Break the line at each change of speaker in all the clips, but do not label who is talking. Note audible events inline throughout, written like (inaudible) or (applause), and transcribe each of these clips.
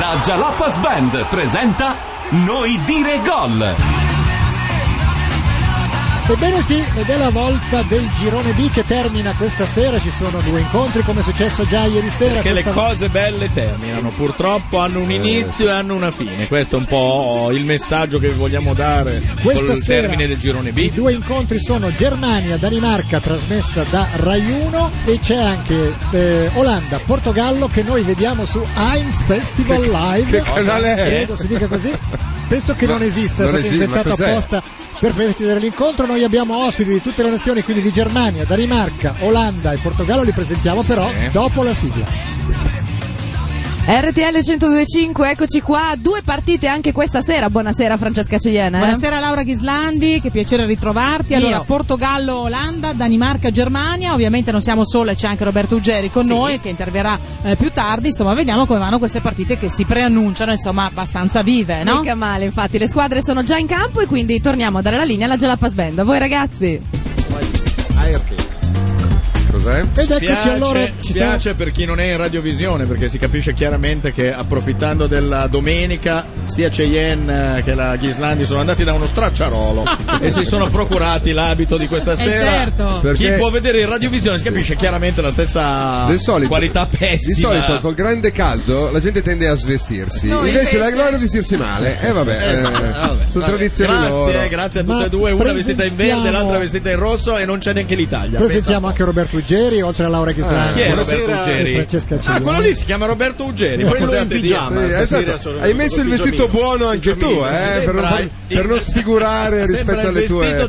La Jalapas Band presenta Noi dire gol.
Ebbene sì, ed è la volta del girone B che termina questa sera, ci sono due incontri come è successo già ieri sera.
Perché le
Questa- Eh.
cose belle terminano, purtroppo hanno un inizio e hanno una fine. Questo è un po' il messaggio che vi vogliamo dare
Questa
col
sera
termine del girone
I
B.
due incontri sono Germania-Danimarca trasmessa da Rai 1 e c'è anche eh, Olanda-Portogallo che noi vediamo su Heinz Festival Live.
che canale è?
Credo si dica così. Penso che non esista, è
non
stato
esiste, ma
inventato
cos'è?
apposta per farci vedere l'incontro. Noi abbiamo ospiti di tutte le nazioni, quindi di Germania, Danimarca, Olanda e Portogallo, li presentiamo però dopo la sigla.
RTL 1025, eccoci qua, due partite anche questa sera. Buonasera Francesca Cigliana. eh.
Buonasera Laura Ghislandi, che piacere ritrovarti. Allora,
Mio.
Portogallo, Olanda, Danimarca, Germania. Ovviamente non siamo sole, c'è anche Roberto Uggeri con noi che interverrà eh, più tardi. Insomma, vediamo come vanno queste partite che si preannunciano, insomma, abbastanza vive, no?
Mica male, infatti, le squadre sono già in campo e quindi torniamo a dare la linea alla Jalapas Band. A voi ragazzi.
Cos'è?
Ed eccoci
Piace,
allora. ci siamo-
piace per chi non è in radiovisione perché si capisce chiaramente che approfittando della domenica sia Cheyenne eh, che la Ghislandi sono andati da
(laughs)
uno stracciarolo e si sono procurati l'abito di questa
Eh,
sera.
certo.
Perché-
Chi può vedere in radiovisione si capisce chiaramente la stessa
Del solito-
qualità pessima.
Di solito col grande caldo la gente tende a svestirsi,
Noi
invece, la
invece-
gloria è vestirsi male. E vabbè, eh, sono tradizioni
grazie,
loro.
eh, grazie a tutte
Ma
e due, una vestita in verde,
presentiamo-
l'altra vestita in rosso e non c'è neanche l'Italia.
Presentiamo anche Roberto Uggeri, oltre a Laura
Pensa- Chi
Ghislandi.
è
Buonasera.
eh,
Roberto
e
Uggeri?
Francesca
Ah,
Cigliani.
quello lì si chiama Roberto Uggeri, ma
Quello in
potete dire-
pigiama.
Sì,
Stasera
esatto.
sono-
Hai messo il
sono
vestito
pigiamino.
buono anche tu,
Pigiamino, sì,
eh,
sì.
per, non,
sembra-
far- per non sfigurare
Sembra
rispetto
il
alle
vestito
tue.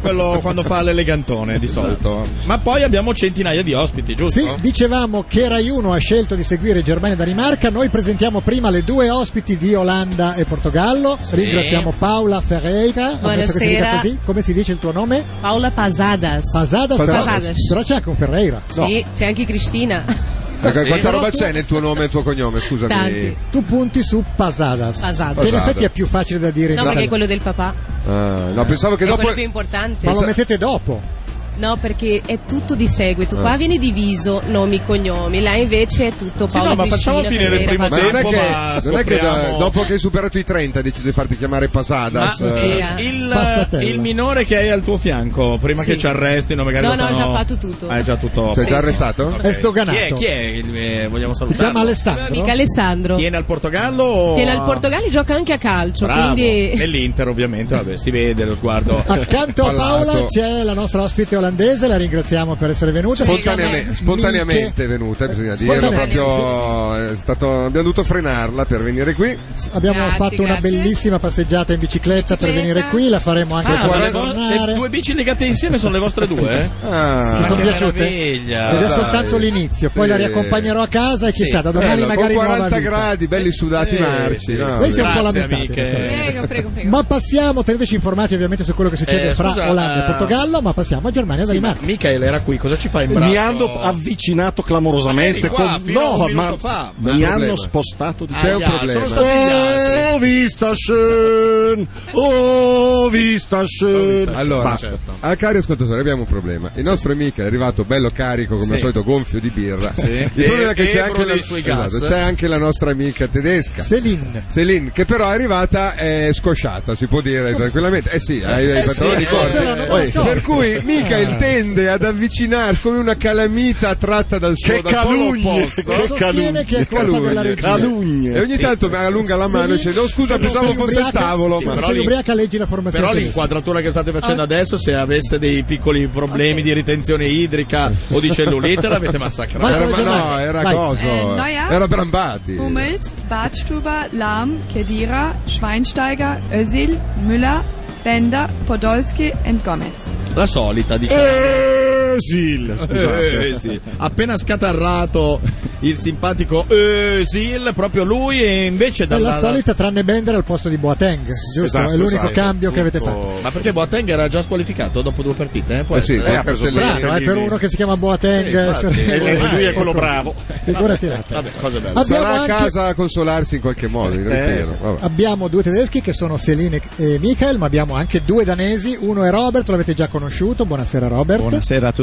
(laughs)
quello quando fa l'elegantone di solito.
Esatto.
Ma poi abbiamo centinaia di ospiti, giusto?
Sì, dicevamo che Rai 1 ha scelto di seguire Germania e Danimarca. Noi presentiamo prima le due ospiti di Olanda e Portogallo. Ringraziamo Paola Ferreira. ammesso che si dica
Buonasera.
così. Come si dice il tuo nome?
Paula Pasadas.
Pasadas. Però,
Pasadas.
però c'è anche un Ferreira.
Sì, c'è anche Cristina.
Ecco,
sì.
Quanta
Però
roba
tu-
c'è nel tuo nome e il tuo cognome? Scusami.
Tanti.
Tu punti su Pasadas.
Pasadas.
Che in
Pasadas.
effetti è più facile da dire. in
No, perché è
italiano.
quello del papà.
Ah, no, pensavo che
È
dopo.
quello più importante.
Ma lo mettete dopo.
No, perché è tutto di seguito. Qua viene diviso nomi, cognomi. Là invece è tutto
Sì,
Paola
no, ma facciamo
Cristina,
finire
Ferreira,
il primo
Ma
Pasadas.
non è
tempo,
che,
ma
non è che da-
scopriamo-
dopo che hai superato i 30 decidi di farti chiamare
Ma
Pasadas.
sì.
eh.
il,
Passatella.
il minore che hai al tuo fianco, prima
Sì.
che ci arrestino, magari
No,
lo
no,
fanno-
ho già fatto tutto.
Ah, è già tutto.
Sei
Sì.
già arrestato?
Ok.
È sdoganato.
Chi è? Chi è? Il- eh, vogliamo
Si
salutarlo.
chiama Alessandro.
Mio amico Alessandro.
Tiene al Portogallo? o-
Tiene al Portogallo e gioca anche a calcio.
Bravo.
Quindi
Nell'Inter, ovviamente, vabbè, si vede lo sguardo.
Accanto a
Palato.
Paola c'è la nostra ospite olandese, la ringraziamo per essere venuta.
Spontaneamente, spontaneamente è venuta, bisogna dirlo.
Spontaneamente,
Proprio eh, è stato, abbiamo dovuto frenarla per venire qui.
Abbiamo
Grazie,
fatto una
grazie.
bellissima passeggiata in bicicletta, per
Bicicletta.
venire qui, la faremo anche
Ah, ma
fuori
le,
a
vo-
tornare.
le due bici legate insieme sono le vostre due? eh?
Ah,
Ci sono
che
piaciute?
meraviglia.
Ed è
dai.
soltanto l'inizio, poi
Sì.
la riaccompagnerò a casa e chissà, da domani
bello,
magari
Eh, con
nuova
40
vita.
gradi, belli sudati
Eh,
marci.
sì.
no?
Noi siamo un po'
Grazie,
lamentati.
amiche.
Prego, prego, prego.
Ma passiamo, teneteci informati ovviamente su quello che succede
Eh,
fra
scusa,
Olanda e
eh,
Portogallo, ma passiamo a Germania e
Sì, ma
Danimarca.
Michael era qui, cosa ci fa in braccio?
Mi hanno avvicinato clamorosamente.
Ma eri qua
con-
fino a un
no,
minuto
ma
fa.
C'è un
mi hanno
problema.
spostato di
C'è un
Aia,
problema.
sono stati gli altri.
Oh, vista schön! Oh, vista schön!
Allora,
Basta.
ah, cari ascoltatori, abbiamo un problema. Il nostro Mica è arrivato bello carico, come
Sì.
al solito, gonfio di birra.
Sì.
Il problema è che
E-
c'è
ebro
anche, la,
dei suoi gas.
esatto, c'è anche la nostra amica tedesca.
Selin.
Céline, che però è arrivata eh, scosciata, si può dire tranquillamente. Eh sì, hai i pantaloni
sì,
corti.
Cioè, eh, non me lo
Eh,
ricordo.
Per cui Michael tende ad avvicinarsi come una calamita tratta dal suo
Che
dal polo
calugne!
opposto.
Che
Sostiene che è
Che
colpa
calugne.
della regia.
Calugne!
E ogni tanto allunga la mano e dice: No, scusa,
Se non
pensavo
sei
fosse il
ubriaca-
tavolo.
se
ma-
non
però
sei
lì-
ubriaca, leggi la formazione.
Però
tedesca.
l'inquadratura che state facendo
Ah.
adesso, se avesse dei piccoli problemi di ritenzione idrica o di cellulite, l'avete massacrato.
Vai con
Era,
la
ma no,
Germania.
era
Vai.
coso.
Eh, Neuer?
era Brambati.
Hummels, Bartstuber, Lahm, Kedira, Schweinsteiger, Özil, Müller, Bender, Podolski and Gomez.
La solita, diciamo.
Esil, scusate.
Eh, sì. Appena scatarrato il simpatico Özil, proprio lui, e invece
È
dalla...
la solita tranne Bender al posto di Boateng, giusto?
Esatto,
è l'unico
esatto.
cambio che avete fatto.
Ma perché Boateng era già squalificato dopo due partite? Eh? Può
Eh sì,
essere?
eh, per
Strano,
Strano, eh, per uno che si chiama Boateng,
Sì, infatti.
E
essere-
lui- e lui è quello bravo.
figurati un attimo.
Vabbè, cosa bella.
Abbiamo
Sarà
anche-
a casa a consolarsi in qualche modo, in ritiro. Vabbè.
Abbiamo due tedeschi che sono Selin e- e Michael, ma abbiamo anche due danesi. Uno è Robert, l'avete già conosciuto. Buonasera, Robert.
Buonasera a tutti.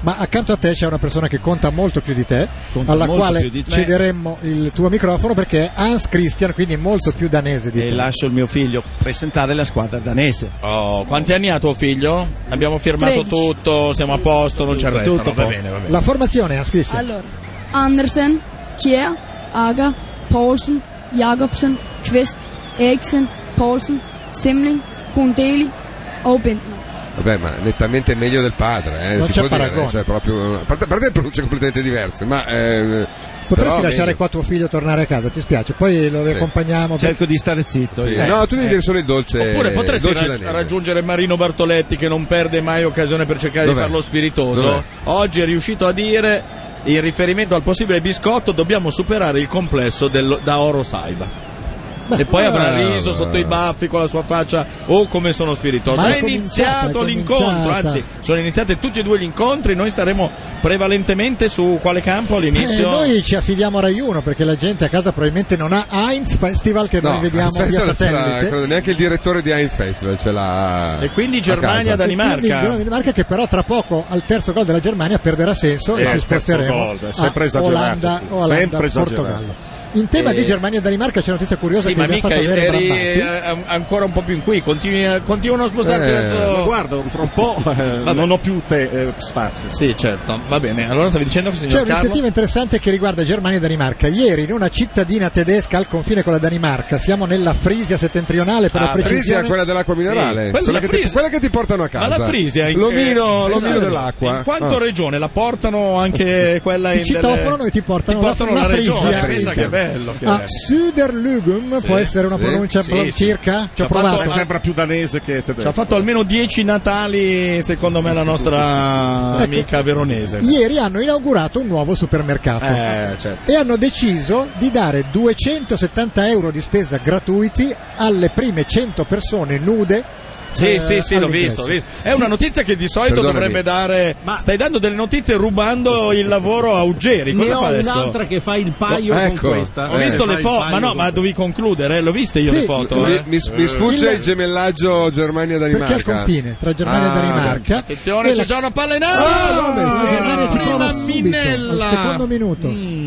Ma accanto a te c'è una persona che conta molto più di te,
Conta
alla
molto
molto più
quale
di te.
cederemmo il tuo microfono perché è Hans Christian, quindi molto più danese di
E
te.
lascio il mio figlio presentare la squadra danese.
Oh, quanti anni ha tuo figlio? Abbiamo firmato
13.
tutto, siamo a posto, non c'è il
Tutto,
resto.
tutto
va
a
bene, va bene.
La formazione Hans Christian.
Allora, Andersen, Kier, Aga, Paulsen, Jacobsen, Kvist, Eriksen, Paulsen, Simling, Kundeli, Obendner.
Vabbè, ma nettamente meglio del padre, eh,
Non
si
c'è
può dire,
paragone.
cioè, proprio- a parte, a parte pronunce completamente diverse, ma eh,
Potresti
però
lasciare
meglio.
qua tuo figlio e tornare a casa, ti spiace, poi lo riaccompagniamo. per-
Cerco di stare zitto.
Sì.
io.
Eh, no, tu devi dire solo il dolce.
Eh,
Oppure potresti
dolce
ra-
danese.
raggiungere Marino Bartoletti che non perde mai occasione per cercare
Dov'è?
di farlo spiritoso.
Dov'è?
Oggi è riuscito a dire in riferimento al possibile biscotto dobbiamo superare il complesso del- da Oro Saiba. E poi avrà
brava.
riso sotto i baffi con la sua faccia, oh come sono spiritoso.
Ma
è
è cominciata,
iniziato
è
l'incontro,
cominciata.
anzi sono iniziati tutti e due gli incontri, noi staremo prevalentemente su quale campo
Eh,
all'inizio?
noi ci affidiamo a Rai 1 perché la gente a casa probabilmente non ha Heinz Festival che noi
No,
(laughs)
vediamo
Heinz
via
Festival ce l'ha-
satellite.
credo neanche il direttore di Heinz Festival ce l'ha.
E quindi
a
Germania,
casa.
Danimarca.
Quindi il Girone di Danimarca che però tra poco al terzo gol della Germania perderà senso e,
Eh,
ci
al terzo
sposteremo
gol, è sempre
a
esagerato,
Olanda,
sì.
Olanda
Sempre esagerato.
Portogallo. In tema
Eh,
di Germania e Danimarca c'è una notizia curiosa
Sì,
che
ma
mi ha
mica
fatto avere
eri
Brambati.
eh, ancora un po' più in qui, continui a- continuano a spostarti
Eh,
verso-
ma
Guarda, fra un po' eh, non ho più te, eh, spazio.
Sì, certo, va bene. Allora stavi dicendo che
C'è
signor Carlo
un'iniziativa interessante che riguarda Germania e Danimarca. Ieri in una cittadina tedesca al confine con la Danimarca, siamo nella Frisia settentrionale per
Ah,
la
La Frisia
precisione.
è quella dell'acqua minerale,
Sì, quella
quella,
è la
che ti,
Frisia.
quella che ti portano a
ma
casa.
la Frisia in-
l'omino,
eh,
l'omino
esatto.
dell'acqua.
In quanto
Ah.
regione la portano anche quella
(laughs)
in
Ti citofono e ti portano,
Ti portano la regione,
Frisia.
pensa che bello che
Ah,
è.
Süderlügum
Eh,
può essere una
sì,
pronuncia
sì,
pro-
sì.
circa? Ci ho
Ci ha fatto-
provato.
È sempre più danese che
Ci ha
tedesco.
fatto almeno 10 Natali, secondo me, la
Ecco.
nostra amica veronese.
Esatto.
Ieri hanno inaugurato un nuovo supermercato.
Eh, certo.
E hanno deciso di dare 270 euro di spesa gratuiti alle prime 100 persone nude.
Sì,
eh,
sì, sì, l'ho
all'ingresso.
visto, l'ho visto. È una notizia che di solito
Perdonami.
dovrebbe dare. Stai dando delle notizie rubando il lavoro a Uggeri.
Ne
Cosa
ho
fa adesso?
un'altra che fa il paio
Oh, ecco.
con questa.
Ho
Eh,
visto
Fa
le
il
foto,
paio
ma
con
no, ma
questa.
dovevi concludere, eh? l'ho viste io
Sì,
le foto.
Mi,
eh.
mi- mi sfugge
Il-
il gemellaggio Germania e Danimarca.
Perché al confine tra Germania
Ah,
e Danimarca.
Attenzione,
e la-
c'è già una palla in
Ah,
aria!
Gomez, la Germania ci prova
prima
subito
Minella.
al secondo minuto.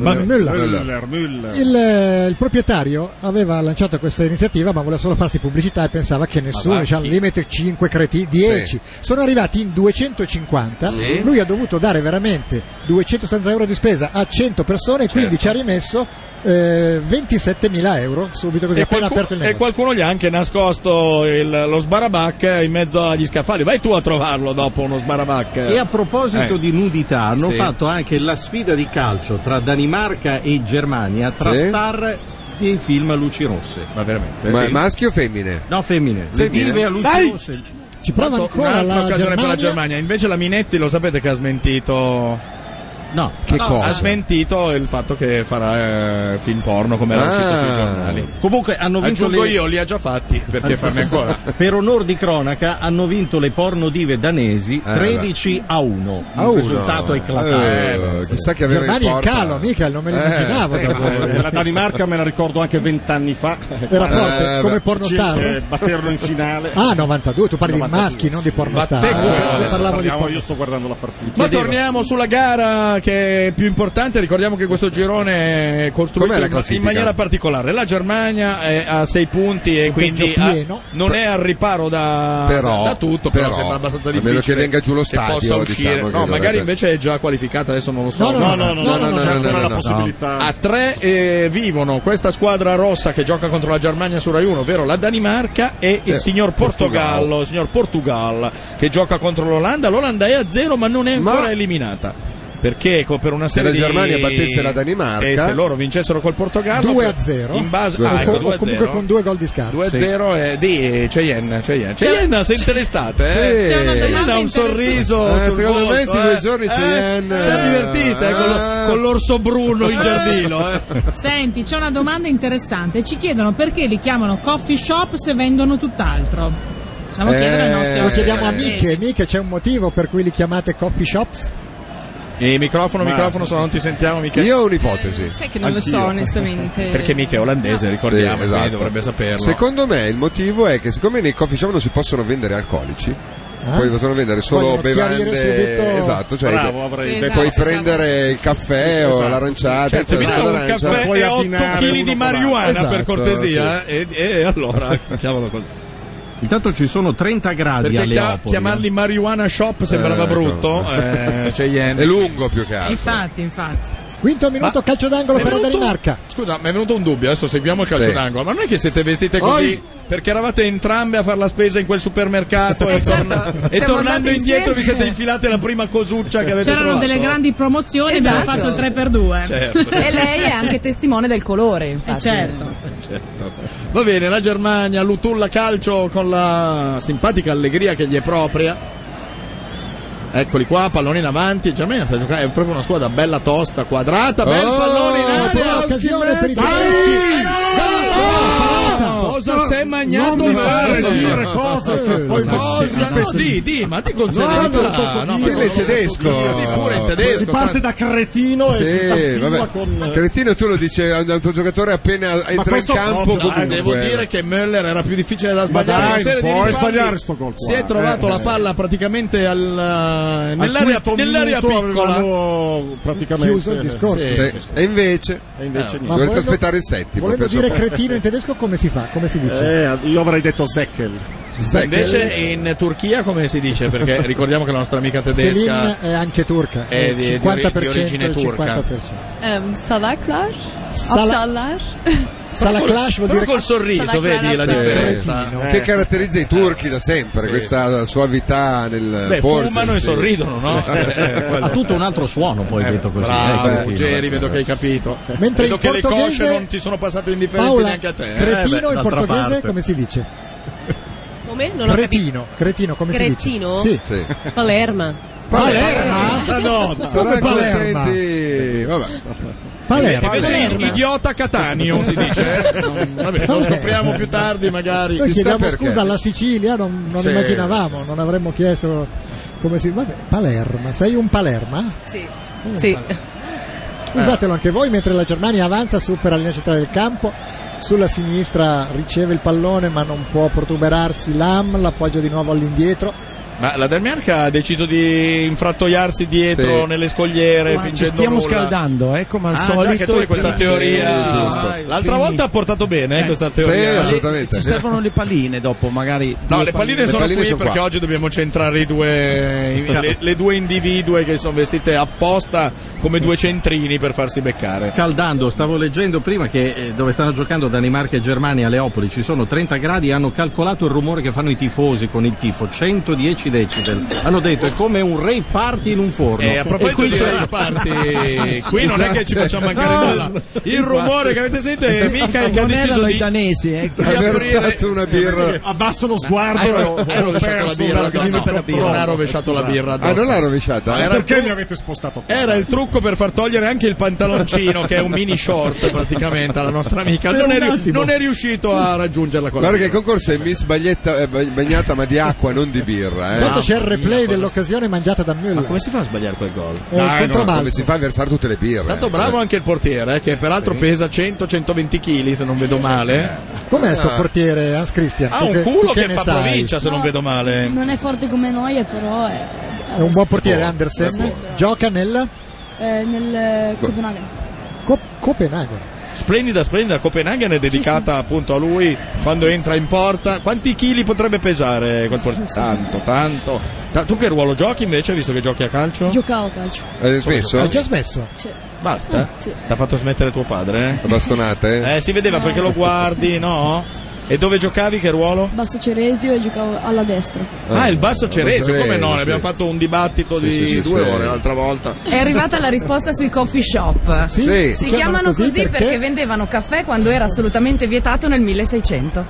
Ma-
Müller.
Müller, Müller.
Il, eh, il proprietario aveva lanciato questa iniziativa, ma voleva solo farsi pubblicità e pensava che nessuno,
va,
diciamo,
chi?
limite 5 cretini, 10. Sono arrivati in 250.
Sì.
Lui ha dovuto dare veramente 270 euro di spesa a 100 persone, quindi ci ha rimesso eh, 27.000 euro subito così
E
appena
qualcuno,
aperto il
e
negozio.
qualcuno gli ha anche nascosto il- lo sbarabac in mezzo agli scaffali. Vai tu a trovarlo dopo uno sbarabac.
E a proposito
Eh.
di nudità, hanno
Sì.
fatto anche la sfida di calcio tra Danimarca e Germania tra
Sì.
star dei film a luci rosse.
Ma veramente?
Ma
sì.
maschio o femmine?
No, femmine, le
Femmine.
dive a luci
eh, Dai!
rosse.
Ci prova ancora
Un'altra
la
occasione per la
Germania.
Germania. Invece la Minetti lo sapete che ha smentito.
No,
Che cosa?
Ha smentito il fatto che farà eh, film porno come era
Ah.
uscito sui giornali.
comunque hanno vinto
Aggiungo
le
io, li ha già fatti perché farne
(laughs)
ancora.
Per onor di cronaca hanno vinto le porno dive danesi
Eh,
13 a 1.
Ah,
Un
uno.
risultato eclatante.
Eh, chissà che aveva
Germania
in
in
porta.
calo, mica, non me lo immaginavo.
Eh,
dopo-
Eh, La Danimarca me la ricordo anche vent'anni fa.
Era forte,
eh,
beh.
come pornostar.
Eh, batterlo in finale.
Ah, 92, tu parli
92,
di maschi, non di pornostar.
Battecco,
Eh, io
adesso
parlavo di
Parliamo,
pornostar.
io sto guardando la partita.
Ma torniamo sulla gara che è più importante, ricordiamo che questo girone è costruito
Com'è la
in- in,
classifica?
maniera particolare. La Germania è a 6 punti e quindi
punteggio
ha-
pieno.
non è al riparo da,
Però-
da tutto, però,
però,
sembra abbastanza
a meno
difficile.
che venga giù lo stadio,
possa uscire.
diciamo che
no, magari
dovrebbe-
invece è già qualificata, adesso non lo so.
No,
No, no, no, no,
No, no,
no, c'è
no,
ancora
no,
la
no.
possibilità.
A tre eh, vivono questa squadra rossa che gioca contro la Germania su Rai 1, ovvero la Danimarca e il
Eh,
signor Portogallo,
Portogallo.
il signor Portugal che gioca contro l'Olanda. L'Olanda è a zero ma non è
Ma-
ancora eliminata. Perché co- per una
Se
serie
la Germania
di...
battesse la Danimarca-
e se loro vincessero col Portogallo
2 a 0
in base
Due a
ah,
zero.
ecco,
o,
due
o
2 a
comunque
0.
con due gol di scarto
2 a 0
eh,
è di Cheyenne, Cheyenne. Cheyenne sente l'estate, eh?
Sì. C'è una
Cheyenne
domanda
ha un sorriso.
Eh,
sul
secondo
volto,
me questi due
eh.
giorni Cheyenne-
Eh, Si è divertita eh, con, lo-
Ah.
con l'orso bruno in
(laughs)
giardino. Eh.
Senti, c'è una domanda interessante. Ci chiedono perché li chiamano coffee shop se vendono tutt'altro. Possiamo
Eh,
chiedere ai nostri
lo
lo
ospiti
chiediamo a
danesi.
Miche Miche c'è un motivo per cui li chiamate coffee shops
E microfono, microfono, se no non ti sentiamo mica.
Io ho un'ipotesi.
Sai che non lo so,
Anch'io.
onestamente.
Perché mica è olandese, ricordiamo,
Sì,
quindi
esatto.
dovrebbe saperlo.
Secondo me il motivo è che siccome nei coffee shop non si possono vendere alcolici,
Ah.
Poi possono vendere solo
Vogliono chiarire
bevande.
subito-
Esatto, cioè
Bravo, avrei
che-
detto.
puoi
Esatto.
prendere il caffè o l'aranciata.
Certo, mi dà un caffè e 8 kg di marijuana
Esatto,
Esatto,
per cortesia. eh, E, e
(laughs)
allora chiamalo così.
Intanto ci sono 30 gradi
Perché
a
chia-
Leopoli.
chiamarli marijuana shop sembrava
Eh,
brutto.
ecco.
eh,
(laughs)
c'è Yen.
È lungo
più che
Infatti, infatti.
Quinto minuto, calcio d'angolo
è
per la
venuto-
Danimarca.
Scusa, mi è venuto un dubbio, adesso seguiamo il calcio
Sì.
d'angolo, ma non è che siete vestite così
Oi.
perché eravate entrambe a fare la spesa in quel supermercato
Eh,
e,
certo.
torna- e
siamo
tornando
andate
indietro vi
insieme.
siete infilate la prima cosuccia che avete
C'erano
trovato?
delle grandi promozioni,
Esatto.
abbiamo fatto il 3 per 2
Certo.
E lei è anche testimone del colore, infatti.
certo.
Certo. Va bene, la Germania, l'Utulla calcio con la simpatica allegria che gli è propria. Eccoli qua, pallone in avanti. Germania sta giocando, è proprio una squadra bella tosta, quadrata, bel
Oh,
pallone in aria.
buona occasione per i
Dai!
tedeschi.
Oh, Cosa sei magnato
non mi
Verdi?
fare dire
cosa che poi cosa? Di, di, ma ti
Cioè,
No, non lo
concentra.
posso
No, ma
dire.
non lo
Il tedesco.
posso dire, di pure in tedesco. cioè.
Si parte da cretino e
Sì,
si continua
vabbè.
con...
Cretino tu lo dici a un tuo giocatore appena entra in
questo
campo.
proprio- eh,
comunque.
Ah, devo dire che Möller era più difficile da sbagliare.
dai,
Una serie di
puoi
ripalli.
sbagliare sto gol qua.
Si è trovato
Eh,
la
eh.
palla praticamente al, eh, nell'area,
quinto
nell'area
minuto
piccola.
avevano praticamente
Chiuso il discorso.
Sì,
Sì.
sì, sì.
E invece,
E invece
Eh,
niente.
Ma
dovete
volendo-
aspettare il settimo.
Volendo
per
dire
sapere. (laughs)
cretino in tedesco come si fa? Come si dice?
Eh, io avrei detto Seckel.
Invece in Turchia come si dice? Perché ricordiamo che la nostra amica
Selin
tedesca
è eh, anche turca, Eh,
è Eh, di- di ori-
50%
di origine turca.
50%.
Ähm, Salaklar? Oh,
Sala- (laughs)
Abdallar?
Salaclash vuol
Però
dire
col sorriso,
Sarà
vedi
chiaro,
la
certo.
differenza.
eh.
Che caratterizza i turchi da sempre,
Sì,
questa suavità nel
Beh,
porgersi.
fumano e sorridono, no? Eh,
(laughs)
quello.
Ha tutto un altro suono poi detto così. eh,
Bravo,
Cretino.
Geri, vedo che hai capito.
Mentre
vedo
in
che le
portoghese-
cosce non ti sono passate indifferenti
Paola,
neanche a te. eh.
Eh,
cretino
beh,
in
d'altra
portoghese
parte.
come si dice?
(laughs) Come? Non ho capito.
Cretino, cretino come
Cretino?
si dice? Sì.
Sì.
Palerma.
Palermo,
Ah,
Saranno
come Palermo.
contenti- Vabbè.
Palermo.
Invece idiota Catania si
(laughs)
dice. eh? Non- vabbè, lo
Vabbè.
scopriamo più tardi magari.
Noi
chissà
chiediamo
perché.
scusa alla Sicilia, non, non
Sì.
immaginavamo, non avremmo chiesto come si Vabbè, Palermo, sei un Palermo?
Sì.
Sei un
Sì.
Palermo. Eh. Usatelo anche voi mentre la Germania avanza, supera la linea centrale del campo. Sulla sinistra riceve il pallone, ma non può protuberarsi. Lam l'appoggia di nuovo all'indietro.
Ma la Danimarca ha deciso di infrattoiarsi dietro
Sì.
nelle scogliere. fingendo
ci stiamo
nulla.
scaldando, eh, come al
Ah,
solito.
già che tu hai questa
Sì,
teoria. Ah,
sì, giusto.
L'altra
Quindi-
volta ha portato bene eh, questa
Sì,
teoria.
assolutamente.
Ci servono le palline dopo, magari.
No,
due
le palline sono
palline
qui
sono
perché
qua.
oggi dobbiamo centrare i due, i- le, le due individue che sono vestite apposta come due centrini per farsi beccare.
Caldando, stavo leggendo prima che eh, dove stanno giocando Danimarca e Germania a Leopoli ci sono 30 gradi e hanno calcolato il rumore che fanno i tifosi con il tifo, 110 decibel. Hanno detto è come un rave party in un forno.
E Eh, a proposito
qui
di
c'è-
rave
(laughs)
party, qui non è che ci facciamo mancare nulla. Il rumore che avete sentito è Michael che ha
Non erano
deciso
i
di
danesi, eh.
Ha versato una birra.
Abbasso lo
Ah,
sguardo.
Hai hai rovesciato la birra,
la
no,
birra.
no, non ha rovesciato la birra.
Ah, non
addosso.
l'ha rovesciata?
Ma
eh?
era il,
Perché mi
trucco,
avete spostato qua?
era il trucco per far togliere anche il pantaloncino, che è un mini short praticamente alla nostra amica. Non è, riu- non è riuscito a raggiungerla con la
Guarda che il
birra.
concorso è Miss Baglietta eh, ba- bagnata, ma di acqua, non di birra. Eh.
Intanto c'è il
mia,
replay
cosa-
dell'occasione mangiata da Müller. Eh,
Ma come si fa a sbagliare quel gol?
È il controbalzo.
come si fa a versare tutte le birre?
Tanto
eh.
bravo anche il portiere, eh, che peraltro pesa 100-120 kg se non vedo male. Ah.
Com'è sto portiere Hans
Ah,
Christian?
Ha
Tu tu
un culo che
ne
fa
sai?
provincia se non
No,
vedo male.
Non è forte come noi, eh, però è,
È un buon
boh,
portiere Andersen. Gioca nel
Eh, nel eh, Copenaghen.
Co- Copenaghen.
Splendida, splendida. Copenaghen è dedicata appunto a lui quando entra in porta. Quanti chili potrebbe pesare quel portiere? Tanto, tanto. Ta- tu che ruolo giochi invece, visto che giochi a calcio?
Giocavo a calcio.
Hai smesso?
Ha già smesso.
Sì. Eh,
Basta?
Sì.
T'ha fatto smettere tuo padre?
La bastonata, eh?
Eh, si vedeva perché lo guardi, no? E dove giocavi, che ruolo?
Basso Ceresio e giocavo alla destra.
Ah, il basso cereso,
Cereso,
come no? Ne
sì.
abbiamo fatto un dibattito
Sì,
di
sì, sì,
due
sì.
ore l'altra volta.
È arrivata la risposta sui coffee shop.
Sì,
Sì.
Si chiamano così perché? vendevano caffè quando era assolutamente vietato nel 1600.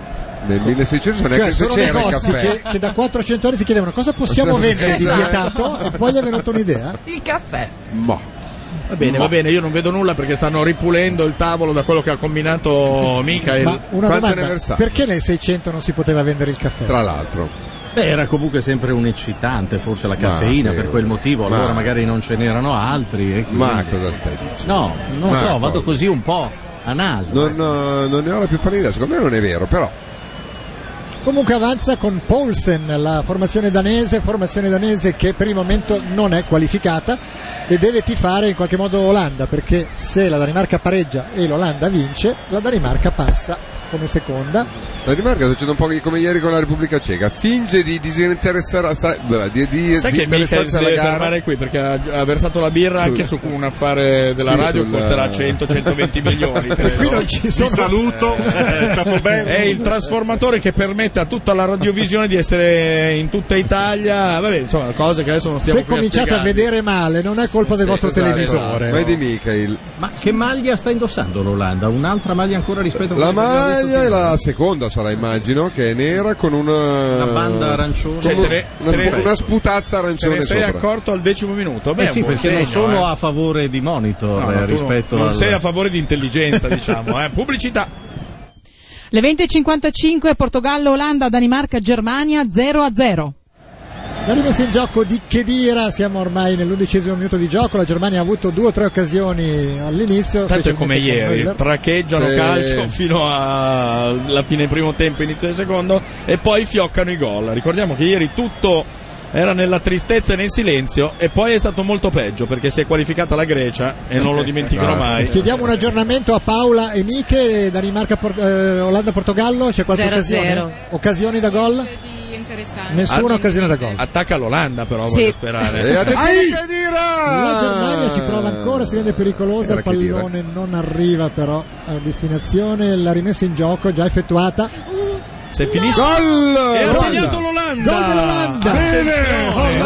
Nel 1600 non è
Cioè,
che se
sono
c'era il
negozi
caffè. Esatto.
che, che da 400 anni si chiedevano cosa possiamo vendere di vietato e poi gli è venuta un'idea.
Il caffè.
Va bene, va bene, io non vedo nulla perché stanno ripulendo il tavolo da quello che ha combinato Michael.
Ma una
Quanto ne
domanda,
versate?
perché nel 600 non si poteva vendere il caffè?
Tra l'altro,
Beh, era comunque sempre un eccitante, forse la caffeina
sì.
per quel motivo, allora
Ma-
magari non ce n'erano altri. e quindi-
ma cosa stai dicendo?
No, non
Ma
so,
cosa?
vado così un po' a naso.
Non, eh, non ne ho la più pallida, secondo me non è vero, però.
Comunque avanza con Paulsen, la formazione danese, formazione danese che per il momento non è qualificata e deve tifare in qualche modo Olanda, perché se la Danimarca pareggia e l'Olanda vince, la Danimarca passa come seconda.
La Di Marca succede un po' come ieri con la Repubblica Ceca. Finge di disinteressare sa- di, di,
Sai che Michel si
disinteressarsi alla
deve
gara.
fermare qui perché ha, ha versato la birra anche su un affare della
Sì,
radio
sul-
costerà
(laughs)
100-120 milioni. credo.
eh, Qui non ci sono. (laughs)
Eh, È il trasformatore che permette a tutta la radiovisione di essere in tutta Italia. Vabbè, insomma, cose che adesso non stiamo
Se
qui a
cominciate a
spiegarvi.
vedere male, non è colpa del
Sì,
vostro
esatto.
televisore.
Vai di Michael.
Ma che maglia sta indossando l'Olanda? Un'altra maglia ancora rispetto a
La
quella che abbiamo detto
maglia è la seconda, sarà immagino, che è nera con una.
Una banda arancione.
Con
Cioè, te ne-
una,
te ne-
una sputazza arancione.
te ne sei
sopra.
accorto al decimo minuto?
Eh sì, perché non sono a favore di monitor
No, no,
eh,
tu non-
rispetto
non
al-
sei a favore
(laughs)
di intelligenza, diciamo, eh. pubblicità.
Le 20.55 Portogallo, Olanda, Danimarca, Germania 0 a 0.
La rimessa in gioco di Chedira, siamo ormai nell'undicesimo minuto di gioco, la Germania ha avuto due o tre occasioni all'inizio.
Tanto
specialmente
è come
con
ieri,
Müller.
traccheggiano
Sì.
calcio (laughs) fino alla fine del primo tempo, inizio del secondo e poi fioccano i gol. Ricordiamo che ieri tutto era nella tristezza e nel silenzio e poi è stato molto peggio perché si è qualificata la Grecia e non lo dimenticherò
Ah.
mai.
Chiediamo un aggiornamento a Paola e Miche, Danimarca, Por- eh, Olanda, Portogallo, c'è qualche
0-0.
occasione? Occasioni da gol? Nessuna
Ah,
occasione da gol.
Attacca l'Olanda però,
Sì.
voglio sperare.
E adesso-
La Germania ci prova ancora, si vede pericolosa, il
Era Khedira.
pallone non arriva però a destinazione, la rimessa in gioco già effettuata.
Se finisce...
Gol!
E ha
Gol!
segnato l'Olanda!
Gol dell'Olanda!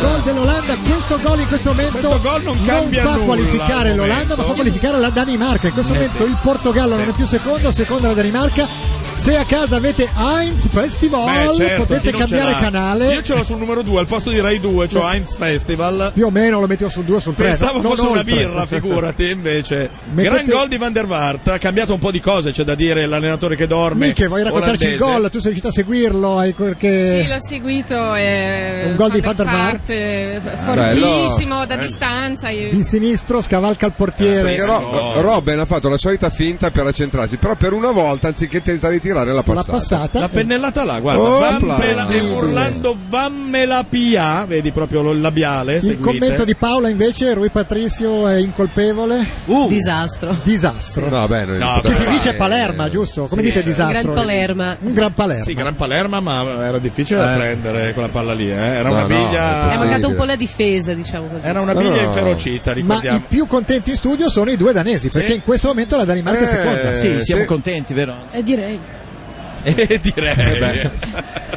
Gol dell'Olanda, questo gol in questo momento
Questo gol non cambia
fa
nulla
qualificare
al
l'Olanda, ma
momento.
fa qualificare la Danimarca. In questo
Eh,
momento
sì.
il Portogallo non è più secondo, seconda la Danimarca. Se a casa avete Heinz Festival
Beh, certo,
potete
chi non ce
cambiare
l'ha?
canale.
Io ce l'ho sul numero 2, al posto di Rai 2, c'ho Heinz Festival.
Più o meno lo mettevo sul 2 sul 3.
Pensavo fosse una birra, figurati invece.
(laughs) Mettete-
Gran gol di Van der Vaart, ha cambiato un po' di cose, c'è da dire l'allenatore che dorme.
Miche, vuoi raccontarci il
olandese.
gol? Tu sei riuscito a seguirlo? Hai qualche...
Sì, l'ho seguito. eh,
Un gol di
Van der
Van der
Vaart, eh,
Bello.
fortissimo da distanza. eh.
Di sinistro scavalca il portiere.
Perché Ro- Robben ha fatto la solita finta per accentrarsi, però per una volta anziché tentare di tirare la passata. Oh,
passata.
La pennellata là, Ah, guarda,
Oh,
eh,
Opla.
vammela, e urlando vammela pia, vedi proprio lo- il labiale.
Il commento di Paola invece, Rui Patricio è incolpevole.
Disastro.
Disastro.
No, beh, non
No,
Che si
beh,
dice
eh,
Palerma, giusto? Come
sì,
dite
eh.
disastro?
Gran Palerma.
Un gran Palermo.
Sì, Gran Palerma, ma era difficile da prendere quella palla lì, eh. era una biglia.
È mancata un po' la difesa, diciamo così.
Era una biglia inferocita,
Ma
ricordiamo.
i più contenti in studio sono i due danesi, perché in questo momento la Danimarca è seconda.
sì, siamo
sì.
contenti, vero?
Eh, direi.
(laughs) Eh, direi.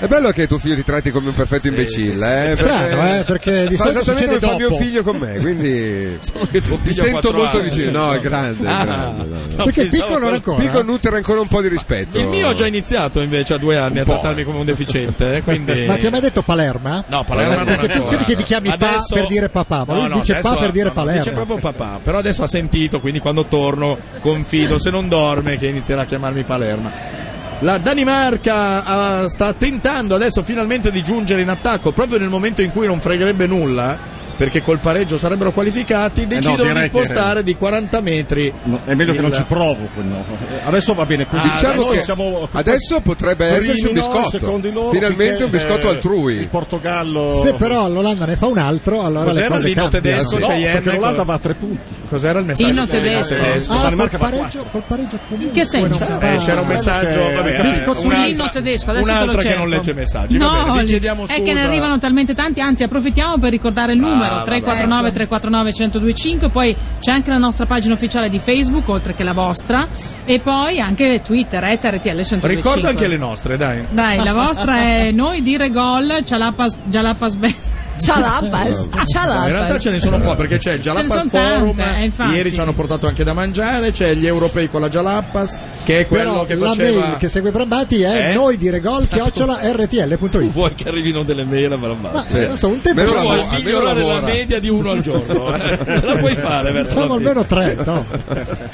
È bello che tuo figlio ti tratti come un perfetto imbecille, eh,
Strano, eh, perché di
fa
solito
esattamente come
succede
fa
dopo.
mio figlio con me,
(laughs)
quindi ti
figlio ha
sento
quattro
molto
anni.
vicino. No, è grande, è
Ah,
grande, no, no.
no, Perché pensavo piccolo non quello- ancora.
Piccolo nutre ancora un po' di rispetto.
Il mio ha già iniziato invece a due anni a trattarmi come un deficiente, eh,
(laughs)
quindi...
Ma ti ha mai detto Palerma?
No, Palermo non
Perché tu
ancora.
credi che ti chiami
Adesso-
Pa per dire papà, ma
No,
lui
no,
dice
adesso
Pa per
ha-
dire
no, Dice
Palermo.
proprio papà, però adesso ha sentito, quindi quando torno confido, se non dorme che inizierà a chiamarmi Palermo. La Danimarca ah, sta tentando adesso finalmente di giungere in attacco, proprio nel momento in cui non fregherebbe nulla, perché col pareggio sarebbero qualificati, decidono di
direi che-
spostare di 40 metri.
È meglio che
il-
non ci provoco. no. Eh, Adesso va bene così.
Ah, Diciamo adesso che siamo-
adesso potrebbe esserci un biscotto. Finalmente un biscotto
eh,
altrui.
Il Portogallo.
Se però l'Olanda ne fa un altro, allora le
Cos'era
cose
il vino
cambiano.
tedesco?
Cioè,
eh.
C'è Yen-
perché-
perché l'Olanda va a tre punti.
Cos'era il messaggio? Eh,
Inno tedesco.
Ah,
La
col
Danimarca va
pareggio, col pareggio comunque.
In che senso?
non fa-
Eh, c'era un messaggio,
Cioè,
vabbè, eh, un'altra-
Sull'inno tedesco, adesso te lo
un'altra che
cerco.
non legge messaggi.
No,
Va bene, vi
lì-
chiediamo
è che ne
scusa. Ah,
arrivano talmente tanti, anzi approfittiamo per ricordare il numero
vabbè.
Ecco.
349 349 1025, poi c'è anche la nostra pagina ufficiale di Facebook, oltre che la vostra, e poi anche Twitter, eh, RTL 125.
Ricorda anche le nostre, dai.
Dai, la vostra è noi dire gol, Cialapas, Gialapas Band. (laughs)
Cialapas,
No, in realtà ce ne sono un po' perché c'è
Ce
il Jalapas
ne sono
Forum.
tante, eh, infatti.
ieri ci hanno portato anche da mangiare. C'è gli europei con la Jalapas, che è quello
Però
che
la
faceva.
mail che segue Brambati è
Eh?
noi dire gol chiocciola rtl.it.
Vuoi che arrivino delle mail a
Ma,
Barabatti?
eh, non so, un tempo
Però
era-
vuoi
almeno
migliorare la
lavora.
media di uno al giorno. eh? Ce la puoi
Facciamo
fare verso la fine.
Diciamo almeno tre, no?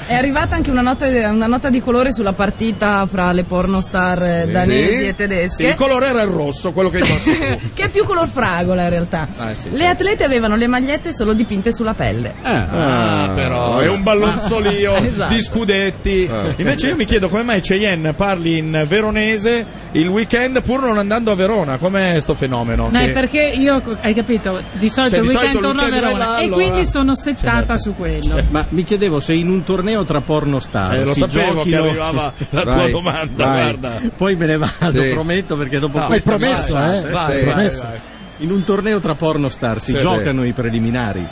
È arrivata anche una nota, una nota di colore sulla partita fra le pornostar eh, danesi
Sì.
e tedesche.
Sì, il colore era il rosso, quello che hai fatto.
che è più color fragola in realtà. giornata. Le atlete avevano le magliette solo dipinte sulla pelle.
Ah, però è un ballonzolio
(laughs)
Esatto.
di scudetti.
Eh.
Invece io mi chiedo come mai Cheyenne parli in veronese il weekend pur non andando a Verona. Com'è sto fenomeno?
No, è
Che-
perché io, hai capito, di solito
Cioè,
il
di
weekend
solito il
torno a
weekend vai
Verona
là,
e
allora. Certo.
quindi sono settata su quello.
Ma mi chiedevo se in un torneo tra porno star
Eh, lo
si
sapevo che
giochino-
arrivava la tua
Vai,
domanda,
vai.
guarda.
Poi me ne vado,
Sì.
prometto, perché dopo
No,
questo
hai promesso,
guarda,
eh? Vai,
sì.
vai, Promesso. vai.
In un torneo tra porno star si
Sì,
giocano i preliminari.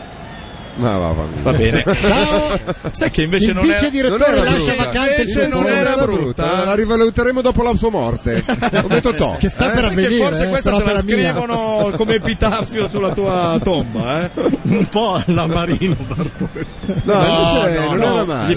Va bene.
(laughs)
Ciao. Sai che invece non era- non era brutta. Invece non era brutta.
eh. La rivaluteremo dopo la sua
(laughs)
morte. Ho detto to.
Che sta per
avvenire,
forse
eh,
questa
però
te la
per la mia.
scrivono come epitaffio sulla tua tomba, eh?
Un po' alla Marino Bartolomeo.
No,
invece non era male,
Gli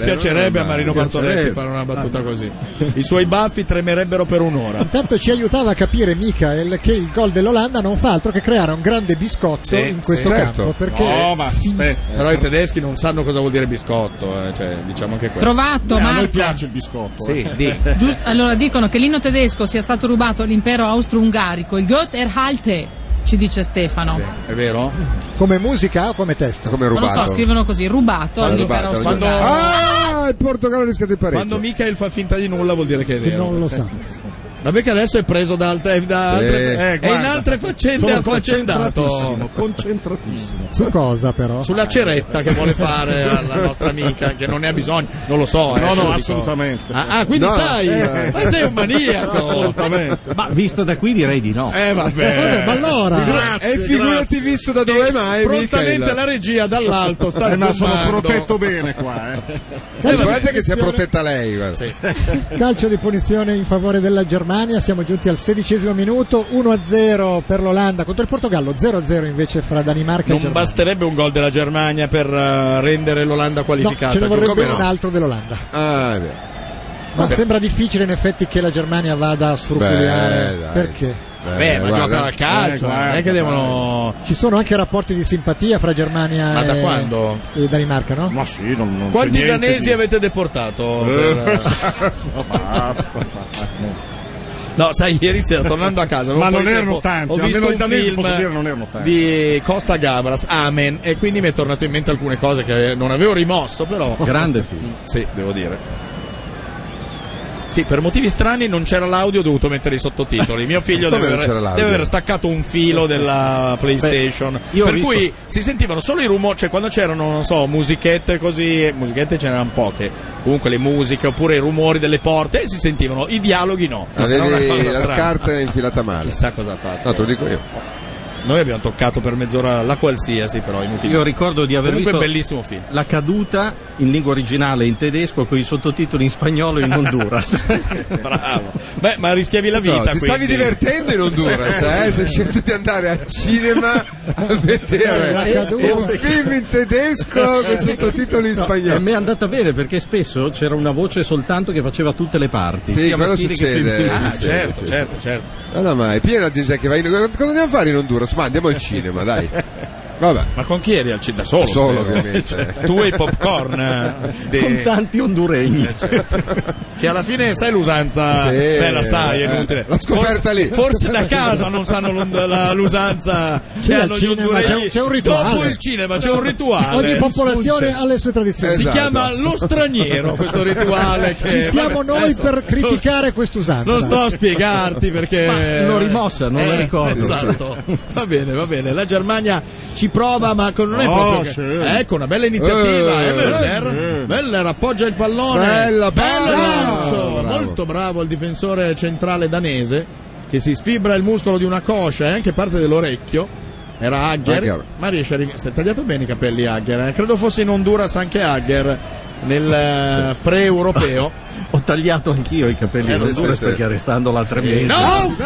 non
piacerebbe
era
a Marino
male.
Bartoletti
Piacerebbe. Ah,
fare una battuta così. I suoi baffi tremerebbero per un'ora.
Intanto ci aiutava a capire Michael che il gol dell'Olanda non fa altro che creare un grande biscotto in questo campo perché
Certo, No, ma aspetta. Però i tedeschi non sanno cosa vuol dire biscotto, eh, cioè, diciamo anche questo.
Trovato,
ma
Marco.
piace il biscotto. Sì,
eh.
di.
Giust- allora dicono che l'inno tedesco sia stato rubato all'impero austro-ungarico, il Goethe Erhalte, ci dice Stefano.
È vero?
come musica o come testo?
Come
Certo. Non lo so, scrivono così, rubato
Quando-
all'impero
quando-
austro-ungarico.
Ah, il Portogallo rischia di pareggio.
Quando Michael fa finta di nulla vuol dire che è vero.
Non lo sa.
Vabbè che adesso è preso da altre, da
Sì.
altre-
Eh,
è in
guarda.
altre faccende
Sono
affaccendato.
concentratissimo,
Concentratissimo.
Su cosa però?
Sulla ceretta che vuole fare
(laughs)
alla nostra amica, che non ne ha bisogno, non lo so. eh,
No, no,
ce lo dico.
assolutamente.
Ah, ah, quindi
No.
sai,
Eh.
poi sei un maniaco.
Assolutamente. Ma visto da qui direi di no.
Eh,
(laughs)
vabbè. Vabbè, ma allora? Grazie,
e figurati visto da dove mai.
Prontamente
Michael.
la regia dall'alto sta
Eh, ma sono
zoomando.
protetto
bene qua, eh.
Eh, guardate che sia protetta lei. guarda.
Calcio di punizione in favore della Germania, siamo giunti al sedicesimo minuto, 1-0 per l'Olanda contro il Portogallo, 0-0 invece fra Danimarca e
Non
Germania.
basterebbe un gol della Germania per eh, rendere l'Olanda qualificata.
No, ce ne vorrebbe
Come no?
un altro dell'Olanda.
Ah, è vero.
Ma
Vabbè.
sembra difficile in effetti che la Germania vada a
Beh,
sfruculiare
dai.
perché
Vabbè, ma giocano al calcio,
Eh,
non è che devono.
ci sono anche rapporti di simpatia fra Germania
Ma da
e,
quando?
e Danimarca, no?
Ma sì, non, non
Quanti
c'è niente
danesi
di-
avete deportato?
Eh. (laughs)
per-
Basta.
No, sai, ieri sera tornando a casa. avevo
Ma
un po'
non
di
erano
tempo,
tanti,
Ho visto
almeno i
un
danesi,
film
posso dire, non erano
Eh.
tanti.
di Costa Gavras, Amen. E quindi mi è tornato in mente alcune cose che non avevo rimosso, però. Mm,
Grande film.
Sì, devo dire. Sì, per motivi strani non c'era l'audio, ho dovuto mettere i sottotitoli. Mio figlio
Come
deve
non
aver,
c'era l'audio?
deve aver staccato un filo della PlayStation.
io ho
per
visto-
cui si sentivano solo i rumori, cioè quando c'erano, non so, musichette così, musichette ce n'erano poche. Comunque le musiche oppure i rumori delle porte si sentivano, i dialoghi no. Era una
Avevi
cosa
la
strana.
scarpa infilata male.
Chissà cosa ha fatto.
No, te lo dico io.
Noi abbiamo toccato per mezz'ora la qualsiasi, però inutile.
Io ricordo di aver
Comunque
visto
bellissimo film.
La caduta in lingua originale in tedesco con i sottotitoli in spagnolo in Honduras.
(laughs) Bravo. Beh, ma rischiavi la vita.
No, ti stavi
quindi.
divertendo in Honduras, eh? Sei scelto di andare al cinema a
Eh,
vedere un film in tedesco
(laughs)
con sottotitoli in
No,
spagnolo.
A me è andata bene perché spesso c'era una voce soltanto che faceva tutte le parti.
Sì,
sia
quello
maschili che
succede.
femminili.
Ah,
Sì,
Certo,
sì.
certo, certo.
Allora, ma è piena di gente che va in. Cosa andiamo a fare in Honduras? Ma andiamo al cinema, dai. Vabbè.
(laughs) Ma con chi eri al cinema? Da solo, Cioè,
solo
spero. (laughs)
ovviamente.
Tu e
(laughs)
i popcorn. eh, de-
Con tanti honduregni.
Che alla fine sai l'usanza.
Sì.
Beh, la sai, è inutile.
L'ho scoperta
forse,
lì.
Forse da casa non sanno l'ond- la- l'usanza
Sì,
che
al
Cioè, hanno gli
cinema
honduregni.
c'è un- c'è un rituale.
Dopo il cinema c'è un rituale.
Ogni popolazione
Scusa.
ha le sue tradizioni. Esatto.
Si chiama lo straniero questo rituale.
(laughs)
Che,
Ci siamo
vabbè,
noi
adesso
per criticare quest'usanza.
Non sto a spiegarti perché. Eh,
Ma l'ho rimossa, non la ricordo.
Esatto. Va bene, va bene. La Germania ci prova, ma con- non è
Oh,
proprio. che-
sì.
Ecco, una bella iniziativa.
Eh,
eh, Müller. Müller appoggia il pallone.
Bella,
Bel
bella.
lancio.
Bravo.
Molto bravo il difensore centrale danese che si sfibra il muscolo di una coscia e anche parte dell'orecchio. Era Hagger,
Hagger.
ma riesce a ri- si è tagliato bene i capelli Hagger. eh. Credo fosse in Honduras anche Hagger nel eh, pre-europeo.
Ho tagliato anch'io i capelli
Eh,
in
sì,
Honduras
sì, sì.
perché arrestando l'altra mia.
No!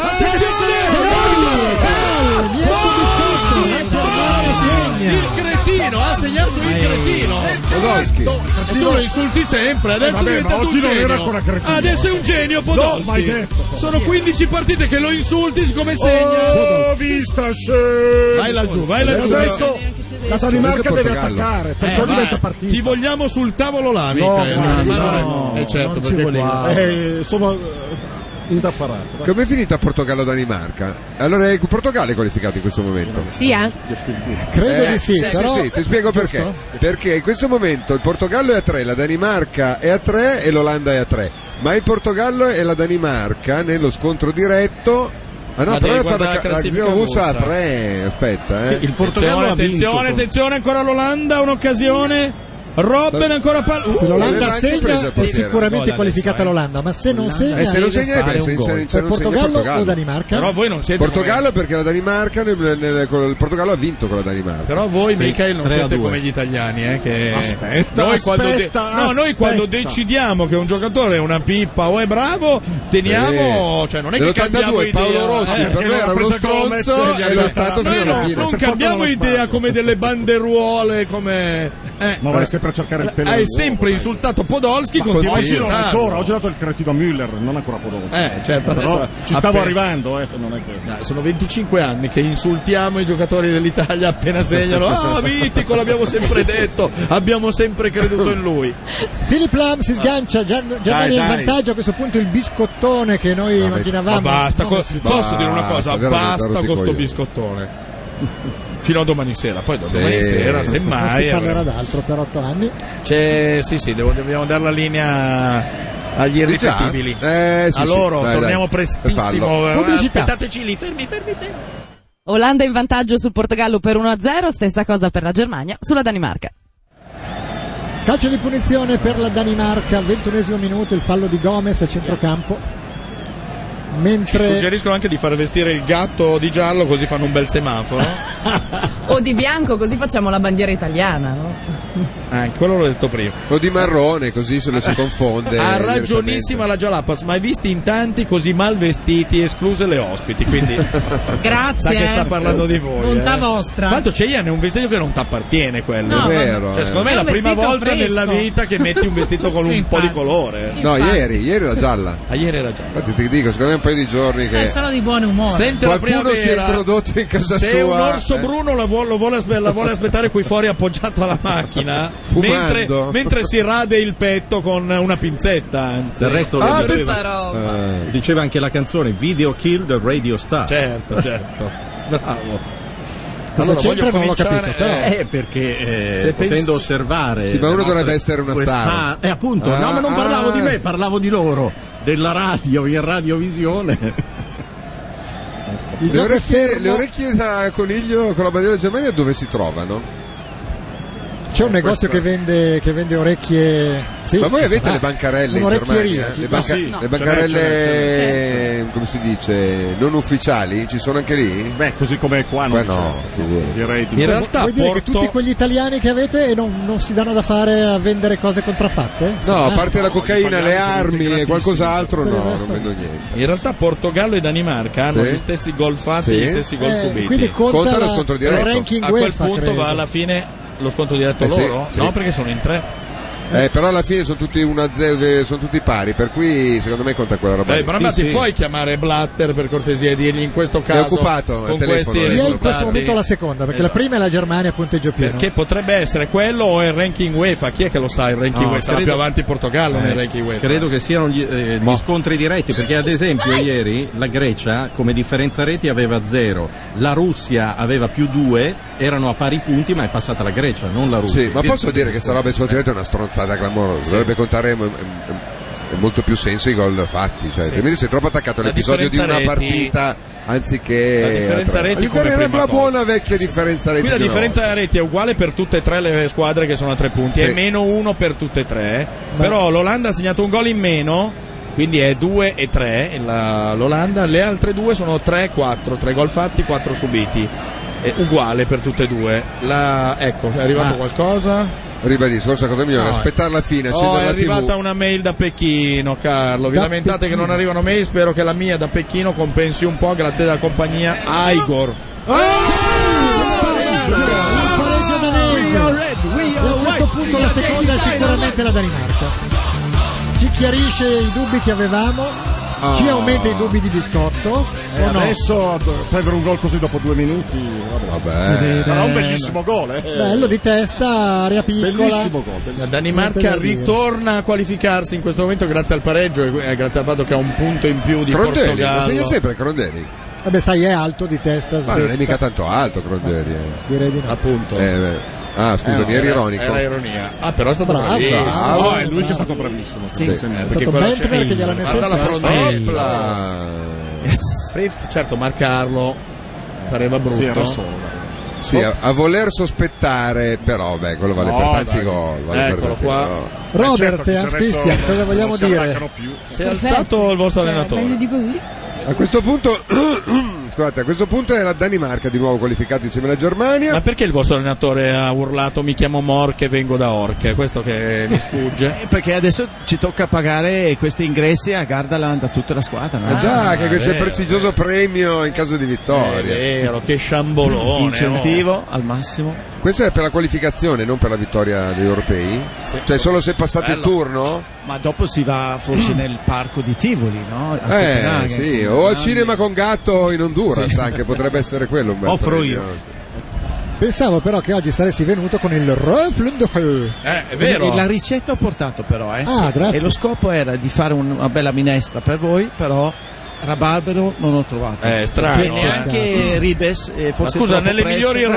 Il cretino ha segnato il cretino.
Podolski.
E tu lo insulti sempre, adesso
Eh, vabbè,
è diventato
ma oggi
un
non
genio.
era ancora cretino.
Adesso è un genio
No, ma hai
Podolski.
detto.
Sono 15 partite che lo insulti siccome segna.
Oh, vista scena!
Vai laggiù, vai laggiù.
Adesso la Danimarca
Comunque
deve
Portogallo.
attaccare, perciò
Eh, vai.
diventa partita.
Ti vogliamo sul tavolo là,
No,
Michael.
guarda,
Ma
no,
Eh, certo,
non ci
perché
voleva.
qua-
Eh, insomma, eh,
indaffarato. va.
Com'è finita Portogallo-Danimarca? Allora il Portogallo è qualificato in questo momento.
Sì, eh?
Credo di sì,
Eh, sì,
però-
sì, ti spiego
Giusto?
perché. Perché in questo momento il Portogallo è a 3, la Danimarca è a 3 e l'Olanda è a 3. Ma il Portogallo e la Danimarca nello scontro diretto Ah no,
Ma
però
devi
è stata
guardare la
ca- la
classifica
zio russa a
russa.
3, aspetta, eh.
il Portogallo attenzione, attenzione, ancora l'Olanda, un'occasione. Robben ancora palla.
Se l'Olanda segna è sicuramente qualificata l'Olanda, ma se non segna,
Eh, se non segna,
Deve
beh, se-
fare un
se-
gol.
se
Cioè,
non segna
Portogallo,
Portogallo.
o Danimarca?
Però voi non siete
Portogallo perché la Danimarca nel- nel- nel- col- il Portogallo ha vinto con la Danimarca.
Però voi, Michael, non siete come gli
italiani.
italiani, eh, che-
Aspetta,
noi quando
aspetta,
no, noi
aspetta.
quando decidiamo che un giocatore è una pippa o è bravo, teniamo,
Sì.
cioè non è che
Nell'82
cambiamo idea. eh.
Paolo Rossi, per
che
me era
l'hanno
uno
presa con la
stronzo
Messi,
e
gli
lo è
hanno-
stato fino
Noi
alla
non,
fine.
non
Per quanto
cambiamo
non lo
idea come delle banderuole, come eh,
Ma vai sempre a cercare il pelo
Hai
nell'uovo,
sempre insultato Podolski,
Ma
continua a
oggi non
insultarlo.
ancora, oggi ho dato il cretino a Müller, non ancora a Podolski.
Eh, certo,
Però
adesso-
ci stavo
appena-
arrivando, eh, non è che...
Dai, sono 25 anni che insultiamo i giocatori dell'Italia appena segnano. (laughs) Ah,
(laughs)
Vitico, l'abbiamo sempre detto, abbiamo sempre creduto in lui.
Philip Lam si sgancia, Gian-
Ah. Dai,
Germania in
dai.
vantaggio a questo punto il biscottone che noi immaginavamo.
Ma basta, co-
si-
posso dire una
Basta,
cosa?
veramente,
Basta
rotti
con
i
sto
coglioni.
biscottone. (laughs) Fino a domani sera, poi da
Sì.
domani sera,
non si
semmai. eh,
parlerà
avremo-
d'altro per otto anni.
C'è, sì, sì, devo- dobbiamo dare la linea agli irripetibili.
Eh, sì,
a
sì.
loro,
Dai, dai.
torniamo prestissimo.
Fallo.
Eh,
Pubblicità.
Aspettateci lì, fermi, fermi, fermi.
Olanda in vantaggio sul Portogallo per 1-0, stessa cosa per la Germania sulla Danimarca.
Calcio di punizione per la Danimarca, ventunesimo minuto, il fallo di Gomez a centrocampo.
Ci
Mentre
suggeriscono anche di far vestire il gatto di giallo così fanno un bel semaforo. (laughs)
O di bianco, così facciamo la bandiera italiana, no?
Anche Eh, quello l'ho detto prima.
O di marrone, così se lo
(laughs)
si confonde.
ha ragionissima la Jalapas, ma hai visti in tanti così mal vestiti, escluse le ospiti. (laughs) Quindi
Grazie,
Sa che
eh.
sta parlando di voi.
Bontà
eh.
vostra.
Tanto Ceian è un vestito che non ti appartiene quello.
No, È vero,
Cioè,
eh.
secondo me è
È
la
un
prima
vestito
volta
fresco.
nella vita che metti un vestito (laughs) con
Sì,
un po' di
infatti.
colore.
No,
Infatti.
ieri, ieri era gialla.
Ah, ieri era gialla.
Infatti ti dico, secondo me è un paio di giorni
È
che
solo di buon umore.
Eh, Sente
Qualcuno
la primavera.
si è introdotto in casa
Se
sua,
un orso
eh.
bruno la vuole, lo vuole aspe- la vuole aspettare qui fuori appoggiato alla macchina,
(laughs) Fumando.
mentre, mentre si rade il petto con una pinzetta. Anzi.
Del resto lo
Ah,
diceva,
pensa-
eh, diceva anche la canzone Video Kill the Radio Star. (laughs)
Certo, certo. Bravo.
Allora,
c'entra
voglio
non l'ho
cominciare-
capito, però.
Eh, perché eh,
Se pensi-
potendo osservare.
Sì, ma uno
le nostre-
dovrebbe essere una
questa-
star.
Eh, appunto, no,
Ah,
ma non parlavo
ah.
di me, parlavo di loro, della radio, in
(laughs)
radiovisione.
le orecchie, le orecchie da coniglio con la bandiera della Germania dove si trovano?
c'è un negozio che vende, che vende orecchie. Sì, Eh,
Ma voi
ci
avete
sarà.
le bancarelle in
Un'orecchieria.
Germania?
ci-
Le, banca-
sì.
le bancarelle, certo. come si dice, non ufficiali? Ci sono anche lì?
Beh, così come qua non
no, figurati.
Cioè, vuoi dire che tutti quegli italiani che avete e non, non si danno da fare a vendere cose contraffatte?
No,
Insomma,
a
eh,
parte la cocaina,
italiani
le
sono
armi e
integratissimi.
qualcos'altro,
Per il
no,
resto-
non vedo niente.
In realtà Portogallo e Danimarca hanno
Sì.
gli stessi gol fatti e
Sì.
gli stessi gol
Eh,
subiti.
quindi conta Conta lo la- scontro diretto. il ranking
A quel
UEFA,
punto
credo.
va alla fine lo scontro diretto
Eh sì,
loro?
sì.
No, perché sono in tre.
Eh, però alla fine sono tutti, una ze- sono tutti pari, per cui secondo me conta quella roba.
Eh,
lì.
Brambati, puoi chiamare Blatter per cortesia e dirgli in questo caso
occupato,
con
il telefono,
questi
eh.
Io in
risultati?
questo momento la seconda, perché la prima è la Germania a punteggio pieno.
Perché Eh, potrebbe essere quello o il ranking UEFA? Chi è che lo sa il ranking
No,
UEFA? Sarà
credo-
più avanti il
Ah,
Portogallo
Eh,
nel ranking UEFA.
Credo che siano gli, eh, gli scontri diretti, perché ad esempio ieri la Grecia come differenza reti aveva 0, la Russia aveva più 2, erano a pari punti, ma è passata la Grecia, non la Russia.
Sì, ma posso dire che sta roba di sconto diretto è una stronzata clamorosa. Dovrebbe contare ehm, ehm, ehm, molto più senso i gol fatti. Cioè, altrimenti sei troppo attaccato
La
all'episodio di una
differenza reti-
partita anziché.
La differenza
a tre.
reti
La
come
differenza-
prima
la
cosa.
buona vecchia differenza reti.
Qui la
di una
differenza della reti è uguale per tutte e tre le squadre che sono a tre punti,
Sì.
è meno uno per tutte e tre. eh. Però l'Olanda ha segnato un gol in meno, quindi è 2 e 3 la- l'Olanda, le altre due sono 3 e 4, 3 gol fatti, 4 subiti. È uguale per tutte e due. La- ecco, è arrivato
Ma-
qualcosa?
volta. Ribadisco, la cosa migliore,
No, eh.
aspettare la fine,
Oh,
accendere
è
la
arrivata
TV.
una mail da Pechino, Carlo. Vi
Da
lamentate che non arrivano mail, spero che la mia da Pechino compensi un po', grazie alla compagnia
Eh,
Igor.
Eh! Il pareggio danese. E a questo punto la seconda è sicuramente la Danimarca. Ci chiarisce i dubbi che avevamo, ci
Ah.
aumenta i dubbi di biscotto.
Eh,
o no?
Adesso ad- prendere un gol così dopo due minuti. Vabbè.
Vabbè.
Sarà un bellissimo gol, eh.
Bello di testa, aria piccola.
Bellissimo gol.
La Danimarca ritorna a qualificarsi in questo momento grazie al pareggio e eh, grazie al fatto che ha un punto in più di
Crondelli, ma
Portogallo.
segna sempre Crondelli.
Vabbè, Eh sai, è alto di testa.
Ma non è
svetta.
mica tanto alto Crondelli.
Direi di no.
Appunto.
ah, scusami,
Eh, no,
era
era-
ironico.
era ironia. Ah, però è stato
Bravo,
bravissimo.
bravo.
No, è lui che è
stato bravissimo.
Sì,
Sì.
sì,
È
perché
stato
quella
Bentner
c'è-
che gliel'ha messa
Guarda
in
la
cesta.
fronte. Riff, Certo, marcarlo pareva brutto.
Sì, era solo. Sì, a, a voler sospettare, però, beh, quello vale
No,
per tanti
dai.
gol. vale per
Eccolo
tanti
qua.
gol.
Robert
certo,
e Hans Christian, cosa vogliamo dire?
Si è alzato il vostro allenatore.
Cioè, Meglio di così.
A questo punto, (clears throat) scusate, a questo punto è la Danimarca di nuovo qualificata insieme alla Germania.
Ma perché il vostro allenatore ha urlato mi chiamo Morche e vengo da Orche? Questo che mi sfugge.
Perché adesso ci tocca pagare questi ingressi a Gardaland a tutta la squadra. no?
Ah, già, che c'è il
vero,
prestigioso premio in caso di vittoria.
È Eh, vero, eh, che sciambolone. oh.
Incentivo
al massimo.
Questo è per la qualificazione, non per la vittoria degli europei? cioè, solo se passate il
Bello.
turno? Mm.
Ma dopo si va forse nel parco di Tivoli, no? A
Eh,
Copenaghen,
sì,
con
o al
Gardaland.
cinema con gatto in Honduras,
Sì.
anche potrebbe essere quello. un bel
Offro
premio.
Pensavo però che oggi saresti venuto con il Röflund.
Eh,
è vero.
E La ricetta ho portato però, eh.
Ah, grazie.
E lo scopo era di fare un- una bella minestra per voi, però rabarbero non ho trovato.
Eh, strano,
Perché
eh.
neanche Ribes, eh,
Ma
forse
scusa,
troppo
nelle
presto.
migliori
Eh.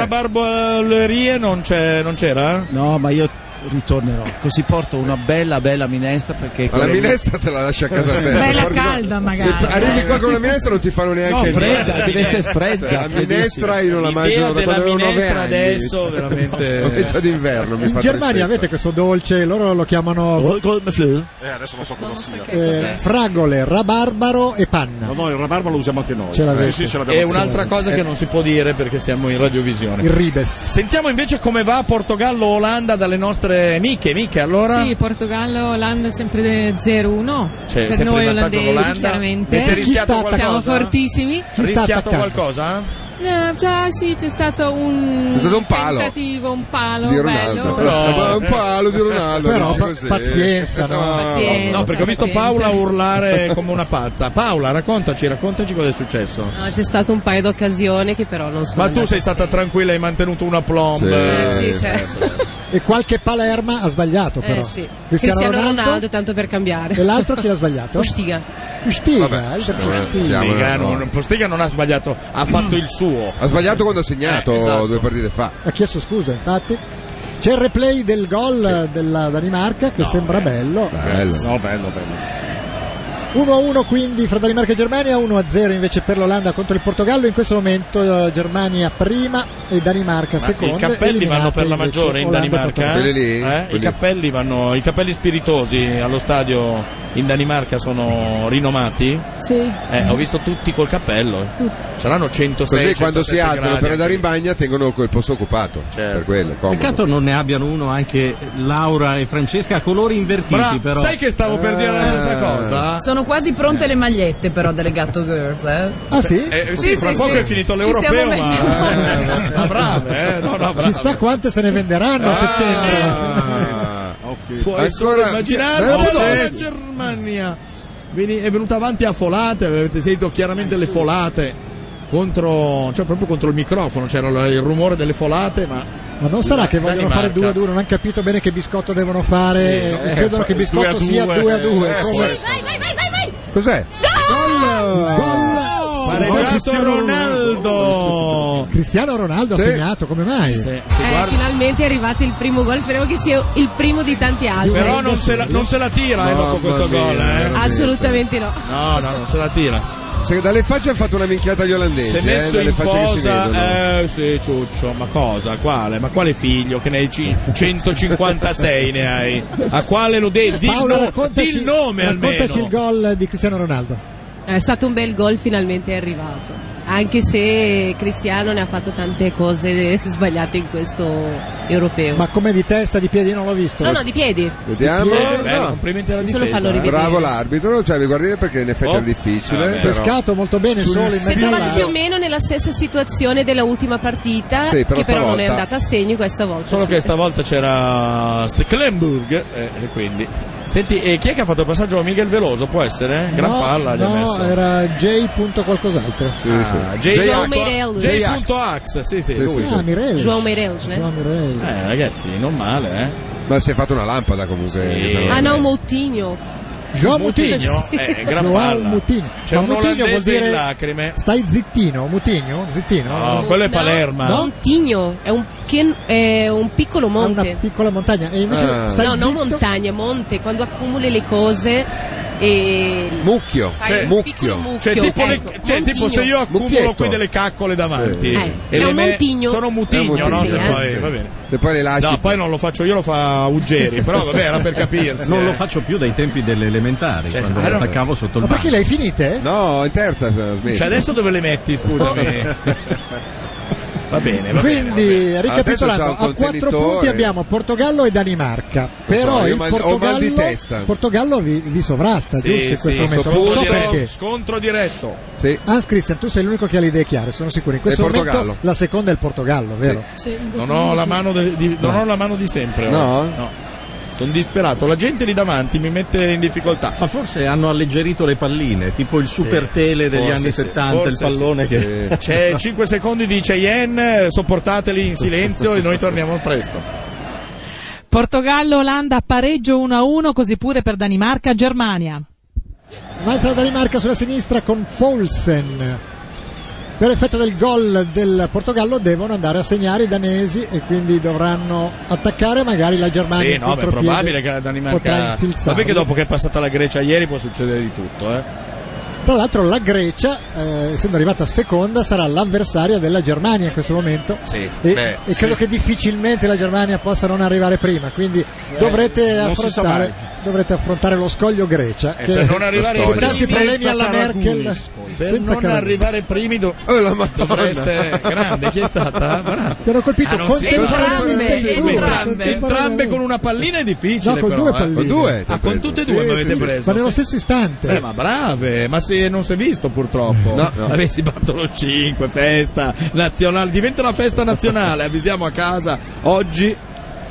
rabarbolerie non, c'è- non c'era?
No, ma io ritornerò, così porto una bella bella minestra perché
Ma la minestra te la lascia a casa te.
Bella
Porca-
calda magari.
Se arrivi qua con la minestra non ti fanno neanche
No, fredda,
niente.
deve essere
Cioè,
fredda,
La minestra
freddissima.
io non la
L'idea
mangio da
della
quando avevo 9
minestra
anni.
adesso, veramente-
(laughs) Comincia d'inverno, mi
In
fa
Germania
tristezza.
avete questo dolce, loro lo chiamano
Eh, adesso non so cosa sia.
eh, fragole, rabarbaro e panna.
No, no, il rabarbaro lo usiamo anche noi.
Ce l'avete.
Sì, sì, ce l'abbiamo.
E
Eh,
un'altra cosa che non si può dire perché siamo in radiovisione.
Il Ribes.
Sentiamo invece come va Portogallo-Olanda dalle nostre amiche. Miche, allora?
Sì, Portogallo, Olanda sempre de- 0-1.
C'è
per
Cioè, sempre
noi
in vantaggio
olandesi,
l'Olanda. Avete
chiaramente.
rischiato
Siamo
qualcosa?
fortissimi.
Rischiato qualcosa?
Eh, già, sì, c'è stato un,
C'è stato un palo.
tentativo, un palo
Di
bello. Eh,
Ronaldo. Però, un palo di Ronaldo. dici così. Eh, (laughs)
Pazienza,
No, perché ho visto
pazienza.
Paola urlare come una pazza. Paola, raccontaci, raccontaci cosa è successo.
No, c'è stato un paio d'occasioni che però non sono.
Ma tu sei stata tranquilla e hai mantenuto una plomb.
Sì. Eh, sì, certo.
E qualche Palerma ha sbagliato però.
Eh sì. Cristiano Ronaldo, tanto per cambiare.
E l'altro chi l'ha sbagliato? eh,
Postiga.
Postiga, Albert
Eh,
Postiga.
Postiga non, Postiga non ha sbagliato, ha fatto il suo.
Ha sbagliato quando ha segnato
Eh, esatto.
due partite fa.
Ha chiesto scusa, infatti. C'è il replay del gol eh, della Danimarca che
eh.
sembra bello.
Bello.
No, bello, bello.
1-1 quindi fra Danimarca e Germania, 1-0 invece per l'Olanda contro il Portogallo. In questo momento eh, Germania prima e Danimarca
Ma
seconda.
I cappelli vanno per la maggiore in Danimarca. Eh? I,
Quelli-
cappelli vanno, I cappelli spiritosi allo stadio in Danimarca sono rinomati.
Sì.
Eh, ho visto tutti col cappello.
Tutti.
Saranno 106
Così quando
107
si alzano
gradi
per andare in bagna tengono quel posto occupato.
Certo.
Per quello, è comodo.
Peccato non ne abbiano uno anche Laura e Francesca a colori
Bra-
invertiti però.
sai che stavo per dire la stessa cosa?
Eh, Sono quasi pronte le magliette però delle Gatto Girls. Eh.
Ah sì?
Eh, sì, fra poco è finito l'europeo,
Ci siamo
ma-
messi
(laughs) Ma brave, eh? No, Ah. no, brave.
Chissà quante se ne venderanno a settembre.
Ah.
Puoi solo immaginare Madonna, la Germania Veni- è venuta avanti a folate, avete sentito
Eh,
chiaramente le folate contro, cioè proprio contro il microfono, c'era la- il rumore delle folate, ma
Ma non sarà che vogliono
Eh, Danimarca. eh,
fare 2 a 2, non hanno capito bene che biscotto devono fare e credono che biscotto sia 2 a 2.
Cos'è?
Pareggiato Ronaldo.
Cristiano Ronaldo ha segnato, come mai?
Eh, finalmente è arrivato il primo gol. Speriamo che sia il primo di tanti altri.
però non se la, non se la tira eh, dopo questo gol, eh.
Assolutamente no.
No, no, non se la tira.
Se dalle facce hanno fatto una minchiata agli olandesi.
Si è messo
eh, dalle
in
facce che si vedono.
posa, eh, sì, Ciuccio, ma cosa? Quale? Ma quale figlio? Che ne
(laughs)
hai cin- 156 ne hai? A quale lo devi? Di
Eh. Paolo,
il no-
raccontaci,
di il nome
raccontaci il
almeno.
gol di Cristiano Ronaldo.
È stato un bel gol, finalmente è arrivato. Anche se Cristiano ne ha fatto tante cose (laughs) sbagliate in questo europeo.
Ma come di testa, di piedi non l'ho visto.
No, no, di piedi.
Vediamo.
Eh, bello,
complimenti alla
Adesso lo difesa, fanno eh. rivedere.
Bravo l'arbitro, cioè mi guardate perché in effetti
Oh.
era difficile.
Ah,
Eh,
beh, Pescato molto bene
Sul-
solo in
Si è
mezzo
trovato più o
all'area.
meno nella stessa situazione della ultima partita,
Sì, però
che però non è
stavolta-
andata a segno questa volta.
Solo
sì.
che stavolta c'era Stecklenburg eh, e quindi Senti, e chi è che ha fatto il passaggio a Miguel Veloso? Può essere? Eh? Gran
no,
palla gli ha
no,
messo.
era J. punto qualcos'altro.
Ah, J.
João
J-
Meirelles.
J.Ax, sì, sì, lui.
Ah, Mireles.
João Meirelles, né? Ah,
Eh, ragazzi, non male, eh.
Ma si è fatta una lampada comunque.
Sì.
Ah no, Moutinho.
João
Moutinho,
Moutinho.
eh, gran
João
palla.
Moutinho.
C'è
Ma
un
Moutinho vuol
olandese
dire
in lacrime.
Stai zittino, Moutinho, zittino.
No, quello è Palermo.
No?
Montigno è un, che- è un piccolo monte.
Una piccola montagna. E invece
Ah.
stai
no, non
zitto.
montagna, monte, quando accumuli le cose e
Mucchio.
Fai un
mucchio.
piccolo mucchio.
Cioè, tipo, le-
Ecco,
cioè, tipo
Moutinho.
se io accumulo
Mucchietto.
qui delle caccole davanti
Eh.
e
È
le
un Moutinho.
sono un
È un
mutigno, no?
Moutinho,
Se
eh.
poi, va bene.
Se poi le lasci.
No, poi non lo faccio io, lo fa Uggeri, però vabbè, era per capirsi.
Non
eh. Cioè, ah,
lo faccio più dai tempi delle elementari, quando
I don't-
attaccavo sotto il
Ma perché
banco.
le hai finite?
No, in terza smetti.
Cioè, adesso dove le metti, scusami? va bene, va bene.
Quindi,
Adesso c'ha
ricapitolando,
un
a quattro
contenitore.
punti abbiamo Portogallo e Danimarca. Però
io
il
mal- ho mal di
Portogallo,
testa.
Portogallo vi, vi sovrasta, giusto? In questo momento, non so
scontro, diretto,
perché.
scontro diretto.
Hans Christian, tu sei l'unico che ha le idee chiare, sono sicuro. In questo
E
momento
Portogallo.
la seconda è il Portogallo, vero?
Non ho la mano de- di, non ho la mano di sempre.
No?
oggi. Sono disperato, la gente lì davanti mi mette in difficoltà.
Ma forse hanno alleggerito le palline, tipo il super tele degli
Forse
anni
sì,
70, il
forse
pallone
sì.
che...
(laughs) C'è 5 secondi di Cheyenne, sopportateli in silenzio e noi torniamo presto.
Portogallo-Olanda pareggio 1-1, così pure per Danimarca-Germania.
Avanza la Danimarca sulla sinistra con Paulsen. Per effetto del gol del Portogallo devono andare a segnare i danesi e quindi dovranno attaccare magari la Germania.
Sì,
in
no, beh, è
contropiede
probabile che la
potrà
Danimarca.
infilzarli.
Vabbè che dopo che è passata la Grecia ieri può succedere di tutto, eh.
Tra l'altro la Grecia, eh, essendo arrivata seconda, sarà l'avversaria della Germania in questo momento.
Sì,
E,
beh,
e credo
sì.
che difficilmente la Germania possa non arrivare prima, quindi dovrete,
Eh, non si sa
affrontare, dovrete affrontare lo scoglio Grecia.
E Eh, per non arrivare
con
primi
tanti
senza
problemi alla
Karagunis,
Merkel.
poi.
senza
Per non
Karagunis.
arrivare primi do- dovreste grande, chi è stata? Bravo.
Ti hanno colpito
Ah, non si
contemporaneamente
sa.
in due,
entrambe, entrambe
contemporaneamente.
con una pallina è difficile
No, con
però,
due
eh.
palline.
Con due? Ah, con tutte e due
Sì,
mi
sì,
avete
sì.
preso.
Ma nello stesso istante.
Eh, ma brave, ma se non si è visto purtroppo.
No, no.
Avessi batto lo 5, festa nazionale, diventa la festa nazionale, avvisiamo a casa oggi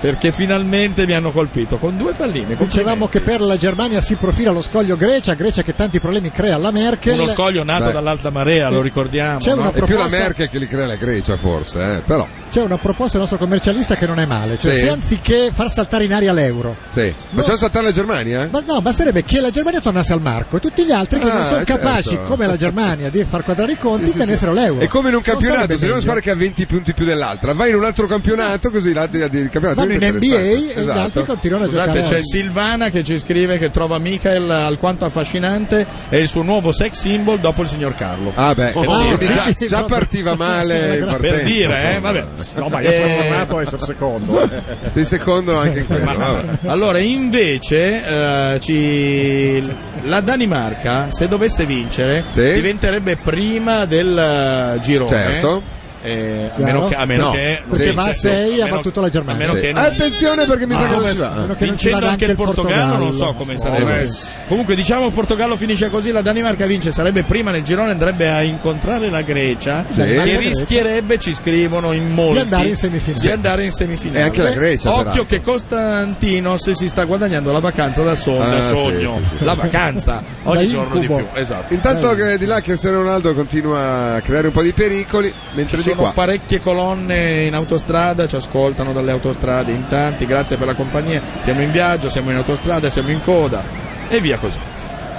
perché finalmente mi hanno colpito con due palline. con
Dicevamo che per la Germania si profila lo scoglio Grecia, Grecia che tanti problemi crea alla Merkel.
Uno scoglio nato
Beh.
dall'alta marea, lo ricordiamo.
C'è
no?
una
È più la
proposta-
Merkel che li crea la Grecia, forse, eh? però.
C'è una proposta del nostro commercialista che non è male, cioè
Sì.
se anziché far saltare in aria l'euro,
Sì.
Boh.
Facciamo saltare la Germania?
ma no, basterebbe che la Germania tornasse al marco e tutti gli altri che
Ah,
non sono
certo.
capaci, come la Germania, di far quadrare i conti, tenessero l'euro.
È come in un
Non
campionato,
sarebbe
se non
meglio.
spara che ha 20 punti più dell'altra, vai in un altro campionato così l'altro il campionato Esatto.
Vanno in
diventa
NBA e
interessante.
gli altri continuano a
Scusate,
giocare.
c'è Silvana che ci scrive che trova Michael alquanto affascinante e il suo nuovo sex symbol dopo il signor Carlo.
Ah beh,
Per
quindi
dire.
già, già partiva male in partenza,
per dire, eh,
insomma.
vabbè.
No, ma io sono
Eh,
tornato a essere secondo.
Sei secondo anche in quello. vabbè.
(laughs) Allora, invece, eh, ci- la Danimarca, se dovesse vincere,
Sì.
diventerebbe prima del eh, girone.
Certo.
Eh, a
Chiaro?
meno che, a meno
No.
che
Perché
sì,
va a
certo.
6
A
ha
meno-
battuto la
a
Germania.
meno che non-
Attenzione perché mi sa che non ci va. Eh
Meno che non ci
Vincendo
vada
anche il Portogallo, non so
Portogallo.
come sarebbe. Comunque, diciamo: il Portogallo finisce così. La Danimarca vince, sarebbe prima nel girone, andrebbe a incontrare la Grecia.
Sì.
Che
Danimarca-Grecia.
rischierebbe, ci scrivono in molti,
Di andare in semifinale.
di andare in semifinale.
E anche la Grecia,
Occhio
peraltro.
che Costantino se si sta guadagnando la vacanza da, so- da
Ah, sì,
sogno.
sì, sì.
La vacanza ogni giorno di più. Esatto.
Intanto che di là Cristiano Ronaldo continua a creare un po' di pericoli, mentre
Ci
di
sono
qua
parecchie colonne in autostrada, ci ascoltano dalle autostrade in tanti, grazie per la compagnia, siamo in viaggio, siamo in autostrada, siamo in coda e via così.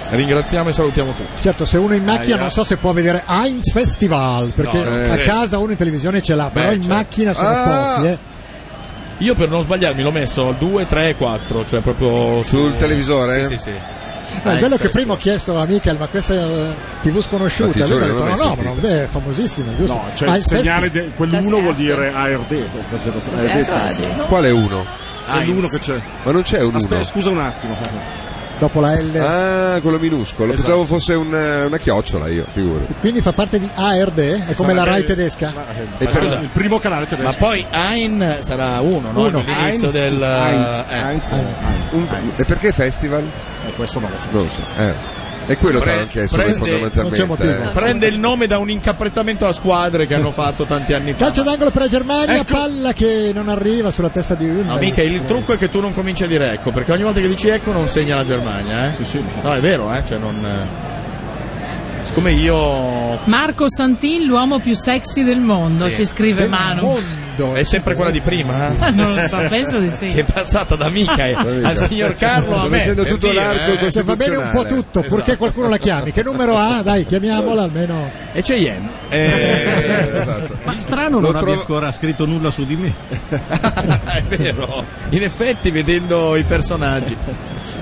Ringraziamo e salutiamo tutti.
Certo, se uno è in macchina
Aia.
non so se può vedere Heinz Festival, perché
No, eh.
a casa uno in televisione ce l'ha, però in
certo.
macchina sono
Ah.
pochi. Eh.
Io per non sbagliarmi l'ho messo 2, 3, 4, cioè proprio su-
sul televisore.
Sì, sì, sì.
Eh,
No,
Ah,
quello
in
che
questo.
prima ho chiesto a Michael, ma questa è eh, TV
Ah, ti
sconosciuta, lui mi ha
giuro,
detto
non
no,
l'ho
no,
mai
ma non è famosissima, giusto?
No, cioè
Ah,
il segnale, de- quell'uno
Tascasti.
vuol dire ARD. eh, se lo- ARD, sì.
Qual è uno?
È l'uno che c'è.
Ma non c'è un
Aspetta,
uno.
scusa un attimo.
dopo la L. Esatto.
Ah, quello
Esatto.
minuscolo. Pensavo fosse un, eh, una chiocciola io, figuro.
Quindi fa parte di ARD, eh? è come la Rai tedesca.
E per-
Il primo canale tedesco.
Ma poi Ein sarà uno, no?
Uno.
All'inizio del
Heinz,
eh.
Heinz, Heinz,
un-
Heinz.
e perché festival?
Eh, questo non lo so.
Non lo so. eh. E quello te l'hanno chiesto noi fondamentalmente. eh.
prende il nome da un incapprettamento a squadre che hanno fatto tanti anni fa.
Calcio d'angolo per la Germania, palla che non arriva sulla testa di Ulmer.
Ecco. No, mica il trucco è che tu non cominci a dire ecco, perché ogni volta che dici ecco non segna la Germania, eh? No, è vero, eh? Cioè non. eh, Siccome io.
Marco Santin, l'uomo più sexy del mondo,
Sì.
ci scrive
Del
Manu. Ah,
È sempre quella di prima? eh?
Non lo so, penso di sì.
Che è passata da mica (laughs)
Ah,
al signor Carlo a
Sta
me.
facendo
per
tutto
dire,
l'arco
eh. Esatto.
Se va bene un po' tutto, purché qualcuno la chiami. Che numero ha? Dai, chiamiamola almeno.
E c'è Yen. Eh, esatto.
Ma strano
Lo
non abbia
trovo-
ancora scritto nulla su di me.
è vero. In effetti, vedendo i personaggi.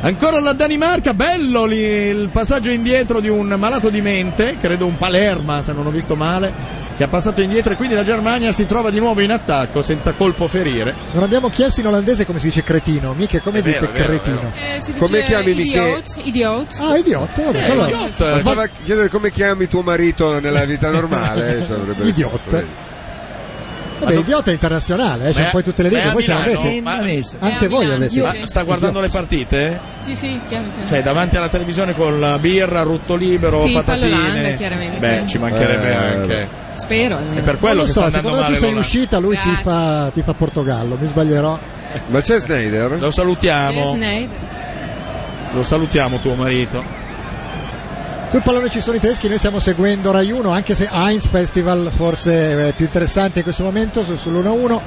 Ancora la Danimarca, bello lì, il passaggio indietro di un malato di mente, credo un Palerma, se non ho visto male, che ha passato indietro e quindi la Germania si trova di nuovo in attacco senza colpo ferire.
Non abbiamo chiesto in olandese come si dice cretino, mica come
È vero,
dite
è vero, è
cretino.
Eh, si dice
Come chiami Michele?
idiot, idiot.
Ah, idiota, vabbè,
Eh,
allora-
idiota.
Cioè,
Ma Stava a chiedere come chiami tuo marito nella vita normale. cioè, avrebbe
Idiota.
risposto lei.
Vabbè, idiota è internazionale, eh, c'è
Beh,
poi tutte le
beh,
lingue,
a
voi ce
Milano,
l'avete.
ma-
Anche voi avete.
Io
Ma
sì.
sta guardando le partite?
Sì, sì, chiaro, chiaro.
Cioè, davanti alla televisione con la birra, rutto libero,
Sì, fa l'Olanda,
patatine.
chiaramente.
Beh, ci mancherebbe
Eh,
anche.
Spero.
È per
Non
quello
lo
che
so,
sta andando
secondo me tu
male.
sei in
l'Olanda.
uscita, lui ti
Grazie.
fa, ti fa Portogallo, mi sbaglierò.
Ma c'è Snyder?
Lo salutiamo.
Snyder.
Lo salutiamo tuo marito.
Sul pallone ci sono i tedeschi, noi stiamo seguendo Rai 1, anche se Heinz Festival forse è più interessante in questo momento su- sull'1-1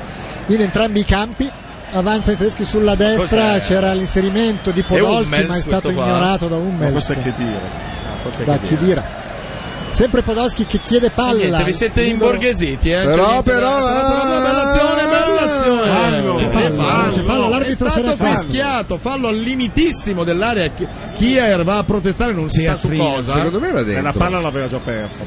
in entrambi i campi. Avanzano i tedeschi sulla destra,
Cos'è?
c'era l'inserimento di Podolski,
Hummels
ma è stato
questo qua?
ignorato da
Ma
Hummels.
questo è
Ah,
forse
da
che dire.
Chidira. Sempre Podolski che chiede palla.
Niente, vi siete
Libero-
imborghesiti, eh?
Però,
niente da-
però,
bella, bella azione, bella azione.
Fallo.
Eh,
Fallo, c'è fallo, l'arbitro
è
se ne
stato
fa.
fischiato, fallo al limitissimo dell'area. Chi- Kier va a protestare, non si sa su cosa.
Secondo me era dentro.
la
l'aveva già persa.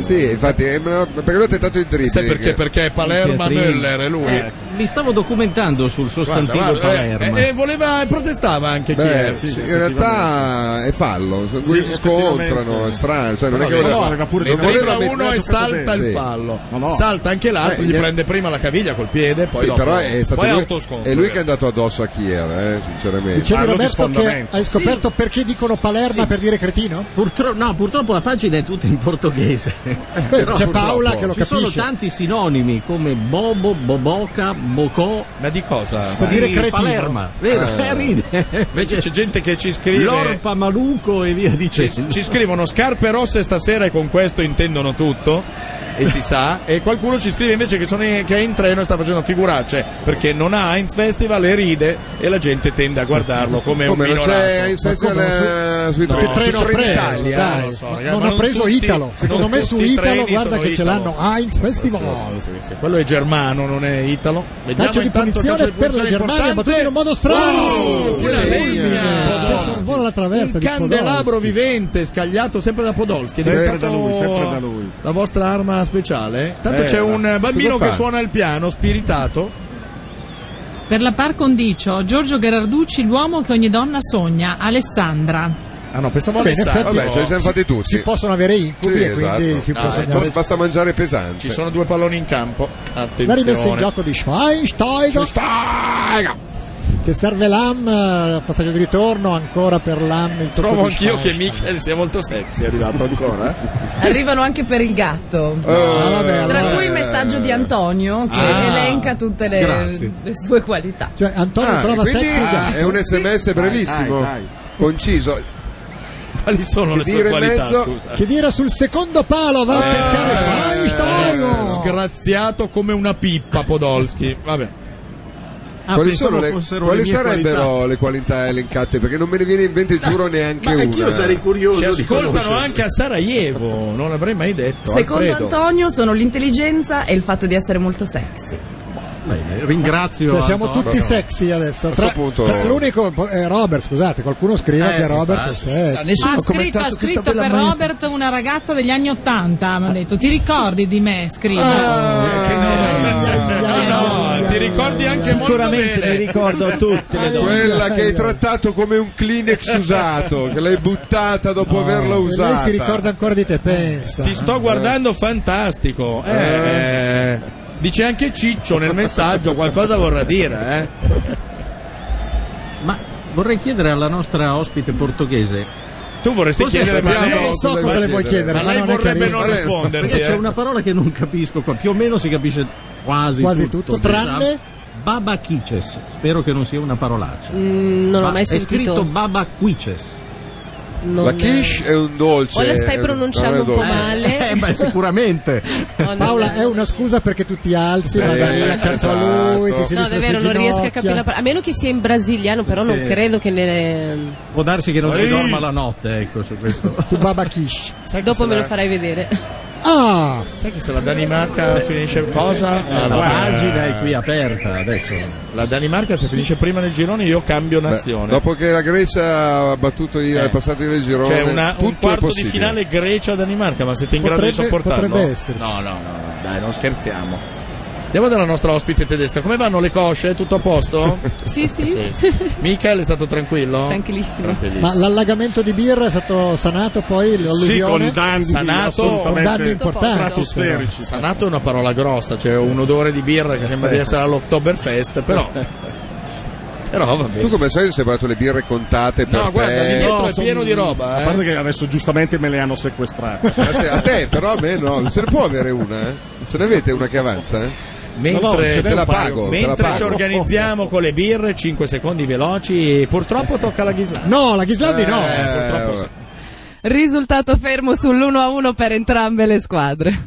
Sì, infatti, eh, ma- perché lui ha tentato il dribbling.
Sai perché? Perché è Palerma
Pietrini.
Müller, è lui.
ecco.
Eh, mi stavo documentando sul sostantivo
Guarda, guarda, eh,
Palermo.
eh, E voleva e protestava anche
Beh,
Kier.
sì, in realtà è fallo, sono due
eh, Sì,
si scontrano,
effettivamente.
è strano, cioè non
No,
è che
no,
voleva-
no, aveva pure
non
giocato.
voleva
Entra uno
mettere-
e salta il
Sì.
fallo.
No, no.
Salta anche l'altro,
Eh,
gli
gli-
prende prima la caviglia col piede, poi
Sì,
dopo-
però è stato
poi
lui,
autoscontro. eh.
è lui che è andato addosso a Kier, eh, sinceramente.
Dicevi Roberto che hai scoperto perché dicono Palerma per dire cretino? Eh,
Purtro- no, purtroppo la pagina è tutta in portoghese. Eh, Però
c'è
purtroppo
Paola che lo
ci sono
capisce.
tanti sinonimi come bobo, boboca, bocò.
Ma di cosa?
Per dire cretino. Palerma, vero?
Eh.
Eh, ride.
Invece c'è gente che ci scrive
L'orpa maluco e via
Ci,
dicendo.
ci scrivono scarpe rosse stasera e con questo intendono tutto. E si sa, e qualcuno ci scrive invece che, sono in- che è in treno e sta facendo figuracce perché non ha Heinz Festival e ride e la gente tende a guardarlo come,
Come,
un
non
minorato.
c'è Heinz
Ma
Festival,
come,
eh, sui
No,
treni-
su
treno
Trenitalia,
Italia,
dai,
non lo
so,
so,
ragazzi,
non
ma
ha preso
tutti-
Italo, secondo
non
me
tutti
su
i
Italo
treni
guarda
sono
che ce
Italo.
l'hanno Heinz Festival.
Sì, sì, quello è germano, non è italo.
Calcio di
intanto il
punizione per la
punizione
Germania,
importante.
battuto in un modo strano.
Wow, una legna.
Adesso svola la traversa di Podolski.
Candelabro vivente scagliato sempre da Podolski. È
Sempre
diventato
da lui, sempre da
lui.
La vostra arma speciale. Tanto
Eh,
c'è un
ma
eh, bambino
cosa
che
fa?
suona il piano, spiritato.
Per la par condicio, Giorgio Gherarducci, l'uomo che ogni donna sogna, Alessandra.
Ah no, pensavo
Beh, in
Alessandro.
effetti
Vabbè, ce li siamo
si-
fatti tutti.
Si possono avere incubi
Sì,
e quindi
esatto.
si
Ah,
può
ecco,
sognare.
Basta mangiare pesante.
Ci sono due palloni in campo.
La rimessa in
Attenzione.
gioco di Schweinsteiger. Che serve Lam, eh, passaggio di ritorno ancora per Lam. Il tocco
Trovo
di
anch'io che
Schweinsteiger.
Michel sia molto sexy, è arrivato ancora. (laughs)
Arrivano anche per il gatto.
vabbè,
Tra
allora-
cui il messaggio di Antonio che
Ah.
elenca tutte
Grazie.
le, le sue qualità.
Cioè, Antonio
Ah,
trova
e quindi
sexy gatto.
è un sms brevissimo,
Dai, dai,
conciso.
Quali sono
che
le sue
dire in
qualità,
mezzo-
scusa?
Che dire sul secondo palo va a pescare Schweinsteiger.
Eh, Sgraziato come una pippa Podolski. Vabbè.
quali sono Ah, le- quali sarebbero le qualità elencate? Perché non me ne viene in mente, giuro, neanche una.
Ci ascoltano anche a Sarajevo, non l'avrei mai detto.
Secondo
Alfredo.
Antonio sono l'intelligenza e il fatto di essere molto sexy.
Bene, ringrazio.
Cioè, siamo
Antonio.
tutti sexy adesso.
questo
Tra,
punto-
tra l'unico eh, Robert, scusate, qualcuno scrive
Eh,
che Robert è
infatti.
sexy.
Ah, ha scritto, ha scritto per Robert una ragazza degli anni Ottanta. Mi ha detto: Ti ricordi di me? Scrive.
Ah, ti ricordi anche
Sicuramente mi ricordo tutte le donne.
Quella che hai trattato come un Kleenex usato, che l'hai buttata dopo averla
E Eh, Lei
usata.
si ricorda ancora di te, pensa.
Ti sto guardando fantastico. Eh, eh, Dice anche Ciccio nel messaggio, qualcosa vorrà dire. Eh.
Ma vorrei chiedere alla nostra ospite portoghese
Tu vorresti
Forse
chiedere
c'è-
più a
Io
Rocco
non so
delle
Eh,
cosa le
chiedere.
puoi chiedere,
Ma
ma
lei
non è
vorrebbe
carino.
non
Vabbè.
risponderti.
Perché c'è
eh.
una parola che non capisco qua, più o meno si capisce quasi,
Quasi tutto,
tutto, diciamo.
tranne-
Baba Kices, spero che non sia una parolaccia.
Mm, non
Ma
l'ho mai sentito.
È scritto Baba Quiches.
Non-
La quiche è un dolce.
O la
eh,
stai
è un-
pronunciando un po'
non è dolce.
male.
(laughs) Eh, beh, sicuramente.
Paola è una scusa perché tu ti alzi,
Eh,
ma da lì accanto a lui, ti
esatto.
siedi
No,
sulle
davvero,
sue
non riesco a
ginocchia.
capire la parola. A meno che sia in brasiliano, però non
Perché-
credo che ne.
Può darsi che non
Ehi.
si dorma la notte, ecco,
(laughs)
su questo.
Su Baba Kish.
Dopo me lo
sarà-
farai vedere.
Ah!
Sai che se la Danimarca finisce cosa? Ah,
Eh, la pagina è qui aperta adesso.
La Danimarca se finisce prima nel girone io cambio
Beh,
nazione.
dopo che la Grecia ha battuto i- è passato il girone,
Eh. C'è Cioè, una,
tutto
un
è
quarto di
possibile.
finale Grecia-Danimarca, ma siete in grado di
Potrebbe-
sopportarlo?
potrebbe esserci.
No, no, no, no, dai, non scherziamo. Andiamo dalla nostra ospite tedesca. Come vanno le cosce? Tutto a posto?
(laughs) Sì, sì.
Michele è stato tranquillo?
Tranquillissimo.
Tranquillissimo.
Ma l'allagamento di birra è stato sanato poi l'alluvione?
sanato,
con danni importanti. però.
Sanato è una parola grossa, cioè un odore di birra che sembra di essere all'Oktoberfest, però Però vabbè.
Tu come sai se hai fatto le birre contate per
No, guarda,
te?
lì dietro è pieno di roba,
Eh, A
eh.
parte che adesso giustamente me le hanno sequestrate.
(laughs)
Stasera- a te però a me no, se ne può avere una? eh? Ce l'avete una che avanza? eh?
Mentre,
te la pago, te la
mentre ci
pago.
organizziamo con le birre, 5 secondi veloci. e Purtroppo tocca alla Ghislandi. eh,
No, la Ghislandi no.
purtroppo sì.
Risultato fermo sull'1-1 per entrambe le squadre.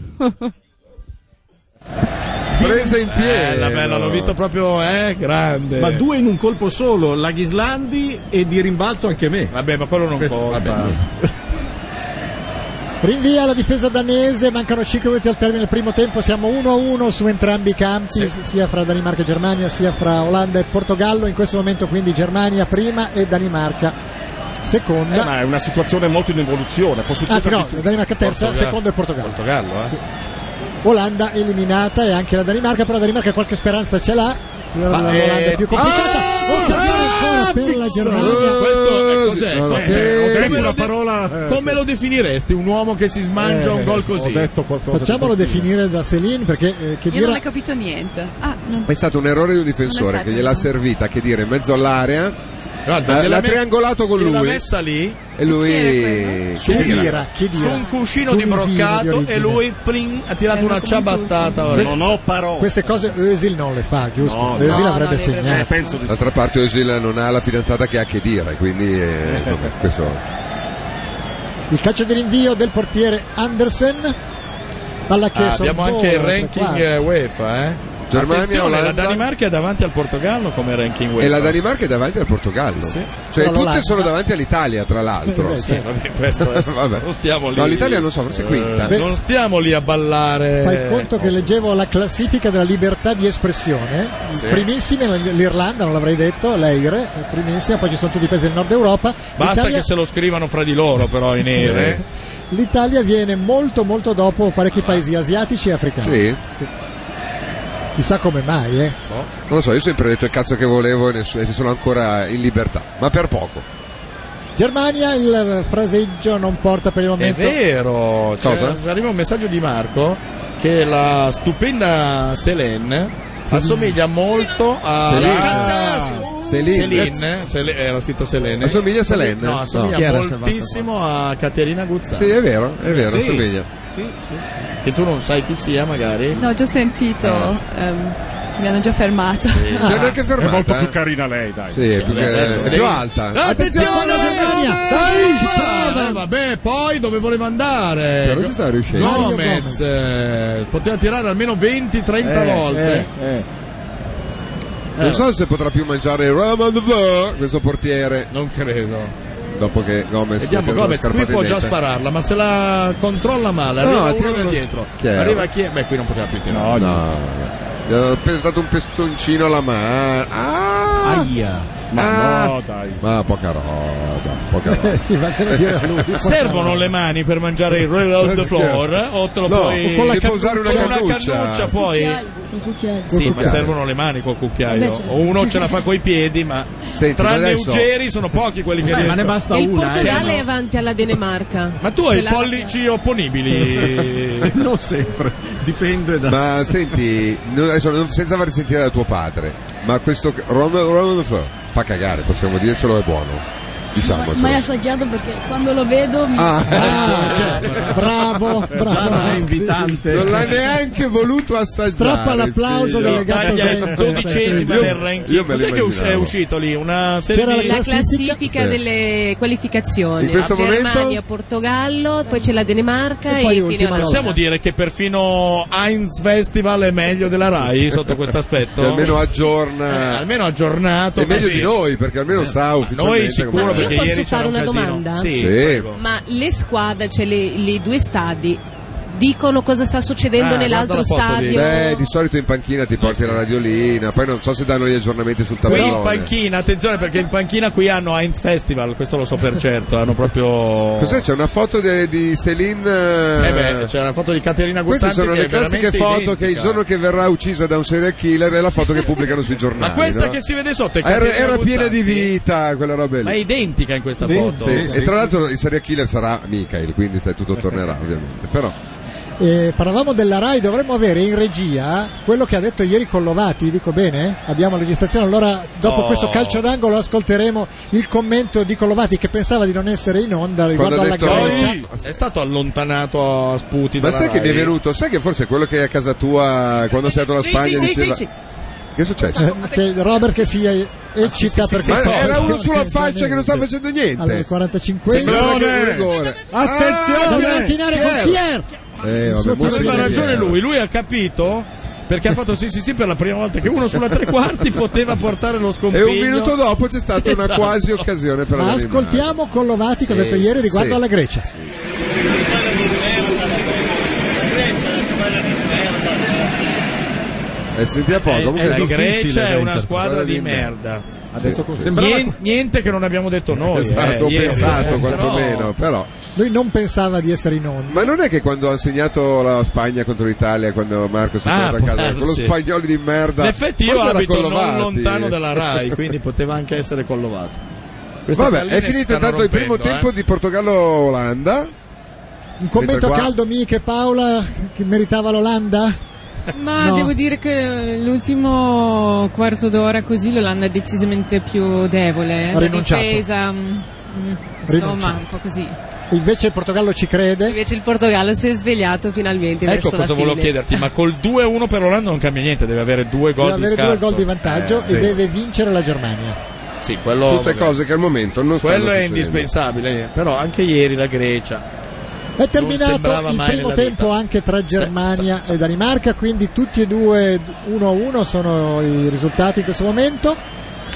Presa in
piedi.
Eh,
Bella, bella, l'ho visto proprio, eh, grande.
Ma due in un colpo solo, la Ghislandi e di rimbalzo anche me.
Vabbè, ma quello non conta.
Rinvia la difesa danese, mancano 5 minuti al termine del primo tempo, siamo 1-1 su entrambi i campi, sia fra Danimarca e Germania, sia fra Olanda e Portogallo, in questo momento quindi Germania prima e Danimarca
Eh,
seconda,
ma è una situazione molto in evoluzione, può
anzi
succedere
no,
di tutto.
Danimarca terza,
Portogallo.
seconda e Portogallo.
Portogallo, eh.
Olanda eliminata e anche la Danimarca, però la Danimarca qualche speranza ce l'ha,
Ma,
l'Olanda
eh, Ah!
è più complicata, occasione ancora per la Germania.
eh, Questo è cos'è?
no, no,
Questo è-
eh, ho detto
come, lo
una
de-
parola, eh.
come lo definiresti un uomo che si smangia
Eh,
un gol così?
ho detto qualcosa
Facciamolo definire da Selin perché eh, che
Io non
dire
ho capito niente. Ah, non-
Ma è stato un errore di un difensore che gliel'ha servita, che dire, in mezzo all'area.
Guarda,
eh,
gliela
l'ha
me-
triangolato con
gliela
lui.
messa lì
E lui.
Su-
Khedira.
su un cuscino di broccato e lui pling, ha
Eh,
tirato una ciabattata. guarda.
Queste cose Özil non le fa, giusto?
No,
Özil
no,
avrebbe
no, le avrebbe-
segnato.
Eh, D'altra parte Özil non ha la fidanzata che ha che dire, quindi eh,
(laughs)
insomma, questo
Il calcio di rinvio del portiere Andersen. Palla che
Ah, abbiamo
sorvola
anche il
tre
ranking
quarti.
eh, UEFA. Eh.
Germania,
Attenzione, la
Olanda.
Danimarca è davanti al Portogallo come ranking UEFA.
E la Danimarca è davanti al Portogallo.
Con
Cioè,
l'Olanda.
tutte sono davanti all'Italia, tra l'altro.
Eh, Sì, vabbè,
(laughs)
questo adesso
Vabbè.
Non stiamo lì.
No, l'Italia non so, forse è quinta.
Eh, non stiamo lì a ballare.
Fai conto che leggevo la classifica della libertà di espressione.
Sì.
Primissima l- l'Irlanda, non l'avrei detto, l'Eire, eh, primissima, poi ci sono tutti i paesi del nord Europa.
Basta
L'Italia,
che se lo scrivano fra di loro, però, in
Eh.
nere.
l'Italia viene molto molto dopo parecchi paesi asiatici e africani.
Sì.
Chissà come mai, eh.
Non lo so, io ho sempre detto il cazzo che volevo e ness- e sono ancora in libertà, ma per poco.
Germania il eh, fraseggio non porta per il
È
momento.
vero, c'è-
Cosa?
arriva un messaggio di Marco che la stupenda Selene assomiglia molto a
Selene.
Selene.
Selene.
Sele- eh, era scritto Selene.
Assomiglia a Selene?
No,
Chi
assomiglia
era
moltissimo a Caterina Guzzani.
Sì, è vero, è vero,
Sì.
assomiglia.
Che tu non sai chi sia, magari.
No, ho già sentito.
um,
ehm, mi hanno già fermato.
Non è neanche fermata.
È molto
eh.
più carina lei, dai.
Sì, è più
Vabbè,
che-
adesso
è
devi-
più alta.
Attenzione! Ehi, eh, Vabbè, poi dove voleva andare?
Però ci sta riuscendo. Mario
Gomez eh, poteva tirare almeno 20-30
Eh,
volte.
eh, Non so se potrà più mangiare Roman the questo portiere.
Non credo.
Dopo che Gomez
Vediamo
credo,
Gomez, qui
scarpato
può
in
già
rete.
spararla, ma se la controlla male,
No,
arriva
no,
uno
tira-
da dietro.
Chi era?
arriva chi è? Beh, qui non poteva più
No,
tirare.
Gli ha dato un pestoncino alla mano. Ah!
Aia.
Ma
no,
dai. Ma poca roba, poca roba.
Sì, ma se lo dire a lui.
(laughs) Servono le mani per mangiare il roll of the floor eh? o te lo
No,
puoi
con la
si può
cannuccia.
usare una cannuccia, poi?
Col cucchiaio.
Sì, ma servono le mani col
Eh
cucchiaio.
beh, certo.
O uno ce la fa coi piedi, ma tranne
adesso-
Ugeri sono pochi quelli che
Beh, ma
riescono.
ne basta
il Portogallo è
Cioè,
avanti alla Danimarca.
Ma tu hai i pollici opponibili.
(laughs) non sempre, dipende da.
Ma senti, non- adesso non- senza far sentire da tuo padre, ma questo Roman, Roman fa cagare, possiamo dircelo, è buono. diciamoci.
Mai assaggiato perché quando lo vedo mi...
Ah,
bravo, bravo.
invitante.
Non l'ha neanche voluto assaggiare.
Strappa l'applauso
delle
delegato
eh,
L'Italia è
Zecco.
cioè,
dodicesima
Io-
del ranking.
io me lo
Cos'è che usci-
immaginavo.
è uscito lì?
C'era
Una serie di-
La classifica
Sì.
delle qualificazioni
In questo
Germania,
momento?
Portogallo, poi c'è la Danimarca e, infine la
Possiamo dire che perfino Heinz Festival è meglio della Rai sotto questo aspetto? Eh,
Almeno aggiorna.
almeno aggiornato.
È meglio
così.
di noi perché almeno sa ufficialmente.
noi sicuro,
com'è.
perché
Io posso fare una domanda?
Sì.
Ma le squadre, cioè le, i due stadi, dicono cosa sta
Ah,
succedendo nell'altro stadio?
Beh, di solito in panchina ti porti la radiolina, poi non so se danno gli aggiornamenti sul
Qui in
tabellone.
panchina, attenzione perché in panchina qui hanno Heinz Festival, questo lo so per certo, hanno proprio...
Cos'è? C'è una foto de- di Céline. eh,
Eh beh, c'è la foto di Caterina
Queste
Guzzanti
sono
che
le
è
classiche
veramente cioè.
foto
identica.
che il giorno che verrà uccisa da un serial killer è la foto che pubblicano sui giornali.
Ma questa
no?
che si vede sotto è
era,
Caterina
era piena di
Guzzanti?
vita quella roba lì.
Ma è identica in questa
Sì,
foto.
sì. E tra l'altro il serial killer sarà Michael, quindi sai, tutto tornerà ovviamente. Però
Eh, parlavamo della RAI, dovremmo avere in regia quello che ha detto ieri Collovati, dico bene? Abbiamo la registrazione, allora dopo
Oh.
questo calcio d'angolo ascolteremo il commento di Collovati che pensava di non essere in onda riguardo
Quando ha
alla
detto-
Grecia.
Poi è stato allontanato a sputi
Ma
dalla
sai che mi è
Rai.
venuto? Sai che forse è quello che a casa tua quando sei andato alla
Sì,
Spagna
sì, sì,
diceva
sì, sì.
Che è successo?
Eh, che Eh, Robert che sia eccita
Ah, sì, sì, sì,
perché
sì. Ma era uno sulla faccia che non sta facendo niente.
Allora, il 45
Sembrava che era un rigore.
Attenzione!
Ah,
Manchinare con Kier.
Eh, vabbè, mo si
Aveva
vede.
ragione lui, lui ha capito perché ha fatto sì sì sì per la prima volta che uno sulla
(laughs)
tre quarti poteva portare lo
E
scompiglio.
un minuto dopo c'è stata una
Esatto.
quasi occasione per
Ma
la Danimarca.
ascoltiamo Collovati cosa ha
Sì,
detto ieri riguardo
sì.
alla Grecia.
Eh,
Eh, sentiamo un po',
Eh,
comunque
la Grecia è una
Inter.
squadra di merda. Sì, sì. Nien-
Niente-
niente che non abbiamo detto noi.
Esatto,
eh,
ho
ieri,
pensato
eh,
quantomeno, però.
Lui non pensava di essere in onda.
Ma non è che quando ha segnato la Spagna contro l'Italia, quando Marco si è
Ah,
tornato a
può
casa, quello
darsi.
spagnolo di merda.
In effetti io
forse era
abito non
Collovati.
lontano
(laughs)
dalla Rai, quindi poteva anche essere collovato. Queste
Vabbè,
palline
è
si
finito
stanno
intanto il primo
rompendo,
tempo
eh.
di Portogallo-Olanda.
Un commento
Mentre qua-
caldo Miche Paola che meritava l'Olanda?
Ma
No.
devo dire che l'ultimo quarto d'ora così l'Olanda è decisamente più devole. La
rinunciato.
difesa, mm, mm, insomma,
Rinunciato.
un po' così.
Invece il Portogallo ci crede.
Invece il Portogallo si è svegliato finalmente
Ecco
verso la
cosa
fine.
volevo chiederti, ma col 2-1 per l'Olanda non cambia niente, deve avere due gol
Deve
di
avere due
scarto.
gol di vantaggio e
Eh, sì.
deve vincere la Germania.
Sì, quello
Tutte
vabbè.
cose che al momento non stanno
Quello è
succedendo.
indispensabile, eh. però anche ieri la Grecia.
È terminato
sembrava
il
mai
primo
nella
tempo
vita.
anche tra
Sì,
Germania e Danimarca, quindi tutti e due 1-1 sono i risultati in questo momento.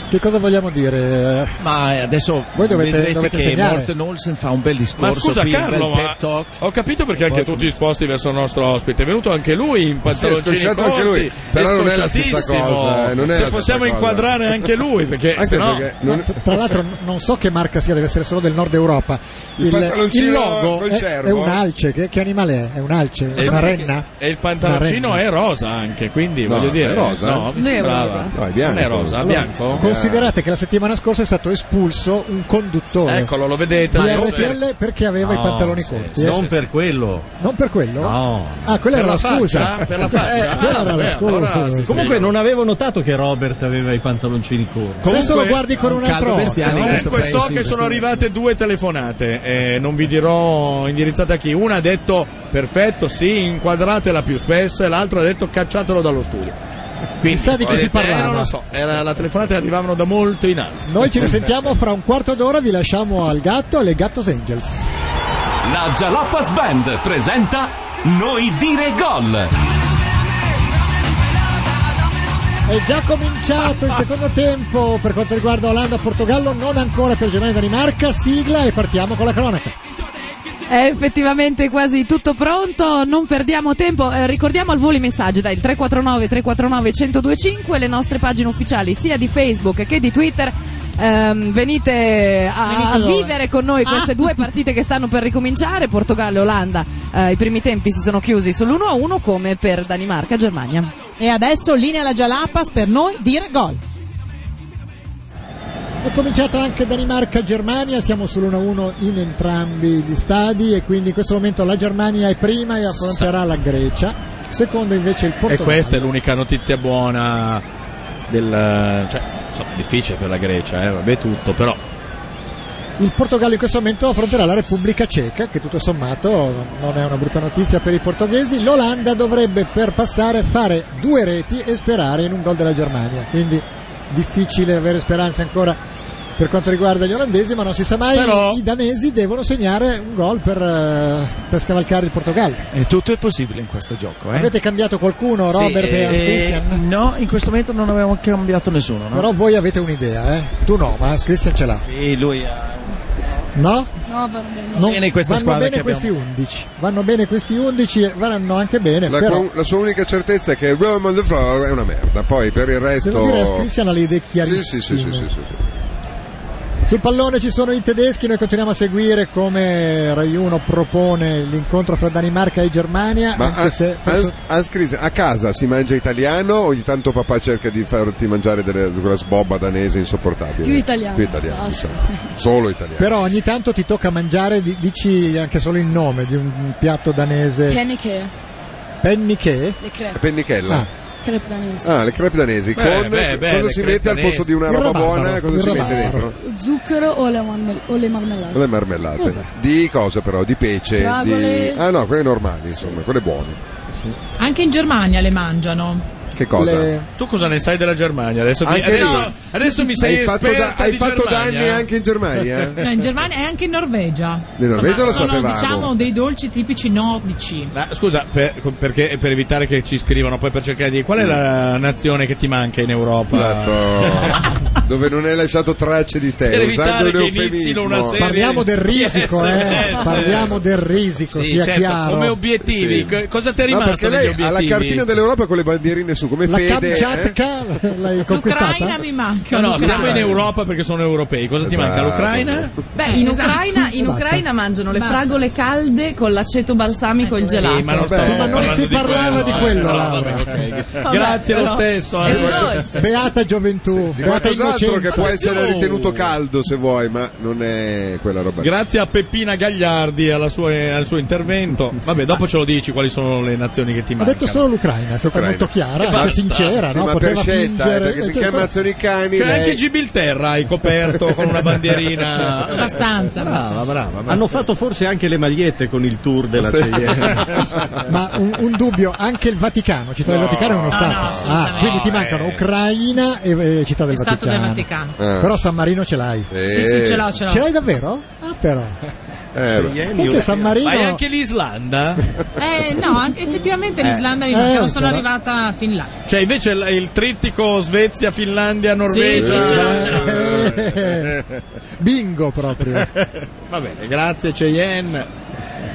Che cosa vogliamo dire?
Ma eh, adesso
Voi dovete-
vedrete
dovete
che
segnare.
Morten Olsen fa un bel discorso
Ma scusa
qui,
Carlo,
un bel
ma
pep talk.
ho capito perché anche tutti disposti verso il nostro ospite. È venuto anche lui in pantaloncini
scocciato
corti,
anche lui, però
è
non è la stessa
scocciatissimo.
cosa, eh, non è
Se
la
possiamo
stessa cosa.
inquadrare anche lui, perché
Anche
sennò (laughs)
perché
Ma tra- tra l'altro n- non so che marca sia, deve essere solo del nord Europa.
Il pantaloncino
il logo
col
è,
cervo?
eh.
è un alce, che, che animale è? È un alce?
E-
una renna?
E il pantaloncino
Una
è rosa anche, quindi
No,
voglio
è
dire.
rosa?
No, mi
Non è
sembrava.
rosa. No, è bianco.
Non è rosa, è
Allora,
bianco?
Considerate che la settimana scorsa è stato espulso un conduttore
Eccolo, lo vedete.
di
dai, lo
RTL perché aveva i
No,
pantaloni
sì,
corti.
sì,
eh.
Non per quello.
Non per quello?
No.
Ah, quella era
Per la
la
faccia?
scusa.
Per la faccia?
(laughs) Eh, quella
Ah,
era
vabbè,
la scusa.
allora si Comunque non avevo notato che Robert aveva i pantaloncini corti.
Adesso lo guardi con un altro occhio. eh. no?
Comunque so che sono arrivate due telefonate, eh, non vi dirò indirizzate a chi. Una ha detto perfetto, sì, inquadratela più spesso, e l'altra ha detto cacciatelo dallo studio. Quindi,
Chissà di chi
ho
si
detto, eh,
parlava.
non lo so, era la telefonata che arrivavano da molto in alto.
Noi ci risentiamo fra un quarto d'ora, vi lasciamo al gatto e alle Gattos Angels.
La Jalapas Band presenta Noi dire gol.
È già cominciato il secondo tempo per quanto riguarda Olanda-Portogallo, non ancora per Germania-Danimarca, sigla e partiamo con la cronaca.
È effettivamente quasi tutto pronto, non perdiamo tempo. Eh, ricordiamo al volo i messaggi dai 349 349 1025, le nostre pagine ufficiali sia di Facebook che di Twitter. Ehm, venite a, a
Venite dove?
vivere con noi queste
Ah.
due partite che stanno per ricominciare, Portogallo e Olanda. Eh, I primi tempi si sono chiusi sull'1-1 come per Danimarca e Germania.
E adesso linea alla Jalapas per noi dire gol.
È cominciato anche Danimarca-Germania, siamo sull'1-1 in entrambi gli stadi e quindi in questo momento la Germania è prima e affronterà la Grecia, secondo invece il
(laughs) E
Portogallo.
questa è l'unica notizia buona del... cioè, insomma, è difficile per la Grecia, eh, vabbè tutto, però...
Il Portogallo in questo momento affronterà la Repubblica Ceca, che tutto sommato non è una brutta notizia per i portoghesi. L'Olanda dovrebbe per passare fare due reti e sperare in un gol della Germania. Quindi difficile avere speranze ancora per quanto riguarda gli olandesi, ma non si sa mai.
Però-
I danesi devono segnare un gol per, eh, per scavalcare il Portogallo.
E tutto è possibile in questo gioco. Eh?
Avete cambiato qualcuno,
Sì,
Robert e Hans
eh,
Christian?
No, in questo momento non abbiamo cambiato nessuno. No?
Però voi avete un'idea, eh? Tu no, ma Christian ce l'ha.
Sì, lui ha...
No?
No, va bene.
Non-
Bene questa
vanno
squadra
bene
che
questi 11. Vanno bene questi 11 e vanno anche bene,
La,
però
cu- la sua unica certezza è che il Rome on the floor è una merda. Poi per il resto.
devo dire a Christian ha le idee
Sì,
chiarissime.
sì, sì, sì, sì, sì, sì.
Sul pallone ci sono i tedeschi, noi continuiamo a seguire come Rai 1 propone l'incontro fra Danimarca e Germania,
Ma
anche se
Hans- Hans Christian, a casa si mangia italiano o ogni tanto papà cerca di farti mangiare delle, quella sbobba danese insopportabile?
Più italiano,
Più italiano,
basta.
diciamo. Solo italiano.
Ah, però ogni tanto ti tocca mangiare, di- dici anche solo il nome di un piatto danese,
Paniche,
penniche.
le crepe,
Pennichella.
Ah.
crepe danesi.
Ah, le crepe danesi.
Beh,
con
beh, beh,
cosa
le
si
crepe
mette al
danesi.
posto di una
Il
roba
rabarbaro,
buona? Cosa
il
si mette
rabarbaro.
dentro?
Zucchero o le, marmel- o le marmellate?
Le marmellate.
Vabbè.
Di cosa però? Di pece? Di...
Fragole.
Ah no, quelle normali, insomma, quelle buone.
Anche in Germania le mangiano.
Che cosa?
Tu cosa ne sai della Germania? Adesso, mi,
Anche
adesso,
lì.
adesso mi sei
Hai fatto
esperta
da- hai
di
fatto
Germania. eh.
danni anche in Germania? eh.
No, in
(laughs)
Germania e anche in Norvegia.
In Norvegia lo
sono,
sapevamo.
diciamo dei dolci tipici nordici.
Ma scusa, per, perché, per evitare che ci scrivano, poi per cercare di qual è la nazione che ti manca in Europa? (laughs)
Esatto. Dove non hai lasciato tracce di te.
Per
Eh, usando
evitare
un
che inizino
eufemismo.
una serie-
Parliamo del
Yes,
risico, eh.
yes.
Parliamo del risico,
Sì,
sia
certo,
chiaro.
come obiettivi, co- cosa ti è
No,
rimasto
perché
degli
lei ha la
obiettivi?
cartina dell'Europa con le bandierine su, come
La
Fede. eh?
Kamchatka l'hai conquistata?
mi manca.
No, no,
l'Ucraina.
stiamo in Europa perché sono europei. Cosa ti
Esatto.
manca? L'Ucraina?
Beh, in
Esatto.
Ucraina, in
Basta.
Ucraina mangiano le
Basta.
fragole calde con l'aceto balsamico e
Ecco.
il gelato.
Sì, Eh, ma non,
Vabbè,
sto
ma non
parlando
si
di
parlava di quello,
eh, no,
Laura.
vabbè, ok.
Vabbè,
Grazie lo
però-
stesso.
È
eh.
un dolce.
Beata gioventù,
Di
beata
qualcos'altro che
innocenza.
può essere
Oh.
ritenuto caldo se vuoi, ma non è quella roba. lì.
Grazie a Peppina Gagliardi e alla sua- al suo intervento. Vabbè, dopo ce lo dici quali sono le nazioni che ti
Ha
mancano.
detto solo l'ucraina, è stata
Ucraina.
molto chiara,
E
anche
basta.
sincera,
Sì,
no?
ma per (laughs)
poteva
scelta, eh,
fingere.
perché
eh,
finché
certo.
ammazzano i cani.
C'è
lei-
Cioè, anche Gibilterra hai coperto con una bandierina.
(laughs) Abbastanza,
Brava,
abbastanza.
brava. brava.
Hanno fatto forse anche le magliette con il tour della
Sì.
CIE.
Ma un, un dubbio, anche il Vaticano, città del Vaticano è uno Stato.
assolutamente.
Ah, quindi ti mancano Ucraina e eh, città del
Stato
Vaticano.
del Vaticano.
Ah.
Però San Marino ce l'hai.
Eh,
Sì, sì, ce l'ho, ce l'ho.
Ce l'hai davvero? Ah, però.
eh, beh.
Ieri
Senti,
una-
San Marino.
Ma è anche l'Islanda?
Eh, no, anche effettivamente l'Islanda mi
Eh,
manca, non
però-
sono arrivata fin là.
Cioè, invece il, il trittico Svezia, Finlandia,
Sì, sì, ce
Norvegia.
l'ho, ce l'ho.
(laughs)
Bingo proprio.
(laughs) Va bene, grazie, Cheyenne.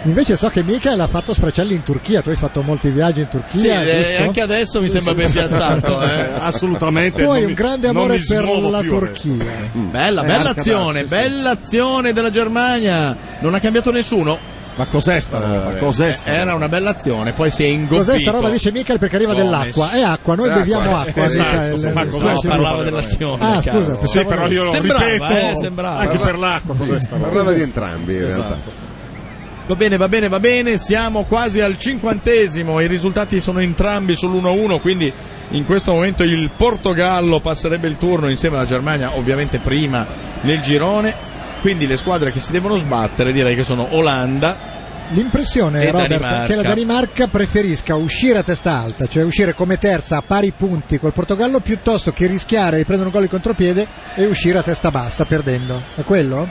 Invece so che Michael ha fatto sfracelli in Turchia, tu hai fatto molti viaggi in Turchia.
Sì, eh,
giusto?
anche adesso mi sembra ben
(laughs)
piazzato. eh.
Assolutamente.
tu hai
non
un
mi-
grande
non
amore
mi
per
smuovo
la
più adesso.
Turchia.
Bella,
Eh,
bella
Arcabasce,
azione,
sì.
bella azione della Germania. Non ha cambiato nessuno. Eh,
Ma cos'è sta roba? Cos'è sta
Era
roba?
una bella azione, poi si è ingozzito.
Cos'è sta roba? Dice Michael perché arriva
Gomes.
dell'acqua. È acqua, noi
È
beviamo
acqua,
acqua,
esatto,
Michael. eh,
ma
Tu
cos'è
No,
sei-
sta
parlava
roba?
dell'azione.
Ah,
chiaro.
scusa,
Sì,
pensavo-
però io lo
Sembrava,
ripeto.
eh, sembrava.
Anche per l'acqua, Esatto. cos'è sta roba?
Parlava di entrambi in
Esatto.
realtà.
Va bene, va bene, va bene, siamo quasi al cinquantesimo, i risultati sono entrambi sull'1-1, quindi in questo momento il Portogallo passerebbe il turno insieme alla Germania, ovviamente prima nel girone, quindi le squadre che si devono sbattere direi che sono Olanda,
L'impressione,
E
Robert,
Danimarca.
che la Danimarca preferisca uscire a testa alta, cioè uscire come terza a pari punti col Portogallo, piuttosto che rischiare di prendere un gol in contropiede e uscire a testa bassa perdendo. È quello?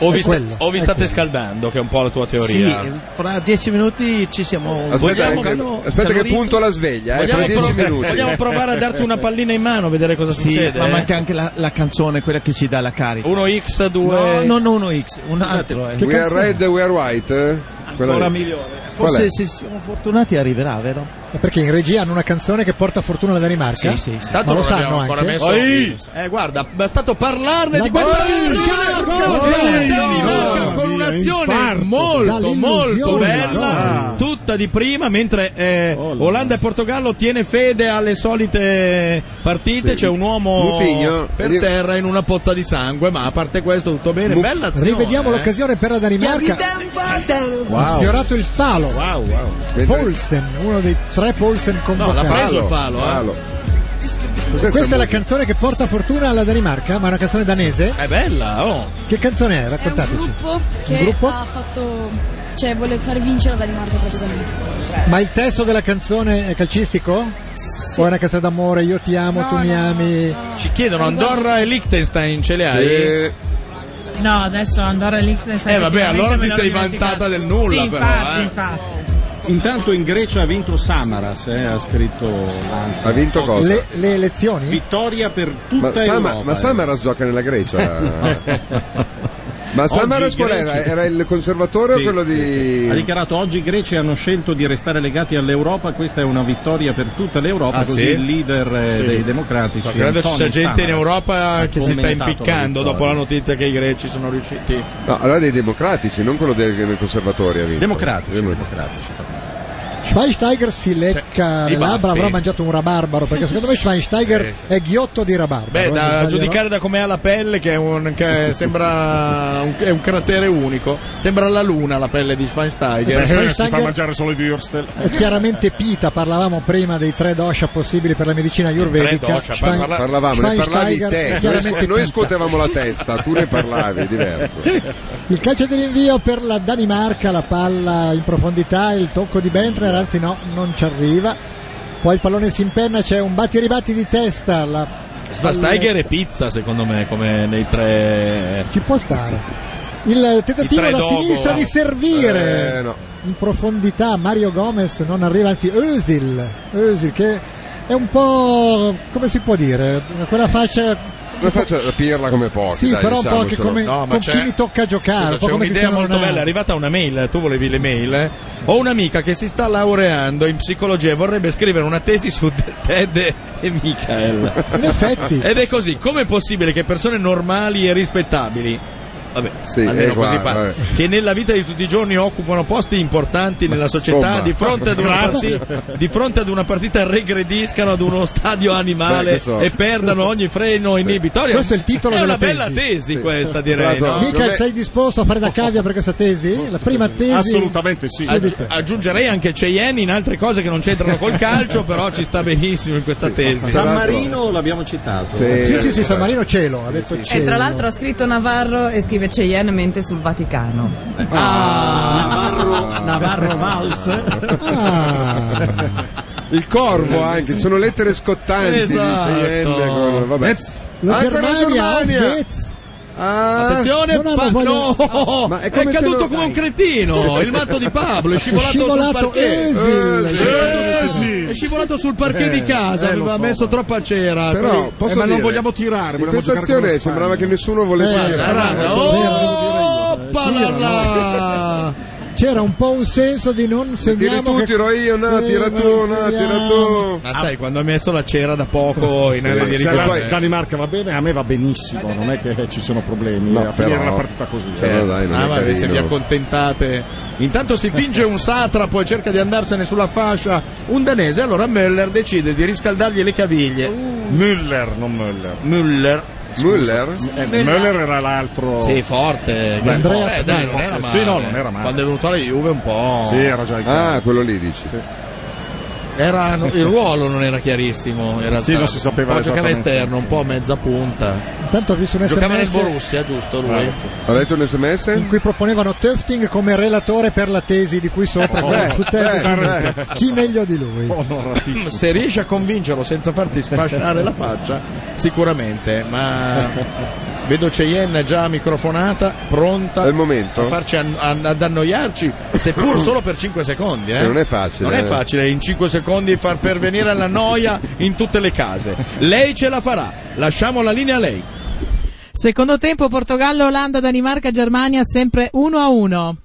o
È
vi, sta-
quello,
o vi
è
state
quello.
scaldando, che è un po' la tua teoria.
Sì, fra dieci minuti ci siamo.
Aspetta,
Vogliamo-
che,
no,
aspetta che
calorito?
punto la sveglia, eh, fra
Vogliamo,
dieci
pro-
minuti.
vogliamo provare a darti una pallina in mano, vedere (laughs) cosa
Sì,
succede.
ma
eh? Oh,
manca anche la, la canzone, quella che ci dà la carica.
1x, 2...
No, non uno X, un
Esatto.
altro. eh.
We are
canzone?
red, we are white. eh? Quella
Ancora
lì.
migliore.
Qual è?
Forse se siamo fortunati arriverà, vero?
Ma Perché in regia hanno una canzone che porta fortuna alla Danimarca?
Sì, sì, sì.
Tanto
Ma lo
non abbiamo
sanno
ancora
anche?
messo.
Oi!
Eh, guarda, bastato parlarne
La
di questa
Danimarca!
canzone.
Danimarca!
Danimarca con
Mamma mia,
un'azione
infarto.
molto,
Dall'illusione,
molto bella,
Madonna.
tutta di prima. Mentre eh,
Oh, la
Olanda e Portogallo tiene fede alle solite partite. C'è un uomo
Mutigno.
per terra in una pozza di sangue. Ma a parte questo, tutto bene. Bella azione.
Rivediamo
eh.
l'occasione per la Danimarca. Ha sfiorato il palo.
Wow, wow.
Paulsen, uno dei tre Paulsen
No, l'ha
convocati.
preso il palo. eh.
Palo. Cos'è sta
Questa è la
musica?
canzone che porta fortuna alla Danimarca, ma è una canzone danese.
È bella, oh.
Che canzone è?
È un
Raccontateci.
gruppo che
gruppo?
ha fatto. cioè vuole far vincere la Danimarca praticamente.
Ma il testo della canzone è calcistico? O è una canzone d'amore? Io ti amo,
No,
tu mi
no,
ami.
Ci chiedono Andorra e Liechtenstein, ce le hai?
Eh,
No, adesso Andorra e Liechtenstein.
Eh, vabbè,
effettivamente
allora
me
ti
l'ho
sei
dimenticata.
vantata del nulla,
Sì,
però,
Infatti,
eh.
infatti.
Intanto in Grecia ha vinto Samaras, eh, ha scritto l'Ansa.
Ha vinto cosa? Le-
elezioni?
Vittoria per
Ma,
tutta
Sama-
Europa.
ma Samaras gioca nella Grecia. ma
Oggi
Samaras
i
qual
greci-
era? Era il conservatore o
Sì,
quello
sì,
di.
sì. Ha dichiarato oggi i greci hanno scelto di restare legati all'Europa, questa è una vittoria per tutta l'Europa,
Ah,
così
sì?
il leader eh,
Sì.
dei democratici.
So, credo ci
Antonis
sia gente in
Samaras,
Europa
ha
che si sta
commentato la
impiccando dopo la
vittoria.
notizia che i greci sono riusciti.
No, allora dei democratici, non quello dei, dei conservatori. ha vinto.
Democratici,
Demo-
Schweinsteiger si lecca
i
le labbra,
baffi.
avrà mangiato un rabarbaro, perché secondo me Schweinsteiger
Eh, sì.
è ghiotto di rabarbaro. eh,
Beh,
non
da
sbaglierò.
giudicare da come ha la pelle, che, è un, che sembra un, è un cratere unico. Sembra la luna la pelle di Schweinsteiger.
Eh, Schweinsteiger-
Si fa mangiare-
mangiare solo i Würstel.
È Eh,
(laughs)
chiaramente Pita, parlavamo prima dei tre dosha possibili per la medicina ayurvedica.
Tre dosha,
Schwein-
parla- parlavamo, ne parlavi
Schweinsteiger è
te. Noi,
chiaramente
scu- noi
Pita.
scuotevamo la testa, tu ne parlavi, è diverso.
(laughs) Il calcio di rinvio per la Danimarca, la palla in profondità, il tocco di Bentner, anzi no, non ci arriva. Poi il pallone si impenna, c'è un batti e ribatti di testa. La
Schweinsteiger e pizza, secondo me, come nei tre. eh.
Ci può stare. Il tentativo
I tre
da
dopo.
sinistra di servire.
Eh, no.
In profondità Mario Gomez non arriva, anzi Özil, Özil che è un po' come si può dire, quella faccia
Noi faccia la pirla come pochi.
Sì,
dai,
però un
diciamo,
po' anche
sono-
come-
No, ma
con
c'è-
chi mi tocca giocare, un po'
C'è
come
un'idea
Cristiano
molto
Ronaldo.
bella, è arrivata una mail, tu volevi le mail. eh? Ho un'amica che si sta laureando in psicologia e vorrebbe scrivere una tesi su (laughs) Ted e Michael.
In effetti.
Ed è così, com'è possibile che persone normali e rispettabili Vabbè, almeno
eh, guarda,
così parla,
vabbè.
che nella vita di tutti i giorni occupano posti importanti nella
insomma.
società di fronte, ad una
Grazie.
partita, di fronte ad una partita regrediscano ad uno stadio
Beh,
animale
questo-
e perdano ogni freno inibitorio
Questo è il titolo
è
della
una bella
tesi.
tesi, questa direi no?
Mica sei disposto a fare da cavia per questa tesi? La prima tesi
sì.
Su di te.
aggiungerei anche Cheyenne in altre cose che non c'entrano col calcio, però ci sta benissimo in questa tesi.
San Marino Oh, l'abbiamo citato.
Sì, sì, sì, San Marino Cielo, ha detto Cielo.
E tra l'altro ha scritto Navarro e scrive Cheyenne mente sul Vaticano.
Ecco.
Ah.
Ah.
Navarro, Navarro Valls.
Ah.
Il corvo anche, ci sono lettere scottanti.
Esatto.
Dice N con, vabbè.
La
Anche la
Germania,
Germania.
Svezia.
Ah,
Attenzione,
No, no,
pa-
voglio-
no!
Ma
è,
è come se
caduto
non-
come un cretino. Il matto di Pablo è scivolato,
Scivolato
sul parquet.
Özil.
È scivolato sul- È scivolato sul parquet di casa. aveva messo troppa cera.
Però
Poi-
posso
Eh, ma non
dire,
vogliamo tirare.
In
vogliamo
questa
giocare con
azione
lo Spagna.
sembrava che nessuno volesse
Eh,
dire. ah,
guarda, Oppa la la!
C'era un po' un senso di non
Tiri
segniamo
tu,
che-
tiro io, no,
Sì,
tira
ma
tu,
non
no, tira
tiriamo.
tu.
Ma sai, quando ha messo la cera da
(laughs)
poco in area di
Se alla
rigore.
Danimarca va bene, a me va benissimo, non è che ci sono problemi
No,
a finire
però-
la partita così.
Cioè,
eh.
dai, non
Ah,
è
ma vi- se vi
carino.
accontentate. Intanto si finge un satrapo e cerca di andarsene sulla fascia. Un danese, allora Müller decide di riscaldargli le caviglie.
Uh. Müller, non Müller.
Müller.
Müller?
Eh, Müller era l'altro.
Sì, forte.
Beh,
Andrea,
forte,
dai,
forte.
non era male.
Sì, no, non era male.
Quando è venuto alla Juve un po'.
Sì, era già il
Ah, quello lì dici.
Era- no, il ruolo non era chiarissimo. In realtà.
Sì, non si sapeva
Un po' giocava
esattamente.
esterno, un po' a mezza punta.
Intanto Ah, ho visto un
Giocava nel
sms
Borussia, giusto lui?
Ha letto un sms?
in cui proponevano Tufting come relatore per la tesi di cui sopra.
Oh,
quella
eh,
su Tufting.
eh.
Chi meglio di lui?
Oh, Onoratissimo.
Se riesci a convincerlo senza farti sfasciare la faccia, sicuramente. Ma vedo Cheyenne già microfonata, pronta
È il momento?
a farci an- an- ad annoiarci, seppur solo per 5 secondi. eh.
Eh, non è facile,
Non è
eh.
facile in 5 secondi far pervenire la noia in tutte le case. Lei ce la farà, lasciamo la linea a lei.
Secondo tempo Portogallo, Olanda, Danimarca, Germania, sempre 1 a 1.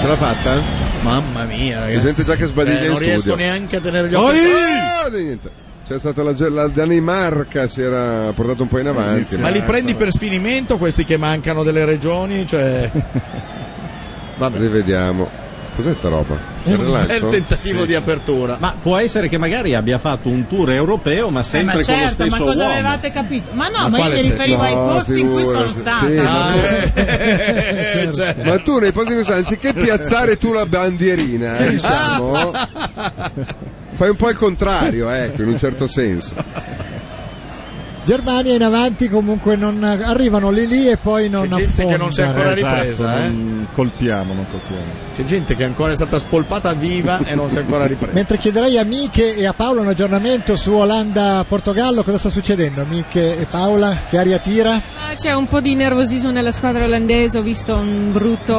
Ce l'ha fatta?
Mamma mia,
C'è gente già che sbadiglia
Eh,
in
non
studio.
riesco neanche a tenere gli
Oi!
occhi.
Ah, niente. C'è stata la, la Danimarca, si era portato un po' in avanti.
Ma li prendi per sfinimento questi che mancano delle regioni? (laughs) Cioè,
Rivediamo. Cos'è sta roba?
è un
Rilancio?
bel tentativo
Sì.
di apertura.
oh. Ma può essere che magari abbia fatto un tour europeo, ma
Eh,
sempre
ma certo,
con lo
ma
stesso
cosa
uomo.
avevate capito? Ma no,
Ma
ma, io
quale
mi riferivo ai
stesso? No,
posti in cui sono
figurati,
stata.
sì,
Ah,
ma-
eh.
Eh, cioè,
certo. Ma tu
(laughs)
nei prossimi anziché piazzare tu la bandierina, eh, diciamo, Fai un po' il contrario, ecco, in un certo senso.
Germania in avanti comunque non arrivano lì lì e poi non
C'è gente
affondano.
che non si è ancora
Esatto,
ripresa, eh.
non Colpiamo, non colpiamo.
C'è gente che ancora è stata spolpata viva e non si è ancora
(laughs)
ripresa.
Mentre chiederei a Miche e a Paola un aggiornamento su Olanda-Portogallo, cosa sta succedendo? Miche e Paola, che aria tira?
Ah, C'è un po' di nervosismo nella squadra olandese, ho visto un brutto,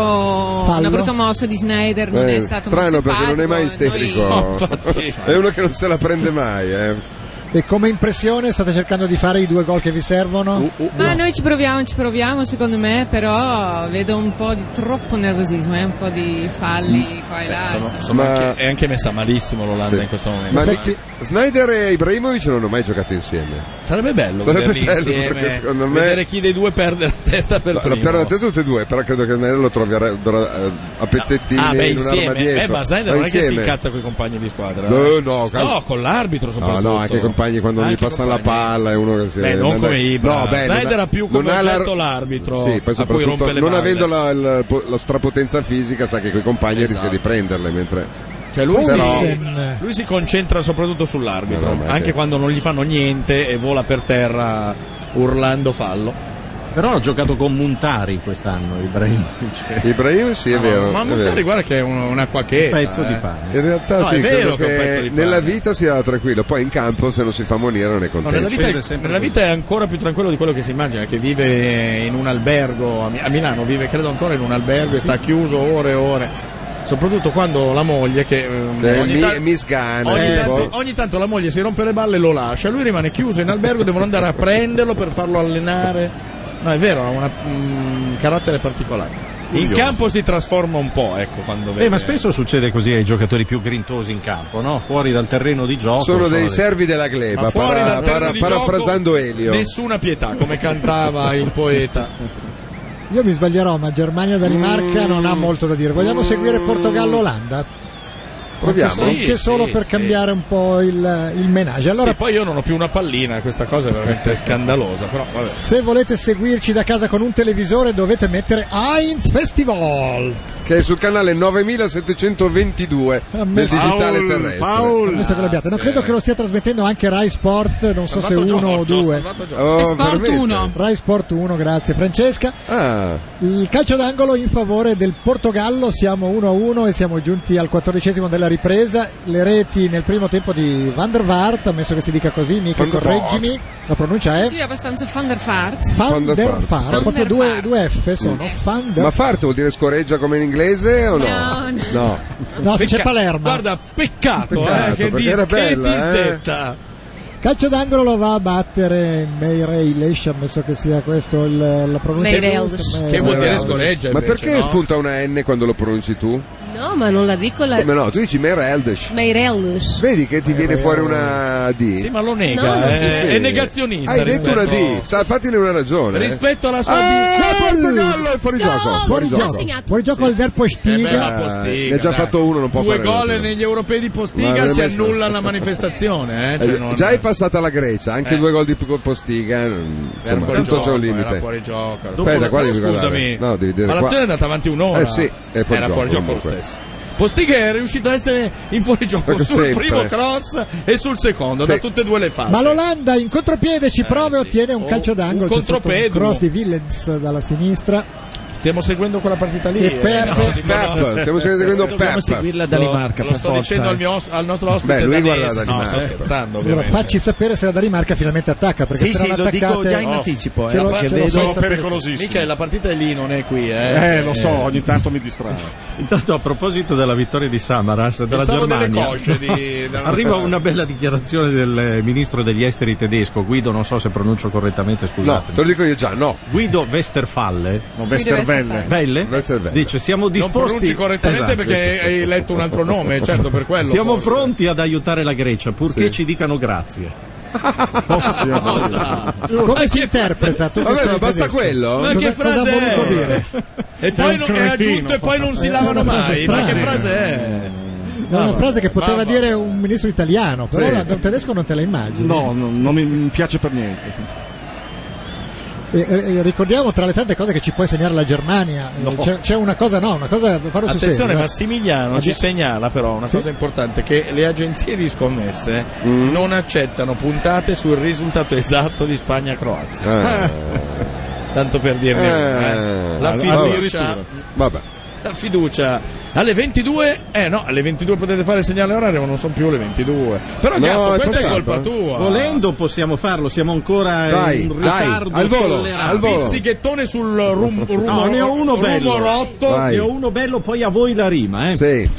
una brutta mossa di Snyder, non
Eh,
è stato
strano
molto
perché non è
eh,
mai
simpatico,
isterico.
noi-
è uno che non se la prende mai. Eh.
E come impressione state cercando di fare i due gol che vi servono?
Uh,
Ma noi ci proviamo, ci proviamo secondo me, però vedo un po' di troppo nervosismo, eh, un po' di
Mm.
falli qua e là.
Sono-
insomma.
sono
Ma-
anche- è anche messa malissimo l'Olanda
Sì.
in questo momento.
Ma Snyder e Ibrahimovic non hanno mai giocato insieme.
Sarebbe bello
Sarebbe
vederli
bello, perché
insieme,
secondo me-
vedere chi dei due perde la testa per
La
primo.
perdono a testa tutte e due, però credo che Snyder lo trovi a, a- a pezzettini
Ah, beh,
in un'arma
insieme.
dietro.
Eh, ma Snyder non è che si
insieme.
incazza con i compagni di squadra. eh.
No, no, cal-
no, con l'arbitro
No,
soprattutto.
no, anche i compagni quando gli passano la palla è uno che si
Beh, non
manda-
come Ibra. Ah, Snyder
non
ha più come
non ha
oggetto l'arbitro,
Sì,
a
poi
cui
soprattutto
rompe le
non
balle.
avendo la, la- la strapotenza fisica sa che coi compagni
Esatto.
rischia di prenderle mentre
Cioè lui,
Però-
si, lui si concentra soprattutto sull'arbitro,
No, no, ma è
anche
che-
quando non gli fanno niente e vola per terra urlando fallo.
Però ha giocato con Muntari quest'anno, (laughs) Ibrahimovic.
Ibrahimovic sì, è vero.
ma
è
Montari
vero.
guarda che è un- una quacchetta.
Un pezzo
eh.
di pane.
In realtà
No,
sì,
è vero
credo
che è un pezzo di pane.
nella vita sia tranquillo, poi in campo se non si fa monire non è
No,
contento.
nella, vita è, nella vita è ancora più tranquillo di quello che si immagina, che vive in un albergo, a Mi- a Milano vive credo ancora in un albergo e sta chiuso ore e ore, soprattutto quando la moglie che ehm,
Cioè,
ogni
mi,
ta-
mi sgana.
Ogni
eh,
tanto,
boh.
ogni tanto la moglie si rompe le balle e lo lascia, lui rimane chiuso in albergo, devono andare a prenderlo per farlo allenare. No, è vero, ha una- un carattere particolare. In
Curioso.
campo si trasforma un po', ecco, quando vede.
Eh, ma spesso succede così ai giocatori più grintosi in campo, no? Fuori dal terreno di gioco.
Sono dei servi della gleba,
Ma fuori
para-
dal terreno
para-
di
parafrasando
gioco,
Elio.
Nessuna pietà, come cantava
(laughs)
il poeta.
Io mi sbaglierò, ma Germania-Danimarca non
Mm.
ha molto da dire. Vogliamo seguire Portogallo-Olanda?
Proviamo.
Anche, so- anche
Sì,
solo
sì,
per
sì.
cambiare un po' il, il menage. Allora,
Sì, poi io non ho più una pallina, questa cosa è veramente scandalosa, però vabbè.
se volete seguirci da casa con un televisore dovete mettere Heinz Festival.
Che è sul canale 9722
Ah,
del digitale terrestre.
Adesso Ah, che l'abbiate. No, credo che lo stia trasmettendo anche Rai Sport, non so se
Salvato
uno o
Giorgio,
due.
salvato Giorgio. Oh, veramente?
Rai Sport 1, grazie Francesca.
Ah,
Il calcio d'angolo in favore del Portogallo, siamo 1-1 e siamo giunti al quattordicesimo della ripresa. Le reti nel primo tempo di Van der Vaart, ammesso che si dica così, mica
Van der Vaart.
correggimi, la pronuncia è
Sì, abbastanza fan der Fart.
Van Eh? der Vaart,
Van
proprio
der
due,
Vaart. Eh,
due F sono. Van der
ma farto vuol dire scoreggia come in inglese o no?
No, no.
No, se c'è Palermo.
Guarda, peccato,
Peccato,
eh, che,
perché
dis-
era
che
bella, eh.
disdetta.
Calcio d'angolo lo va a battere Meirei Lesch, ammesso che sia questo il, la pronuncia
Meirelles.
giusta.
Che vuol dire
Eh,
Vabbè,
scoreggia,
Ma
invece,
perché
no?
spunta una N quando lo pronunci tu?
No, ma non la dico la...
Come no, tu dici Mereldes.
Meirelles.
Vedi che
Eh,
ti viene fuori una D.
Sì, ma lo nega, eh, è negazionista
Hai detto una
rispetto-
D, Sa- fatene una ragione. eh.
Rispetto alla sua
Ah, Portogallo è fuori gioco. Fuori
Fuori
gioco.
gioco, fuori gioco al Der
Eh, beh,
Postiga.
la Postiga,
ne ha già
dai.
fatto uno, non può
Due
fare
gol
altro.
negli europei di
Ma
Postiga
non è
si
mai stato.
annulla la manifestazione. Eh?
Eh,
Cioè, non- Eh.
Già è passata la Grecia, anche due gol di P- Postiga. mm,
Era
Insomma,
fuori
tutto c'è
gioco,
un limite.
Era fuori gioco. era
Aspetta,
fuori gioco.
quali
Ma
devi
Scusami,
guardare? No, devi dire
ma
qua.
l'azione è andata avanti un'ora.
Eh sì, è fuori
era
gioco,
fuori gioco lo
comunque.
stesso. Postiga è riuscito a essere in fuori gioco
Come
sul
sempre.
primo cross e sul secondo,
Sì.
da tutte e due le fasi.
Ma l'Olanda in contropiede ci prova e ottiene un calcio d'angolo.
Eh, un
C'è stato
contropedum.
cross di Willems dalla sinistra.
Stiamo seguendo quella partita lì.
E
eh,
Pep.
no, dico no.
Pep, stiamo seguendo Pep.
Dobbiamo seguirla Danimarca,
Lo
per
sto
forza,
dicendo
eh.
al, mio os- al nostro ospite
Beh, lui guarda
danese.
la Danimarca.
No, sto scherzando,
Allora,
ovviamente.
facci sapere se la Danimarca finalmente attacca. Perché
Sì,
se
sì,
non
lo dico
attaccate-
già in
Oh.
anticipo.
Ce
Eh,
lo-
perché
ce lo
vedo
so sapere.
Mica la partita è lì, non è qui. Eh,
Eh, lo so, ogni tanto mi distrae.
(laughs) Intanto a proposito della vittoria di Samaras della
Pensavo delle
Germania,
cosce di-
arriva una bella dichiarazione del eh, ministro degli esteri tedesco, Guido, non so se pronuncio correttamente,
No,
scusate.
te lo dico io già, no.
Guido Westerfalle,
Westerwelle.
Welle?
Westerwelle.
dice siamo
Non
disposti
pronunci correttamente
Esatto, sì.
perché hai letto un altro nome, certo, per quello.
Siamo
forse.
pronti ad aiutare la Grecia purché ci dicano grazie.
Come si interpreta? Tu che
Vabbè,
sei
ma basta
tedesco.
quello?
Ma
Cosa-
che
cosa ha
frase è?
voluto dire?
E poi non, è aggiunto e poi non si lavano
una frase
mai. Ma che
strana.
frase è?
È
Ah,
una frase che poteva dire un ministro italiano, però
Sì.
la- da un tedesco non te la immagini.
No, no, non mi piace per niente.
E, e- ricordiamo tra le tante cose che ci può insegnare la Germania, eh,
No.
c'è, c'è una cosa, no, una cosa parlo sul
Attenzione,
serio, eh.
Massimiliano (laughs) ci segnala però una cosa importante: che le agenzie di scommesse non accettano puntate sul risultato esatto di Spagna-Croazia. (laughs) Tanto per dirne una, eh. la fiducia.
Vabbè.
La fiducia alle 22, eh no, alle 22 potete fare il segnale orario, ma non sono più le 22. Però,
No,
Gatto,
è
questa è
passato,
colpa
eh.
tua.
Volendo possiamo farlo, siamo ancora
Vai,
in
dai,
ritardo.
al volo,
tollerato.
al volo. Pizzichettone sul rum-
No,
rumor-
ne ho uno bello.
rumorotto. Vai.
Ne ho uno bello, poi a voi la rima, eh.
Sì.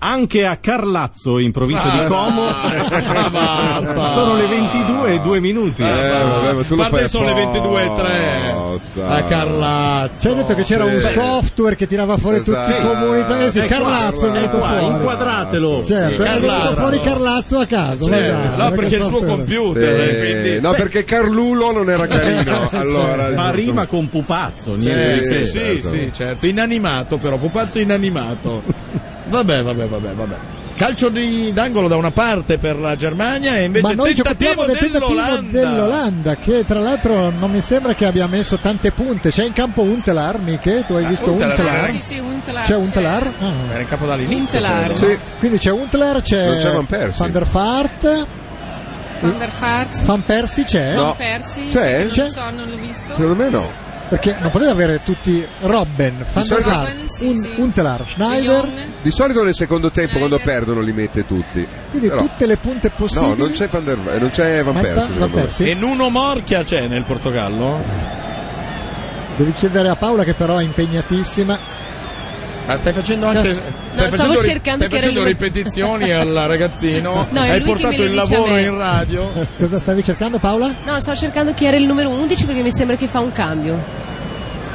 Anche a Carlazzo, in provincia
Ah,
di Como,
ah, basta.
sono le 22 e 2 minuti.
vabbè, ma tu lo fai
sono le 22 e 3 a Carlazzo.
Ci hai detto che c'era
Sì.
un software che tirava fuori tutti i
Esatto.
comuni italiani.
È qua,
Carlazzo è venuto
qua,
fuori.
inquadratelo.
Certo,
Sì,
è venuto
Carlazzo.
fuori Carlazzo a caso.
Sì, Certo.
vabbè,
no,
vabbè,
perché
che
il suo
software.
computer, eh, quindi-
No,
Beh.
perché Carlulo non era
(laughs)
carino. allora,
Ma rima con pupazzo.
Sì,
niente.
sì, sì,
certo.
sì, certo. Inanimato però, pupazzo inanimato. Vabbè, vabbè, vabbè, vabbè. Calcio di- d'angolo da una parte per la Germania e invece
Ma noi ci
tentativo
occupiamo del tentativo
dell'Olanda.
dell'Olanda, che tra l'altro non mi sembra che abbia messo tante punte. C'è in campo Untelar, Miche? Tu hai visto
Huntelaar,
Untelar?
Sì, sì, un telar.
C'è Untelar? Ah.
Era in capo dall'inizio.
Untelar.
credo, no?
Sì. Quindi c'è Untler,
Non c'è
c'è
Van Persie.
Van der Vaart,
Van der Vaart.
Van Persie c'è.
Van Persie, sì,
C'è?
non
C'è?
lo so, non l'ho visto.
Secondo me no.
Perché non potete avere tutti Robben, Van der
solito-
Vaart,
Robben, sì,
Un-
sì.
Huntelaar, Schneider.
Di solito nel secondo tempo, quando perdono, li mette tutti.
Quindi
Però-
tutte le punte possibili.
No, non c'è Van, der, eh, non c'è Van
Ma
Persie.
Van
secondo me.
Persie?
E Nuno Morchia c'è nel Portogallo?
Devi chiedere a Paola che però è impegnatissima.
Ah, stai facendo anche.
No, stavo
stai facendo, ri-
cercando
stai
che era
facendo
lui.
ripetizioni al ragazzino.
No, è
Hai
lui che me
portato
le dice
il
a
lavoro
me.
in radio.
(laughs) Cosa stavi cercando Paola?
No, stavo cercando chi era il numero 11 perché mi sembra che fa un cambio.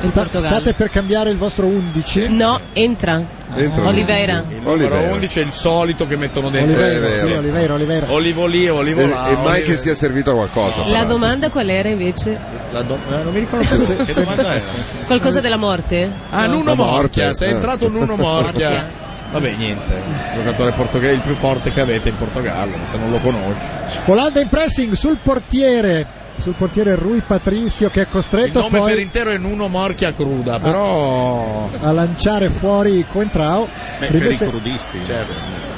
Il
Sta-
Portogallo.
state per cambiare il vostro 11?
No, entra.
Entra.
Oliveira.
Il numero 11 è il solito che mettono dentro.
Oliveira, sì, Oliveira, Oliveira.
Olivolì,
E,
Olivolà.
e mai che sia servito a qualcosa. eh.
La domanda qual era invece?
La do- eh, non
(laughs)
mi ricordo più. che domanda era.
Qualcosa della morte?
Ah,
No.
Nuno
La morte.
Morchia, sei
Eh. (laughs)
(laughs)
entrato Nuno Morchia. Vabbè, niente. Il giocatore portoghese il più forte che avete in Portogallo, se non lo conosci.
Olanda in pressing sul portiere. Sul portiere Rui Patricio che è
Il
Certo,
costretto
nome
poi
per intero è Nuno Morchia cruda, però.
a lanciare fuori Contrao. Rimesse,
crudisti. Certo.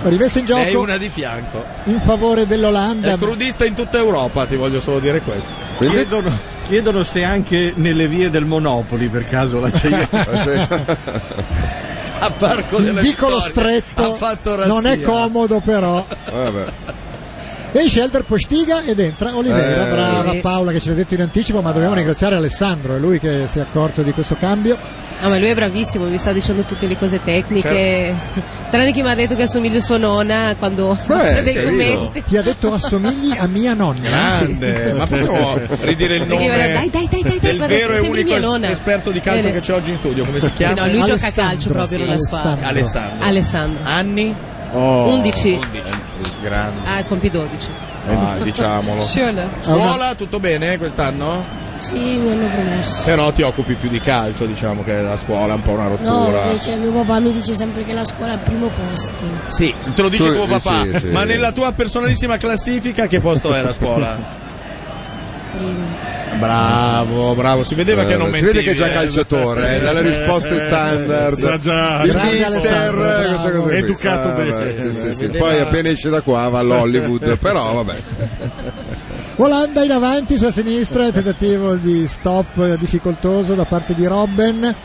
rimessa in
Ne hai
gioco
una di fianco.
in favore
È
dell'Olanda.
crudista in tutta Europa, ti voglio solo dire questo.
Chiedono, chiedono se anche nelle vie del Monopoli per caso (laughs) la c'è io.
A Parco
Il
della
vicolo
Vittoria
stretto
ha fatto razzia.
non è comodo però.
Vabbè.
E Shelter postiga ed entra Oliveira.
Eh.
Brava
Sì.
Paola che ce l'ha detto in anticipo, ma dobbiamo ringraziare Alessandro, è lui che si è accorto di questo cambio.
No, Ah, ma lui è bravissimo, mi sta dicendo tutte le cose tecniche.
Certo.
Tranne che mi ha detto che assomiglio a sua nonna quando (laughs) faccio dei commenti.
Ti ha detto assomigli a mia nonna.
Grande, (laughs)
(laughs)
(laughs)
ma possiamo ridire il
Perché
nome
io ero- dai, dai, dai, dai, dai,
del
guarda,
vero e
sembri
unico
mia
es-
nonna.
esperto di calcio
Bene.
che c'è oggi in studio, come si
Sì,
chiama?
no, lui gioca a calcio proprio, non la squadra.
Alessandro.
Alessandro.
Anni?
11.
Oh. Grande.
Ah, compi 12.
Ah, diciamolo.
Scuola.
Scuola, tutto bene quest'anno?
Sì, mi hanno promesso.
Però ti occupi più di calcio, diciamo che la scuola è un po' una
No,
rottura.
invece mio papà mi dice sempre che la scuola è al primo posto.
Sì, te lo dice
Tu- eh,
tuo papà,
sì, sì.
ma nella tua personalissima classifica che posto è la scuola? Bravo, bravo, si vedeva
Eh,
che non
si vede
mentivi.
che è già
eh.
calciatore, eh, dalle risposte standard.
sa già.
Il
Grande
mister,
Alessandro,
eh,
bravo.
questa cosa qui.
Educato
Ah,
bene.
vabbè, sì, sì, sì.
Vedeva-
Poi appena esce da qua va
(laughs)
all'Hollywood, però vabbè.
Olanda in avanti sulla sinistra, tentativo di stop difficoltoso da parte di Robben.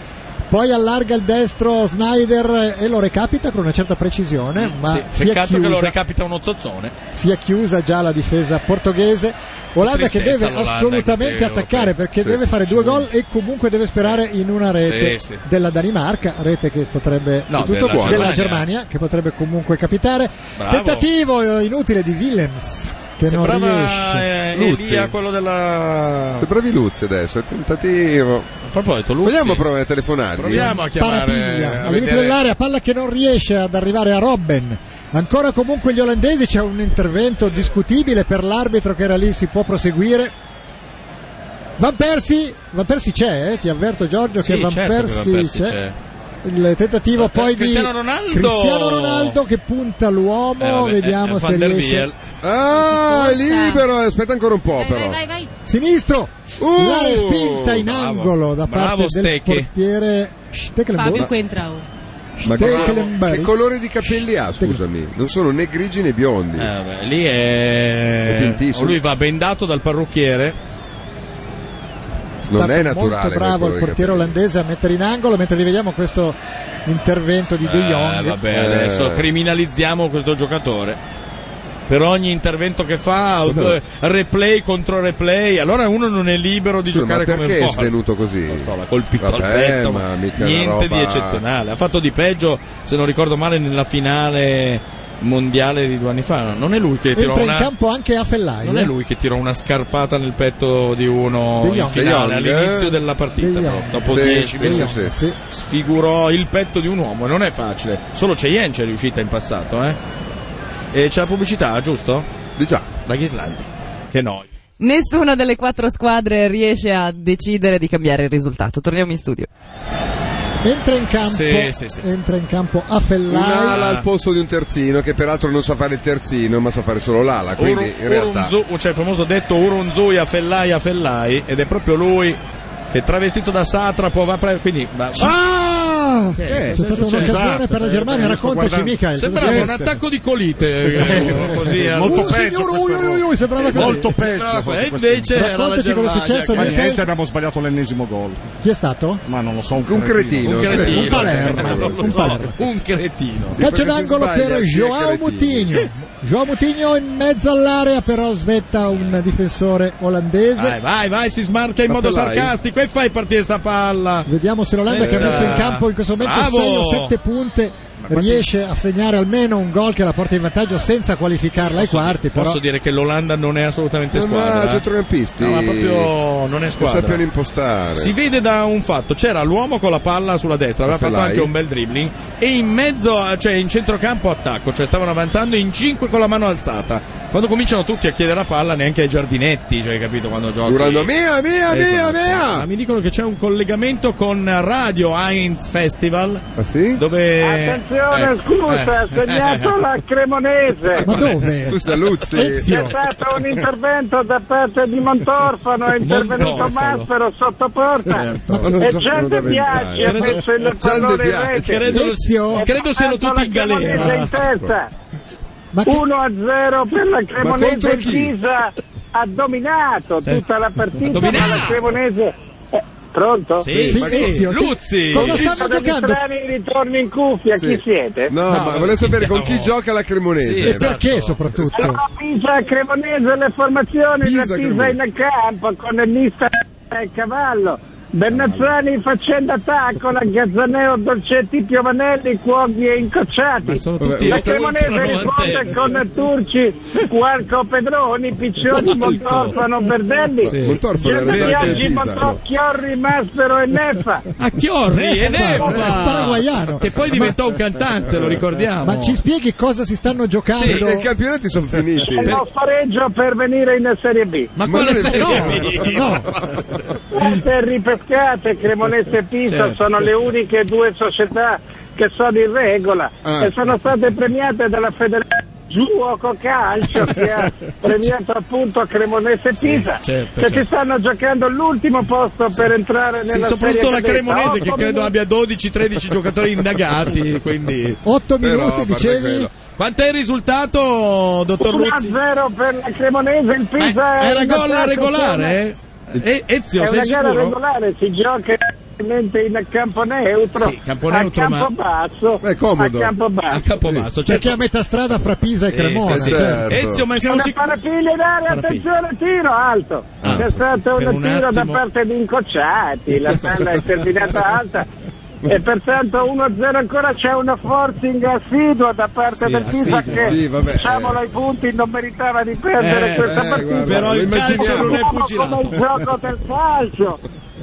Poi allarga il destro Snyder e lo recapita con una certa precisione, ma
Sì,
si, è
peccato che lo
chiusa,
recapita uno zozzone.
si è chiusa già la difesa portoghese. Olanda che
tristezza
deve
l'Olanda in
assolutamente
queste
attaccare
Europee.
perché
Sì,
deve fare due gol e comunque deve sperare in una rete
Sì, sì.
della Danimarca, rete che potrebbe
No,
tutto
della
può, della
Germania.
Germania che potrebbe comunque capitare.
Bravo.
Tentativo eh, inutile di Willems che non riesce.
Sembrava eh,
Luzzi.
Elia quello della...
Sembravi Luzzi adesso, è tentativo.
A proposito, Luzzi.
Vogliamo provare a telefonargli?
Proviamo a chiamare...
Eh,
Parapiglia,
a
al limite
vedere-
dell'area, palla che non riesce ad arrivare a Robben. Ancora comunque gli olandesi, c'è un intervento discutibile per l'arbitro che era lì, si può proseguire. Van Persi, Van Persi c'è, eh, ti avverto Giorgio
Sì,
che Van
certo che Van
Persi
Persie
c'è.
c'è.
il tentativo poi di
Cristiano Ronaldo.
Cristiano Ronaldo che punta l'uomo,
Eh, vabbè,
vediamo
eh,
se
Van der
riesce.
Wiel.
Ah, è
Forza.
libero, aspetta ancora un po'
Eh,
però.
Sinistro,
Uh,
la respinta in
bravo.
angolo da
Bravo,
parte del
Stecchi.
portiere Stecklenburg.
Fabio oh. Quentrao.
Ma
Stekelenburg.
che, che colore di capelli ha, scusami? Non sono né grigi né biondi.
Eh, lì è.
È tintissimo.
Eh, Lui va bendato dal parrucchiere.
Non è
Molto
naturale.
bravo il
quello che
portiere olandese a mettere in angolo mentre rivediamo questo intervento di De Jong.
Eh, vabbè, adesso criminalizziamo questo giocatore. Per ogni intervento
(laughs)
che fa, eh, replay contro replay, allora uno non è libero di
Scusa, ma
giocare come
perché è
vuole.
svenuto così? Non
so, l'ha colpito al petto, ma niente di eccezionale. Ha fatto di peggio, se non ricordo male, nella finale mondiale di due anni fa. Non è lui che tirò
Entra in
una,
campo anche eh? a Fellai.
non è lui che tirò una scarpata nel petto di uno
De
in
Jong.
finale
De Jong,
all'inizio
eh.
della partita,
De Jong.
no? dopo
Sì,
10
sì,
minuti.
sì, sì.
Sfigurò il petto di un uomo, non è facile. Solo Cheyenne c'è riuscita in passato, eh. E c'è la pubblicità, giusto?
Di già.
Da Ghislandi. Che noia.
Nessuna delle quattro squadre riesce a decidere di cambiare il risultato. Torniamo in studio.
Entra in campo,
Sì, sì, sì, sì.
entra in campo a
Un'ala
Fellai.
al posto di un terzino, che peraltro non sa fare il terzino, ma sa fare solo
Ah,
l'ala. Quindi in realtà.
Urunzu- c'è il famoso detto Urunzuia Fellai a Fellai ed è proprio lui che travestito da satrapo va pre- quindi ma-
Ah!
Eh,
C'è stata
successo?
un'occasione
Esatto,
per la
eh,
Germania,
eh,
raccontaci
sto guardando.
Michael.
Sembrava
cosa
un
succede?
attacco di colite,
(laughs)
eh, così, eh,
Molto
uh,
peggio
signor,
questo
ui, ui, ui,
gol.
sembrava così.
Molto peggio
Sembrava
proprio
que- E
questo.
invece era la
Raccontaci cosa è
Germania,
successo,
che-
Ma
Michael.
niente, abbiamo sbagliato l'ennesimo gol.
Chi è stato?
Ma non lo so, un
Un
cretino.
cretino, Un cretino. un Palermo,
(laughs) non lo
un
so,
Palermo.
un cretino.
Calcio d'angolo per Joao Mutigno. Joao Mutigno in mezzo all'area però svetta un difensore olandese.
Vai, vai, vai, si smarca in
Ma
modo
te l'hai?
sarcastico e fai partire sta palla. Eh,
Vediamo se l'Olanda che ha messo in campo in questo momento
Bravo!
6 o 7 punte riesce a segnare almeno un gol che la porta in vantaggio senza qualificarla ai quarti però
Posso dire che l'Olanda non è assolutamente
Ma
squadra. eh?
centrocampisti.
No, ma proprio non è squadra.
Non sappiano impostare.
Si vede da un fatto, c'era l'uomo con la palla sulla destra, aveva fatto
Felai.
anche un bel dribbling e in mezzo, a- cioè in centrocampo attacco, cioè stavano avanzando in 5 con la mano alzata. Quando cominciano tutti a chiedere la palla neanche ai giardinetti, cioè hai capito quando giochi. Eh,
Urlando, "Mia,
Esatto.
mia, mia, mia!"
Ma Mi dicono che c'è un collegamento con Radio Heinz Festival. Dove
Attenzione,
Eh,
scusa,
eh.
ha segnato la Cremonese.
Ma dove? Scusa, Luzzi.
C'è stato un intervento da parte di Montorfano, è intervenuto
Montorfano. Certo.
Maspero sotto porta
Ma non
e
giocano
Gian
da
De Biagi ha
vent'anni.
messo il
Gian De
pallone in
Biagi.
rete.
Credo- Ezio? credo siano tutti in galera. Ecco.
1 a 0 per la Cremonese
contro
il
chi?
Pisa ha dominato
Sì.
tutta la partita ma
Dominato!
la Cremonese eh, pronto?
Sì, Sì, ma sì, chi? sì, Luzzi!
Con
Cosa
chi
stanno
sono gli
giocando?
strani ritorni in cuffia
Sì.
chi siete?
No, ma volevo sapere con chi gioca la Cremonese.
eh, diciamo-
Esatto.
e perché soprattutto
Allora, Pisa Cremonese le formazioni
Pisa,
la Pisa
Cremonese.
in campo con il mister e Cavallo Bernazzani facendo attacco la Gazzaneo Dolcetti Piovanelli Cuoghi e Incocciati
tutti
la
oltre-
Cremonese
oltre
risponde con
novantenne.
Turci Quarco Pedroni Piccioni Montorfano Verdelli
Sì. Montorfano era
Giorgio
anche a
Biaggi,
Pisa,
Montò,
no?
Chiorri Mastero e Neffa
a Chiorri e
Neffa,
Neffa!
paraguaiano.
Che poi diventò un cantante, lo ricordiamo.
ma ci spieghi cosa si stanno giocando Eh,
campionati sono finiti.
uno spareggio per venire in Serie B
Ma
Ma quale non è Serie
B?
vero. No.
Queste ripescate, Cremonese e Pisa,
Certo.
sono le uniche due società che sono in regola
Ah.
e sono state premiate dalla Federazione Giuoco Calcio che
(laughs)
ha premiato appunto Cremonese e Pisa
certo,
che
certo.
si stanno giocando all'ultimo posto per entrare
Sì,
nella
soprattutto
Serie
la
Cadetta.
Cremonese che
Otto
credo abbia 12-13 giocatori indagati, quindi
8
minuti, dicevi?
Quant'è il risultato, dottor
1
Luzzi?
0 per la Cremonese il Pisa
Eh,
è
era
in
gol
attacco,
regolare? eh? E- Ezio,
è
sei
una gara
sicuro?
regolare, si gioca esattamente in campo neutro,
Sì, campo neutro,
a campo
ma-
basso,
Beh, comodo.
a campo basso.
A Campobasso, certo.
perché a metà strada fra Pisa e
Sì,
Cremona
sì, sì.
certo.
Ezio, ma siamo
una
sicuri?
parafiglia in area,
Parafiglia.
attenzione, tiro alto.
Alto.
C'è stato
Per
un,
un
tiro da
attimo-
parte di Incocciati, la palla è terminata alta.
(laughs)
E pertanto 1-0 ancora c'è una forcing assidua da parte
Sì,
del Pisa
assidua.
che
Sì, vabbè,
diciamolo ai punti non meritava di perdere
Eh,
questa
eh,
partita.
guarda, Però lo il calcio immaginiamo. non è
Come
pugilato.
il gioco del calcio.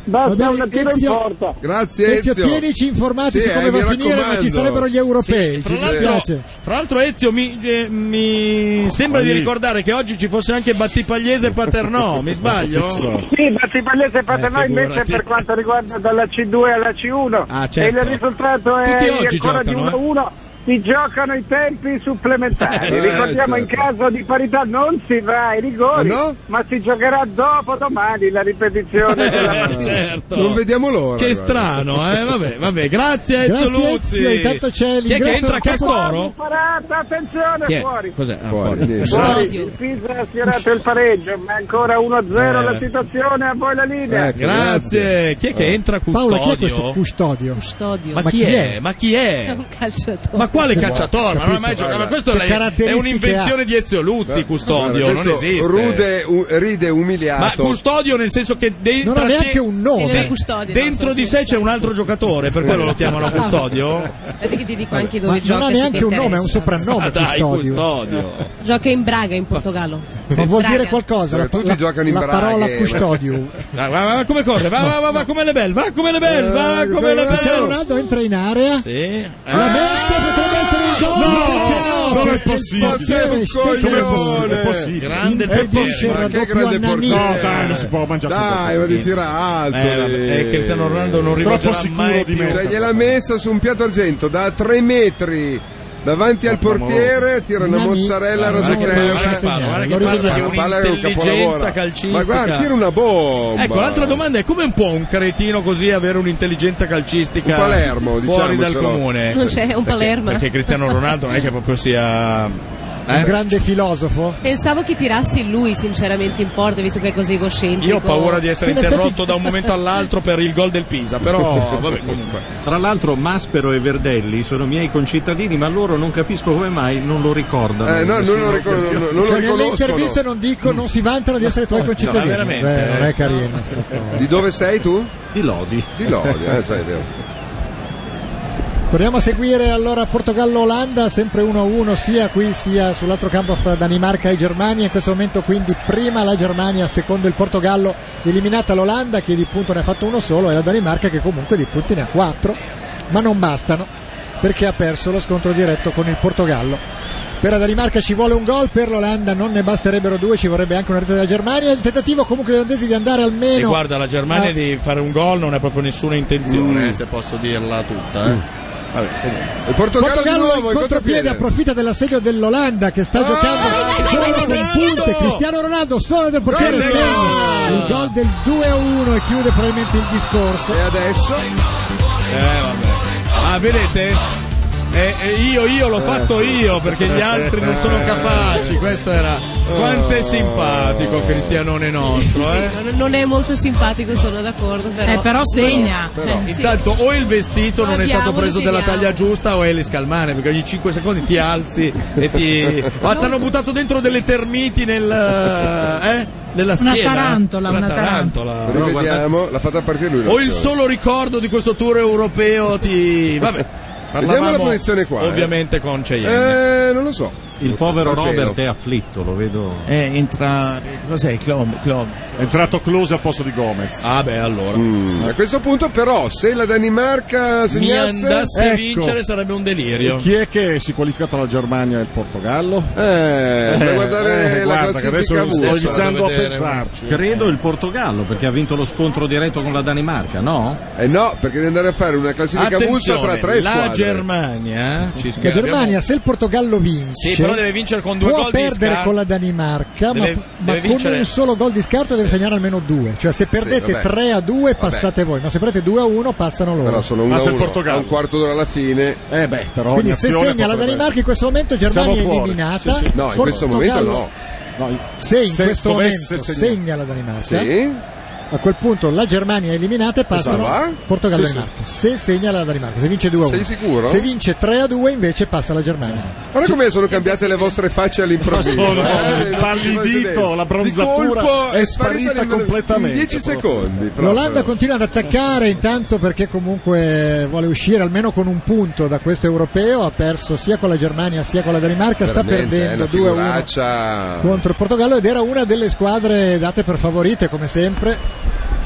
Basta
Va bene,
un tiro in
Ezio.
porta.
Grazie
Ezio,
Ezio.
tienici informati
Sì,
su come
eh,
va a
mi
finire, ma ci
raccomando.
sarebbero gli europei.
Sì, tra
Ci
l'altro,
dispiace.
fra l'altro Ezio mi, eh, mi sembra di
lì.
ricordare che oggi ci fosse anche Battipagliese e Paternò, mi sbaglio?
Sì, Battipagliese e Paternò
Eh, figurati.
invece per quanto riguarda dalla C2 alla C1
Ah, certo.
e il risultato è
Tutti oggi
ancora di
giocano, eh.
1-1. Si giocano i tempi supplementari.
Eh,
certo.
Ricordiamo in caso di parità non si va ai rigori,
Ah, no?
ma si giocherà dopo domani la ripetizione della partita.
Eh, certo.
Non vediamo l'ora.
Che
guarda.
strano, eh? Vabbè, vabbè, grazie
Grazie,
Ezio Luzzi.
Ezio, intanto c'è
Chi è che
l'ingresso
entra
del campo-
Castoro?
Parata, attenzione,
Chi è?
fuori.
Cos'è? Ah,
Fuori,
fuori.
niente.
Fuori, il Pisa ha sfiorato il pareggio, ma ancora 1-0
Eh. Ecco,
la situazione, a voi la linea.
Grazie. Chi è che entra custodio?
Paola, Eh. chi è questo custodio?
Custodio.
Ma, chi, è? Ma chi
È
è?
(laughs) un calciatore.
Ma quale cacciatore? Ma non ha mai giocato. Ma questo
Che
è, la- è
caratteristiche
un'invenzione
ha?
di Ezio Luzzi, custodio.
Guarda,
Non
questo
esiste.
Rude, u- ride
Ma
umiliato.
custodio nel senso che dentro.
Non ha neanche un nome.
È la custodia,
Dentro
non so
di
se-
sé c'è un altro giocatore, per quello lo chiamano custodio?
Aspetta che ti dico anche
Ma
dove gioca.
non ha
se ti
neanche un nome, è un
interessa.
soprannome.
(laughs) Ah, dai,
custodio.
custodio.
Gioca in Braga, in Portogallo.
Ma vuol
Braga.
dire qualcosa? La,
Cioè, tutti
la-
giocano in
la
Braghe,
parola
ma-
custodio.
Va, va, va, come corre? Va, va, va, va come le belle, va come le belle, va
Eh,
come le
Cristiano
belle.
Ronaldo entra in area.
Sì. Eh,
No,
non è possibile.
Ma sei un coglione.
È possibile.
grande
Impedisce il
Ma che
raddoppio
grande
a Nannini.
portiere.
No, dai, non si può mangiare
Dai,
sempre
ma di
portiere.
tira alto.
Eh, vabbè, eh, Cristiano Ronaldo non
Troppo
rivolgerà
sicuro
mai
di
più.
me.
Cioè, gliel'ha messa su un piatto argento da 3 metri davanti al portiere, tira una
Nannini.
mozzarella
Ah, Guarda che
rasoterra.
palla che fa, guarda che Lo palla rivediamo. che
Ma palla che è un
un'intelligenza
capolavoro.
calcistica.
Ma guarda, tira una bomba.
Ecco, l'altra domanda è come un po' un cretino così avere un'intelligenza calcistica
Un Palermo,
fuori dal
diciamocelo.
comune?
Non c'è, è un Palermo.
Perché Cristiano Ronaldo non è che proprio sia...
Un
eh?
grande filosofo.
Pensavo che tirassi lui, sinceramente, in porta, visto che è così egoscentrico.
Io ho paura di essere
Sì, in effetti-
interrotto da un momento all'altro per il gol del Pisa,
(laughs)
però vabbè comunque.
Tra l'altro Maspero e Verdelli sono miei concittadini, ma loro non capisco come mai non lo ricordano.
Eh, no,
in
non lo,
nessuna
ricor-
occasione.
non- non lo
Cioè, nelle interviste
riconoscono.
non dico, non
(laughs)
si vantano di essere tuoi concittadini.
veramente,
Beh, non
eh.
è carino. sta cosa.
Di dove sei tu?
Di Lodi.
Di Lodi, eh, cioè, è vero.
Torniamo a seguire allora Portogallo-Olanda, sempre 1-1 sia qui sia sull'altro campo fra Danimarca e Germania. In questo momento quindi prima la Germania, secondo il Portogallo, eliminata l'Olanda che di punto ne ha fatto uno solo e la Danimarca che comunque di punti ne ha quattro, ma non bastano perché ha perso lo scontro diretto con il Portogallo. Per la Danimarca ci vuole un gol, per l'Olanda non ne basterebbero due, ci vorrebbe anche una rete della Germania. Il tentativo comunque degli olandesi di andare
Eh,
E
almeno
guarda, la Germania
Ah.
di fare un gol non è proprio nessuna intenzione,
Mm.
eh, se posso dirla tutta. eh. Vabbè, comunque.
Il Portogallo,
Portogallo
di nuovo, Ah,
in contropiede approfitta dell'assedio dell'Olanda che sta giocando solo con punte Cristiano Ronaldo solo del portiere
Grande
segna
gol!
il gol del 2 a 1 e chiude probabilmente il discorso
E adesso?
Eh, vabbè. Ah, vedete? Eh, eh, io, io l'ho fatto io perché gli altri non sono capaci. Questo era. Quanto è simpatico Cristianone nostro, eh?
(laughs) (laughs) Sì, non- non è molto simpatico, sono d'accordo. Però,
Eh, però segna.
Però.
Sì.
Eh, Intanto o il vestito non è
Abbiamo,
stato preso della
litighiamo.
taglia giusta o è le scalmane perché ogni 5 secondi ti alzi e ti... Ma ti hanno buttato dentro delle termiti nel... Eh? Nella
Una
schiena.
tarantola, una
tarantola.
Rivediamo, l'ha fatta partire lui.
O il
l'azione.
solo ricordo di questo tour europeo ti... Vabbè.
Vediamo la
parlavamo
posizione qua, eh.
Ovviamente con Cheyenne.
Eh, non lo so.
Il povero
Davvero.
Robert è afflitto, lo vedo.
Eh, entra. Cos'è? Clom, Clom.
È entrato Close al posto di Gomez.
Ah beh, allora.
Mm, A questo punto, però, se la Danimarca
Mi
segnasse.
andasse a
ecco.
vincere sarebbe un delirio.
Chi è che si è qualificato alla Germania e al Portogallo?
Eh, da
Eh,
guardare la
guarda, che adesso sto
classifica avulsa.
adesso vado
iniziando
a
a
vedere.
pensarci.
Credo il Portogallo, perché ha vinto lo scontro diretto con la Danimarca, no?
Eh no, perché devi andare a fare una classifica avulsa tra
Attenzione,
tre
la
squadre.
Germania ci
la
scrive,
Germania
abbiamo-
se il Portogallo vince
Sì, però deve vincere con due
può
gol di
perdere
scarto.
con la Danimarca ma-
Deve-
ma,
deve
con
vincere.
un solo gol di scarto deve segnare almeno due cioè se perdete
vabbè.
3 a 2 passate voi ma se perdete 2 a 1 passano loro
Però sono 1
Ma se il
a
Portogallo-
un quarto d'ora alla fine.
Eh beh, però
quindi
in
se
azione
segna la
potrebbe-
Danimarca in questo momento
Siamo
Germania è
fuori.
eliminata
Sì, sì.
No, in questo momento
Portogallo-
no.
No,
se in questo
dovesse
momento
segnare-
segna la Danimarca
Sì?
A quel punto la Germania è eliminata e
Esatto.
passano Portogallo e
Sì, sì.
Danimarca. Se segna la Danimarca, se vince 2 1.
Sei sicuro?
Se vince 3 a 2 invece passa la Germania.
Guarda come sono cambiate le vostre facce all'improvviso.
Sono
eh?
pallidito, la bronzatura
Di colpo
è
sparita
sparita
in-
completamente.
In 10 secondi. proprio.
L'Olanda continua ad attaccare intanto perché comunque vuole uscire almeno con un punto da questo europeo, ha perso sia con la Germania sia con la Danimarca,
Veramente,
sta perdendo
eh,
2
una
1
figuraccia.
contro il Portogallo ed era una delle squadre date per favorite come sempre.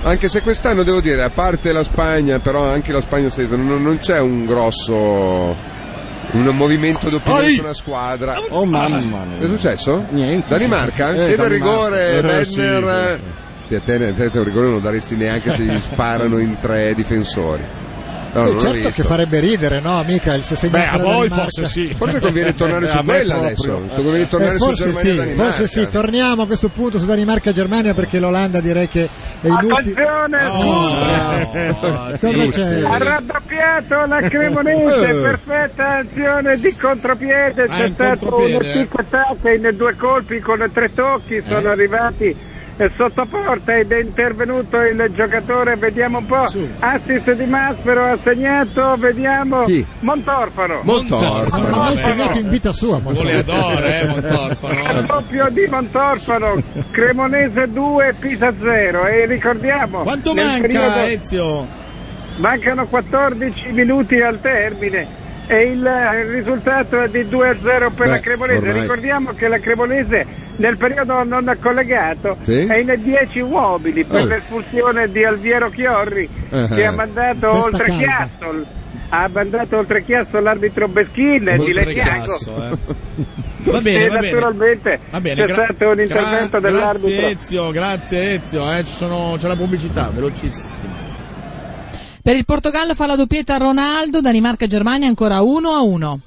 Anche se quest'anno devo dire, a parte la Spagna, però anche la Spagna stessa, non, non c'è un grosso. Un movimento d'opinione
Ai!
su una squadra. Ah,
Oh,
Ah,
mamma mia.
È successo? Niente. Danimarca?
Eh,
Chiede il
Danimarca.
rigore,
Eh,
Werner.
sì,
eh. Sì, a te, a te un rigore non lo daresti neanche se gli sparano in tre difensori. No,
Eh,
non l'ho
certo
visto.
che farebbe ridere, no, Michael? Se segnasse la Danimarca.
Forse conviene tornare su
Eh,
quella adesso. Conviene tornare
Eh,
su
forse,
Germania e
sì,
Danimarca.
forse sì, torniamo a questo punto su Danimarca-Germania perché l'Olanda direi che è inutile.
Attenzione, ah,
Oh,
Cosa c'è?
ha raddoppiato la Cremonese,
Eh.
perfetta azione di contropiede,
Ah,
c'è
in
stato
contropiede,
un
eh.
tic tac in due colpi con tre tocchi, sono arrivati eh, sotto porta ed è intervenuto il giocatore, vediamo un po', assist di Maspero ha segnato, vediamo,
Chi?
Montorfano.
Non l'ha mai segnato in vita sua.
Voleadore, eh, Montorfano.
Doppio di Montorfano, Cremonese 2, Pisa 0 e ricordiamo
Quanto
nel
manca,
periodo-
Ezio?
Mancano 14 minuti al termine e il eh, risultato è di 2-0 per
Beh,
la Cremonese.
ormai-
Ricordiamo che la Cremonese nel periodo non collegato
Sì.
è in 10 uomini per
Oh.
l'espulsione di Alviero Chiorri
Eh,
che
eh.
ha mandato
Testa
oltre
calda.
Chiassol. Ha mandato oltre Chiasso l'arbitro Beschin e di Lecchiago.
eh. Va bene,
e
va bene.
naturalmente
Va bene,
c'è
gra-
stato un intervento
gra-
dell'arbitro.
Grazie Ezio, grazie Ezio, eh, ci sono- c'è la pubblicità, velocissima.
Per il Portogallo fa la doppietta Ronaldo, Danimarca-Germania ancora 1 a 1.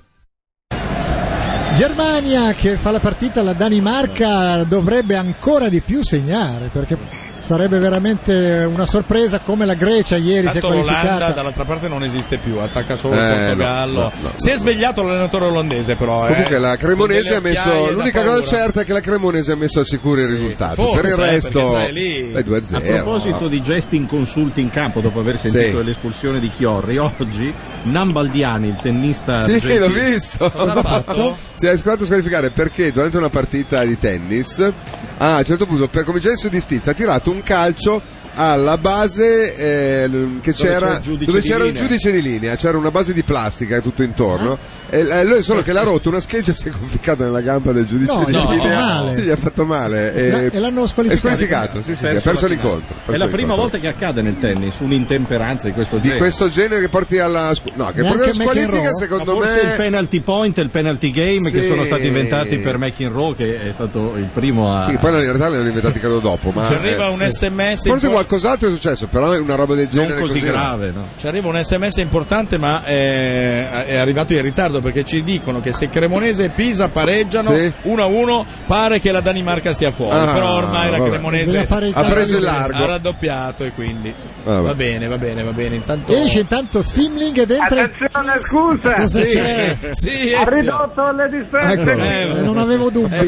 Germania che fa la partita, la Danimarca dovrebbe ancora di più segnare perché sarebbe veramente una sorpresa come la Grecia ieri si è
Tanto l'Olanda
qualificata.
dall'altra parte non esiste più, attacca solo
Eh,
il Portogallo.
no, no, no.
si è svegliato l'allenatore olandese però. eh.
Comunque la Cremonese
Con
ha
delle
messo.
occhiaie da
L'unica cosa
paura.
certa è che la Cremonese ha messo al sicuro il risultato.
forse,
per il
eh, perché
resto
sai,
è
lì-
2-0.
A proposito di gesti inconsulti in campo dopo aver sentito
Sì.
l'espulsione di Chiorri, (laughs) oggi Nambaldiani, il tennista
Sì, l'ho
argentino-
visto.
Ah, Cosa ha fatto?
Si è scoperto squalificare perché durante una partita di tennis, a un certo punto, per cominciare su distizia, ha tirato un calcio alla base eh, che
c'era
c'era
il giudice
dove
di
c'era un
linea.
giudice di linea, c'era una base di plastica e tutto intorno.
Ah.
E, eh, lui solo che l'ha rotto, una scheggia e si è conficata nella gamba del giudice
No,
di
gli ha fatto
linea.
male.
Sì, gli ha fatto male.
La- e l'hanno squalificato.
È squalificato, sì, sì, sì, ha perso
la finale.
l'incontro. ha perso
È la prima
l'incontro.
volta che accade nel tennis un'intemperanza di questo
di
genere.
questo genere che porti alla scu- no, che porti alla squalifica secondo
Ma
me
forse il penalty point e il penalty game che
Sì.
sono stati inventati per McEnroe che è stato il primo a
Sì, poi in realtà le hanno inventate credo dopo. Ma eh,
Ci arriva un sms
Forse
in-
qualcos'altro è successo, però è una roba del genere. no.
Ci arriva un sms importante, ma eh, è arrivato in ritardo perché ci dicono che se Cremonese e Pisa pareggiano
Sì.
1-1, pare che la Danimarca sia fuori.
Ah,
Però ormai la
vabbè.
Cremonese
Bisogna fare il Ha calcio preso il libero. largo. Ah,
ha raddoppiato e quindi
Vabbè.
va bene, va bene, va bene. Intanto
Esce intanto Simling ed entra.
Attenzione, scusa!
Cosa
Sì.
c'è?
Sì,
ha
Ezio.
ridotto le distanze.
Eccolo, eh, non avevo dubbi.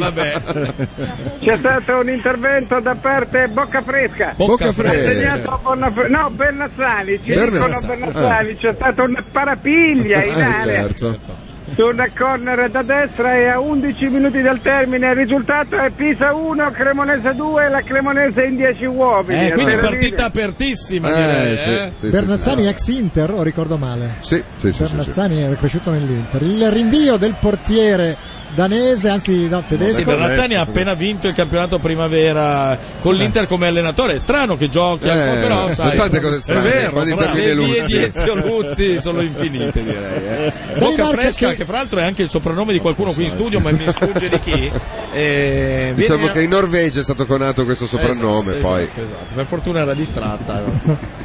C'è stato un intervento da parte Bocca Fresca.
Bocca
Ha
Fresca.
segnato Bonaf- no, Bernassani, ci
Bernassani.
dicono Bernassani, c'è stata una parapiglia in
Eh,
area
certo.
su una corner da destra e a 11 minuti dal termine il risultato è Pisa 1, Cremonese 2 la Cremonese in 10 uomini.
Eh, quindi
Allora,
partita apertissima,
Eh,
direi.
sì,
eh.
sì,
Bernazzani ex Inter, o ricordo male?
Sì, sì, sì, sì, sì.
Bernazzani era cresciuto nell'Inter. Il rinvio del portiere danese, anzi no, tedesco.
Sì, Bernazzani ha appena vinto il campionato primavera con l'Inter come allenatore. È strano che giochi, ancora,
Eh,
però sai,
tante cose strane,
è vero,
quando
però
interviene
le vie
Luzzi.
di Ezio Luzzi sono infinite, direi. eh. Bocca Fresca, che... fra l'altro è anche il soprannome di qualcuno qui in studio, ma mi sfugge
(laughs)
di chi. Eh,
Diciamo
viene-
che in Norvegia è stato conato questo soprannome.
Esatto,
poi.
esatto, esatto. Per fortuna
(laughs)
era distratta. eh.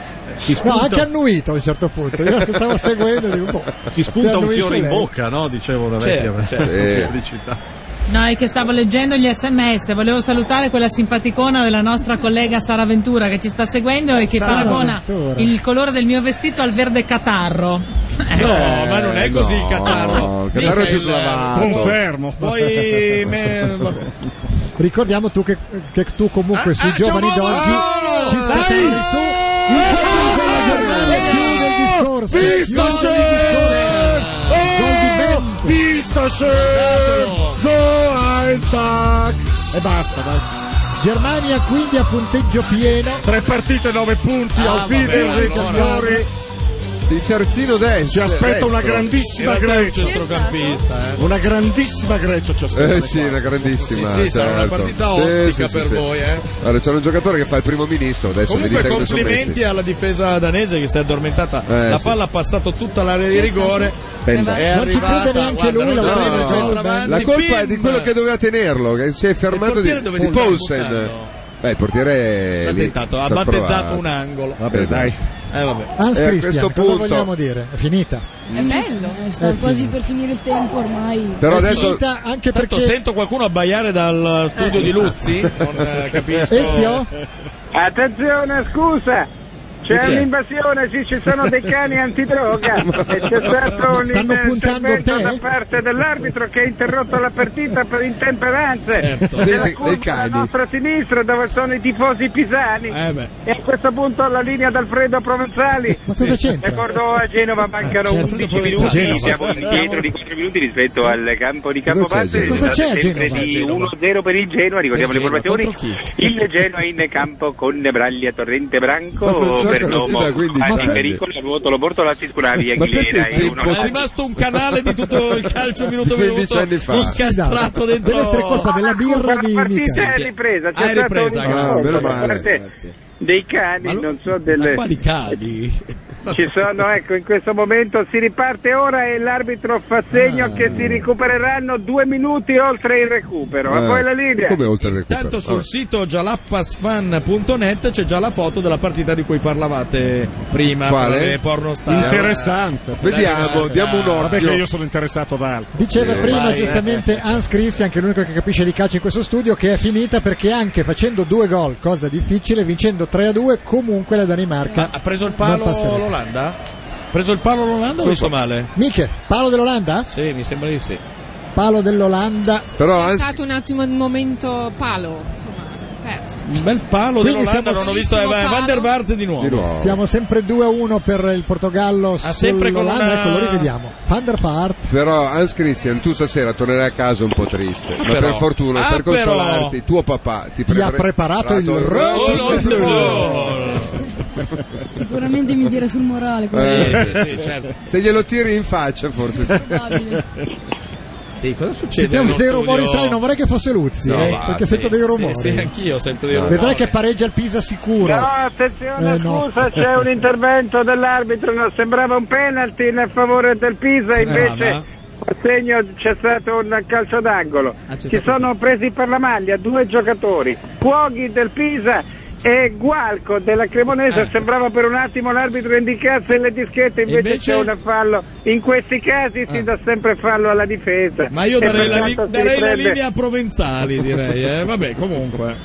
No, ha anche annuito a un certo punto. Io che stavo seguendo e dico, boh,
si
se
spunta un
annuisce
fiore in
lei.
bocca, no? Dicevo una
Certo,
vecchia
certo.
Sì.
(laughs) pubblicità.
No, è che stavo leggendo gli sms, volevo salutare quella simpaticona della nostra collega Sara Ventura che ci sta seguendo e che
Sara
paragona
Ventura.
il colore del mio vestito al verde catarro. Eh,
No, ma
Eh,
non è così il Catarro.
il Catarro è più
Mica il-
slavato.
Confermo.
Poi me- Ah, vabbè.
Ricordiamo tu che, che tu comunque sui giovani
c'è un uomo!
d'oggi ci stai su.
Visto se! Visto se!
So ein Tag. E basta, dai. Germania quindi a punteggio pieno.
Tre partite, nove punti.
Ah,
Auf Wiedersehen,
vabbè, allora.
signori.
il terzino destro.
Ci aspetta una grandissima
Era
Grecia.
terzo centrocampista, eh.
Una grandissima Grecia ci aspetta.
Eh sì, una grandissima.
Sì, sì, sarà
certo.
una partita
Sì,
ostica
sì, sì,
per
sì.
voi, eh.
Guarda, c'è un giocatore che fa il primo ministro adesso. mi
Comunque
dite come sono
complimenti
messi.
alla difesa danese che si è addormentata.
Eh,
la
sì.
palla ha passato tutta l'area di rigore.
Pensa.
È
Non ci crede
arrivata,
neanche
guarda,
lui,
non
la
ci crede
guarda.
il centravanti,
La colpa è
pim!
di quello che doveva tenerlo, che si è fermato
portiere
di
dove si
di
sta
Poulsen. Beh, il portiere.
Ci ha
lì,
tentato, ha
ci
battezzato
provato.
un angolo.
Vabbè, dai.
Eh, vabbè.
Hans
E a
Christian,
questo
cosa
punto-
vogliamo dire? È finita.
È bello. sta
È
quasi
finita.
per finire il tempo ormai.
Però
È
adesso-
finita
anche
Tanto
perché-
sento qualcuno abbaiare dal studio di Luzzi, non
(laughs)
eh, capisco.
Eh. Ezio?
Attenzione, scusa! C'è
Chi c'è?
un'invasione, sì, ci sono dei cani antidroga
(laughs)
e c'è stato un
Stanno puntando
intervento
te?
da parte dell'arbitro che ha interrotto la partita per intemperanze
Certo.
nella
Dei-
curva
dei cani.
della nostra sinistra dove sono i tifosi pisani
Eh
e a questo punto alla linea d'Alfredo Provenzali
Ma cosa c'entra? Eh, certo.
e Cordova a Genova mancano 11 minuti
Genova.
siamo indietro di 4 minuti rispetto al campo di Campobasso
Genova? Cosa c'è a
sempre
Genova?
di
Genova.
1-0 per il Genoa ricordiamo le
Genova,
formazioni il Genoa in campo con Braglia, Torrente,
Ma non
Branco,
gioca
Perdomo,
da 15
Patti in
anni.
pericolo, Ruotolo, Bortola, Sicuravi,
Ma perché
Aguilera
sei
e uno
così-
È rimasto un canale di tutto il calcio minuto
Di
per
15
minuto
anni fa.
Esatto.
incastrato dentro.
Deve essere colpa della birra di
partita
Mica.
è ripresa,
Ah,
c'è
è
stato
ripresa,
un
grazie.
incontro
Meno
da
male,
parte dei cani, non so delle...
Qua di cani.
(laughs) Ci sono, ecco, in questo momento si riparte ora e l'arbitro fa segno che si recupereranno due minuti oltre il recupero.
Eh,
A voi la linea.
come
oltre il recupero?
Tanto sul sito gialappasfan.net c'è già la foto della partita di cui parlavate prima.
Quale?
con le pornostar.
Interessante.
Vediamo, diamo un
Vabbè
occhio.
che io sono interessato ad altro.
Diceva
Sì,
prima
vai, eh.
giustamente Hans Christian, che è l'unico che capisce di calcio in questo studio, che è finita perché anche facendo due gol, cosa difficile, vincendo 3-2, comunque la Danimarca
Ha preso il
non passerà.
palo l'Olanda? Ha preso il palo l'Olanda o ho visto male?
Miche, palo dell'Olanda?
Sì, mi sembra di sì.
Palo dell'Olanda.
Però
eh,
È stato un attimo un momento palo, insomma, perso.
Un bel palo
Quindi
dell'Olanda,
siamo
non ho visto eh,
sissimo palo.
Van der Vaart di nuovo.
Siamo sempre 2-1 per il Portogallo
Ah, sempre con
sull'Olanda,
una-
ecco lo rivediamo. Van der Vaart,
Però Hans Christian, tu stasera tornerai a casa un po' triste. Ma
però.
per fortuna,
Ah,
per
però.
consolarti, tuo papà ti,
Ti ha preparato il Roll
Roll
on the
(laughs) Sicuramente mi tira sul morale. così.
Eh, (laughs) certo.
certo.
Se glielo tiri in faccia, forse. sì.
Sì, cosa
Ci
succede?
sono
nello
dei
studio?
rumori strani, non vorrei che fosse Luzzi,
No,
eh,
va,
perché
sì.
sento dei
Sì,
rumori.
Sì,
(laughs)
anch'io sento dei rumori.
Vedrai che pareggia il Pisa sicuro.
No, attenzione,
Eh, no.
scusa, c'è
(laughs)
un intervento dell'arbitro, non sembrava un penalty in favore del Pisa,
ma-
invece a segno c'è stato un calcio d'angolo.
Ah,
Ci sono presi per la maglia due giocatori, Cuoghi del Pisa e Gualco della
Eh.
Cremonese, sembrava per un attimo l'arbitro indicasse le dischette, invece,
Invece- Ah.
c'è un fallo. In questi casi si dà sempre fallo alla difesa.
Ma io
E
darei, la, li-
pertanto si
darei la
riprende-
linea a Provenzali, direi. eh. Vabbè, comunque.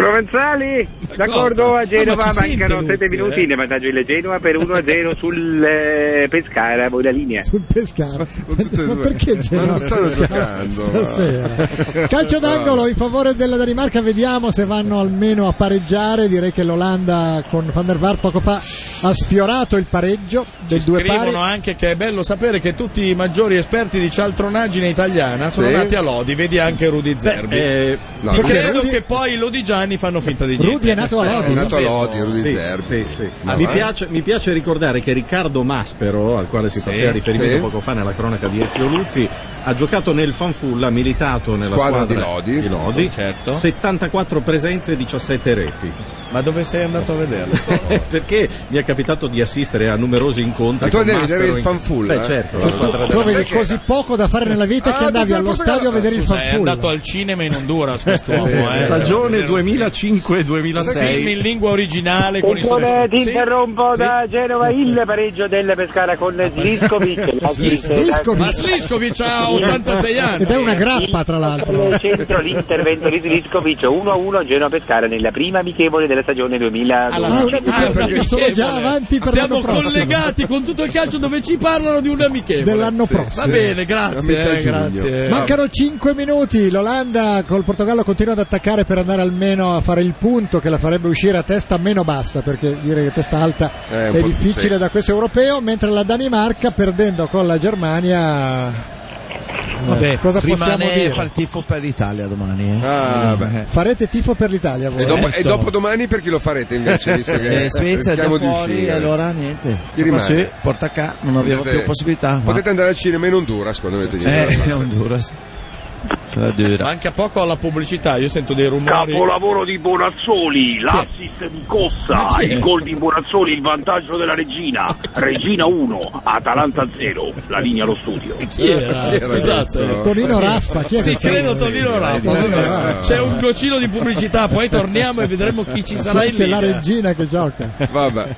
Provenzali, d'accordo
cosa?
a
Ah,
Genova,
ma ci sente
mancano
Luzzi,
7 minuti,
eh?
ne vantaggio il Genova per 1-0 sul eh, Pescara, voi la linea.
Sul Pescara. Ma perché Genova?
non stanno giocando, ma-
Stasera. Calcio d'angolo in favore della Danimarca, vediamo se vanno almeno a pareggiare. Direi che l'Olanda con Van der Vaart poco fa ha sfiorato il pareggio del due pari.
Scrivono anche che è bello sapere che tutti i maggiori esperti di cialtronaggine italiana sono
Sì.
nati a Lodi, vedi anche Rudy Zerbi.
eh,
no,
Perché
perché
credo
Rudy-
che poi i lodigiani fanno finta di niente. Eh,
Rudy è nato a Lodi.
È nato a Lodi, Rudy
Sì,
Zerbi.
sì, sì.
Ma
Mi,
va.
piace, mi piace ricordare che Riccardo Maspero, al quale si
Sì,
faceva riferimento
sì.
poco fa nella cronaca di Ezio Luzzi, ha giocato nel Fanfulla, ha militato nella
Squadra
squadra,
di Lodi.
di Lodi,
Certo.
74 presenze e 17 reti.
Ma dove sei andato a vederlo?
(laughs) Perché mi è capitato di assistere a numerosi incontri.
Ma tu
con
andavi a vedere
Maspero
il
in-
Fanfulla,
Beh,
eh?
certo.
Cioè,
la squadra
Tu
della-
avevi così poco da fare nella vita che
Ah,
andavi
pensavo
allo
fosse
stadio a
andato.
vedere il
Scusa, è
fanfulla.
andato al cinema in
(laughs)
Honduras quest'uomo, eh.
Stagione
Film
2005-2006.
in lingua originale con i
Perdone, ti
Sì.
interrompo da Genova il pareggio del Pescara con
(laughs)
Sliskovic. La Sliskovic.
Ma Sliskovic ha 86 anni.
Ed è una grappa, tra l'altro.
Al centro l'intervento di Sliskovic 1-1 Genova Pescara nella prima amichevole della stagione 2000.
Ah, una
Ah,
perché sono già avanti per
Siamo
l'anno prossimo.
collegati con tutto il calcio dove ci parlano di un amichevole.
Dell'anno
Sì.
prossimo.
Va bene,
A metà
grazie, eh,
giugno.
grazie.
Mancano 5 minuti, l'Olanda col Portogallo continua ad attaccare per andare almeno a fare il punto che la farebbe uscire a testa meno bassa perché dire che testa alta
Eh,
è,
un po'
difficile
sì.
da questo europeo, mentre la Danimarca perdendo con la Germania
Vabbè,
Eh, Cosa possiamo
rimane
dire?
far tifo per l'Italia domani. eh.
Ah, beh.
Farete tifo per l'Italia voi.
E dopo, e dopo domani per chi lo farete
(laughs)
invece? Visto che
Eh, Svezia è già
rischiamo di
fuori,
uscire.
allora niente.
Chi rimane?
Sì, porta cá, non abbiamo
Potete-
più possibilità. ma-
Potete andare al cinema in Honduras quando avete
Eh,
niente. da
Honduras. Sarà dura.
Manca poco alla pubblicità, io sento dei rumori.
Capolavoro di Bonazzoli, l'assist di
Ma
Cossa,
chi è?
il gol di Bonazzoli, il vantaggio della Regina, Regina 1, Atalanta 0, la linea allo studio.
Chi era? Scusate.
Tonino Raffa, chi è
Sì,
questo?
credo Tonino Raffa. vabbè. C'è un goccino di pubblicità, Ah, poi torniamo e vedremo chi ci sarà in
C'è la
linea.
regina che gioca.
fare. Vabbè.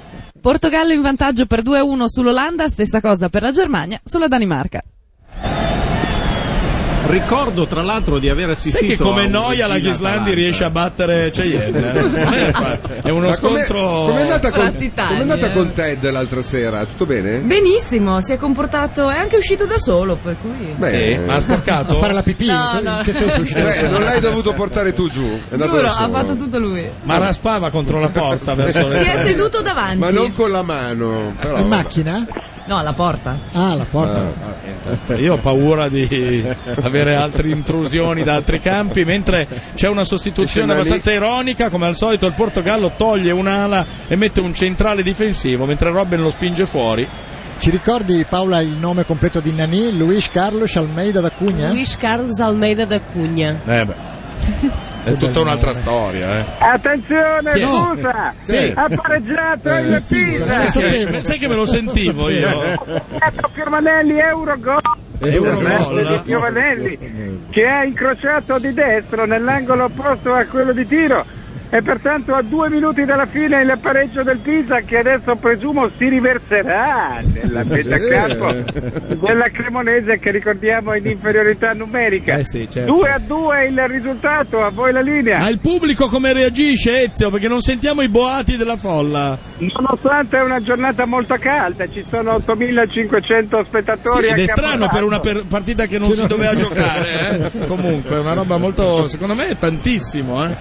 Portogallo in vantaggio per 2-1 sull'Olanda, stessa cosa per la Germania sulla Danimarca.
Ricordo tra l'altro di aver assistito.
Sai che come
a un
noia la
Regina
Ghislandi
Atalanta.
riesce a battere Cheyenne? eh?
(laughs)
Non è fa- È uno
(laughs) Ma com'è-
scontro.
Com'è andata, con,
Frattitania.
com'è andata con Ted l'altra sera? Tutto bene?
Benissimo, si è comportato, è anche uscito da solo, per cui...
Beh,
ma ha sporcato?
A fare la pipì?
No, no.
In che senso uscire?
Beh, non l'hai dovuto portare tu giù. È andato
(laughs) Giuro,
da
ha
solo.
fatto tutto lui.
Ma raspava contro la porta verso
Si è
Eh.
seduto davanti.
Ma non con la mano. Però.
In macchina?
No, alla porta.
Ah, la porta.
Eh, Io ho
(laughs)
paura di avere altre intrusioni da altri campi, mentre c'è una
Dice,
sostituzione
ma lì-
abbastanza ironica, come al solito il Portogallo toglie un'ala e mette un centrale difensivo, mentre Robin lo spinge fuori.
Ci ricordi Paola il nome completo di Nani? Luis Carlos Almeida da Cunha?
Luis Carlos Almeida da Cugna.
Eh beh.
(laughs)
È tutta un'altra storia, eh.
Attenzione,
Chi è?
scusa!
Sì. Eh,
Ha pareggiato
Eh,
il Pisa!
Sai che, sai che me lo sentivo io?
Alberto Firmanelli, Eurogol
Eurogol,
di
eh?
Giovanelli che ha incrociato di destro nell'angolo opposto a quello di tiro e pertanto a due minuti dalla fine il pareggio del Pisa che adesso presumo si riverserà nella metacampo
(laughs)
della Cremonese che ricordiamo è in inferiorità numerica 2
Eh sì, certo.
a 2 il risultato a voi la linea
Ma il pubblico come reagisce, Ezio? Perché non sentiamo i boati della folla.
nonostante è una giornata molto calda ci sono 8500
Sì,
spettatori a
ed è strano
Campobasso.
per una per- partita che non si (laughs) doveva giocare. eh. Comunque, è una roba molto. Secondo me, è tantissimo. eh.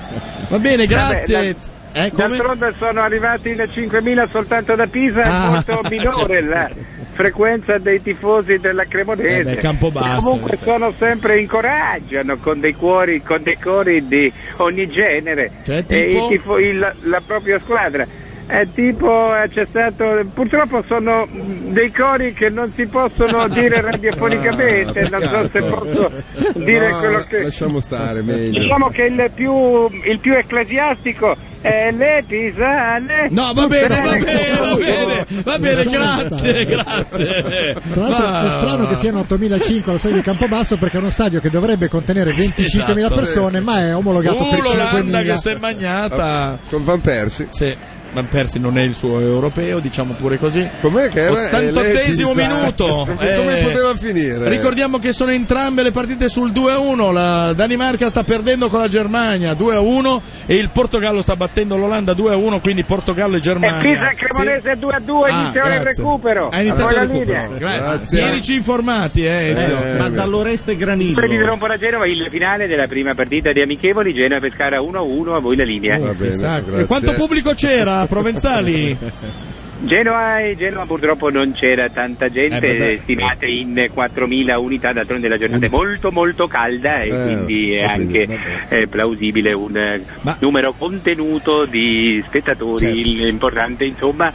Va
Vabbè,
bene, grazie.
da-
Eh, come?
D'altronde sono arrivati in 5.000 soltanto da Pisa, è
Ah, (laughs)
molto minore la frequenza dei tifosi della Cremonese.
Eh beh, Campobasso, in
Comunque
effetti.
sono sempre incoraggiano con dei cuori, con dei cori di ogni genere
Cioè,
eh,
tipo?
i tifo- il- la propria squadra. Eh, tipo eh, c'è stato purtroppo sono mh, dei cori che non si
(laughs)
possono dire radiofonicamente,
Ah,
non so se posso dire
No,
quello che
Lasciamo stare, meglio.
Diciamo che il più, il più ecclesiastico è eh, le pisane.
No, va bene, va bene, va bene, va bene, grazie, grazie.
Tra l'altro
Ma-
è strano che siano 8.500 allo stadio di Campobasso perché è uno stadio che dovrebbe contenere 25.000
Esatto.
persone ma è omologato
Uh,
per
l'Olanda che
5.000.
si è magnata.
Con Van Persi.
Se Van Persi non è il suo europeo, diciamo pure così.
Com'è che era?
88esimo
Eh, lei-
minuto.
(laughs) Come
Eh,
poteva finire?
Ricordiamo che sono entrambe le partite sul 2-1. La Danimarca sta perdendo con la Germania 2-1 e il Portogallo sta battendo l'Olanda 2-1. Quindi Portogallo e
E
Germania.
Pisa e Cremonese 2 a 2,
Ah,
inizierà il
grazie.
recupero.
Ha iniziato il
Buona
recupero.
linea.
Grazie.
Grazie.
Tienici informati, eh, Ezio.
Eh, ma dall'Oreste Granillo.
Quindi rompo la Genova il finale della prima partita di amichevoli Genova Pescara 1-1 a voi la linea.
Eh, Va bene,
Chissà,
grazie.
e quanto pubblico c'era, Provenzali?
(laughs)
Genova e Genova purtroppo non c'era tanta
Eh,
gente,
vabbè.
stimate in 4.000 unità, d'altronde la giornata è molto molto calda e
Eh,
quindi è
va bene,
anche
va bene.
eh, plausibile un eh, numero contenuto di spettatori,
Certo.
l'importante insomma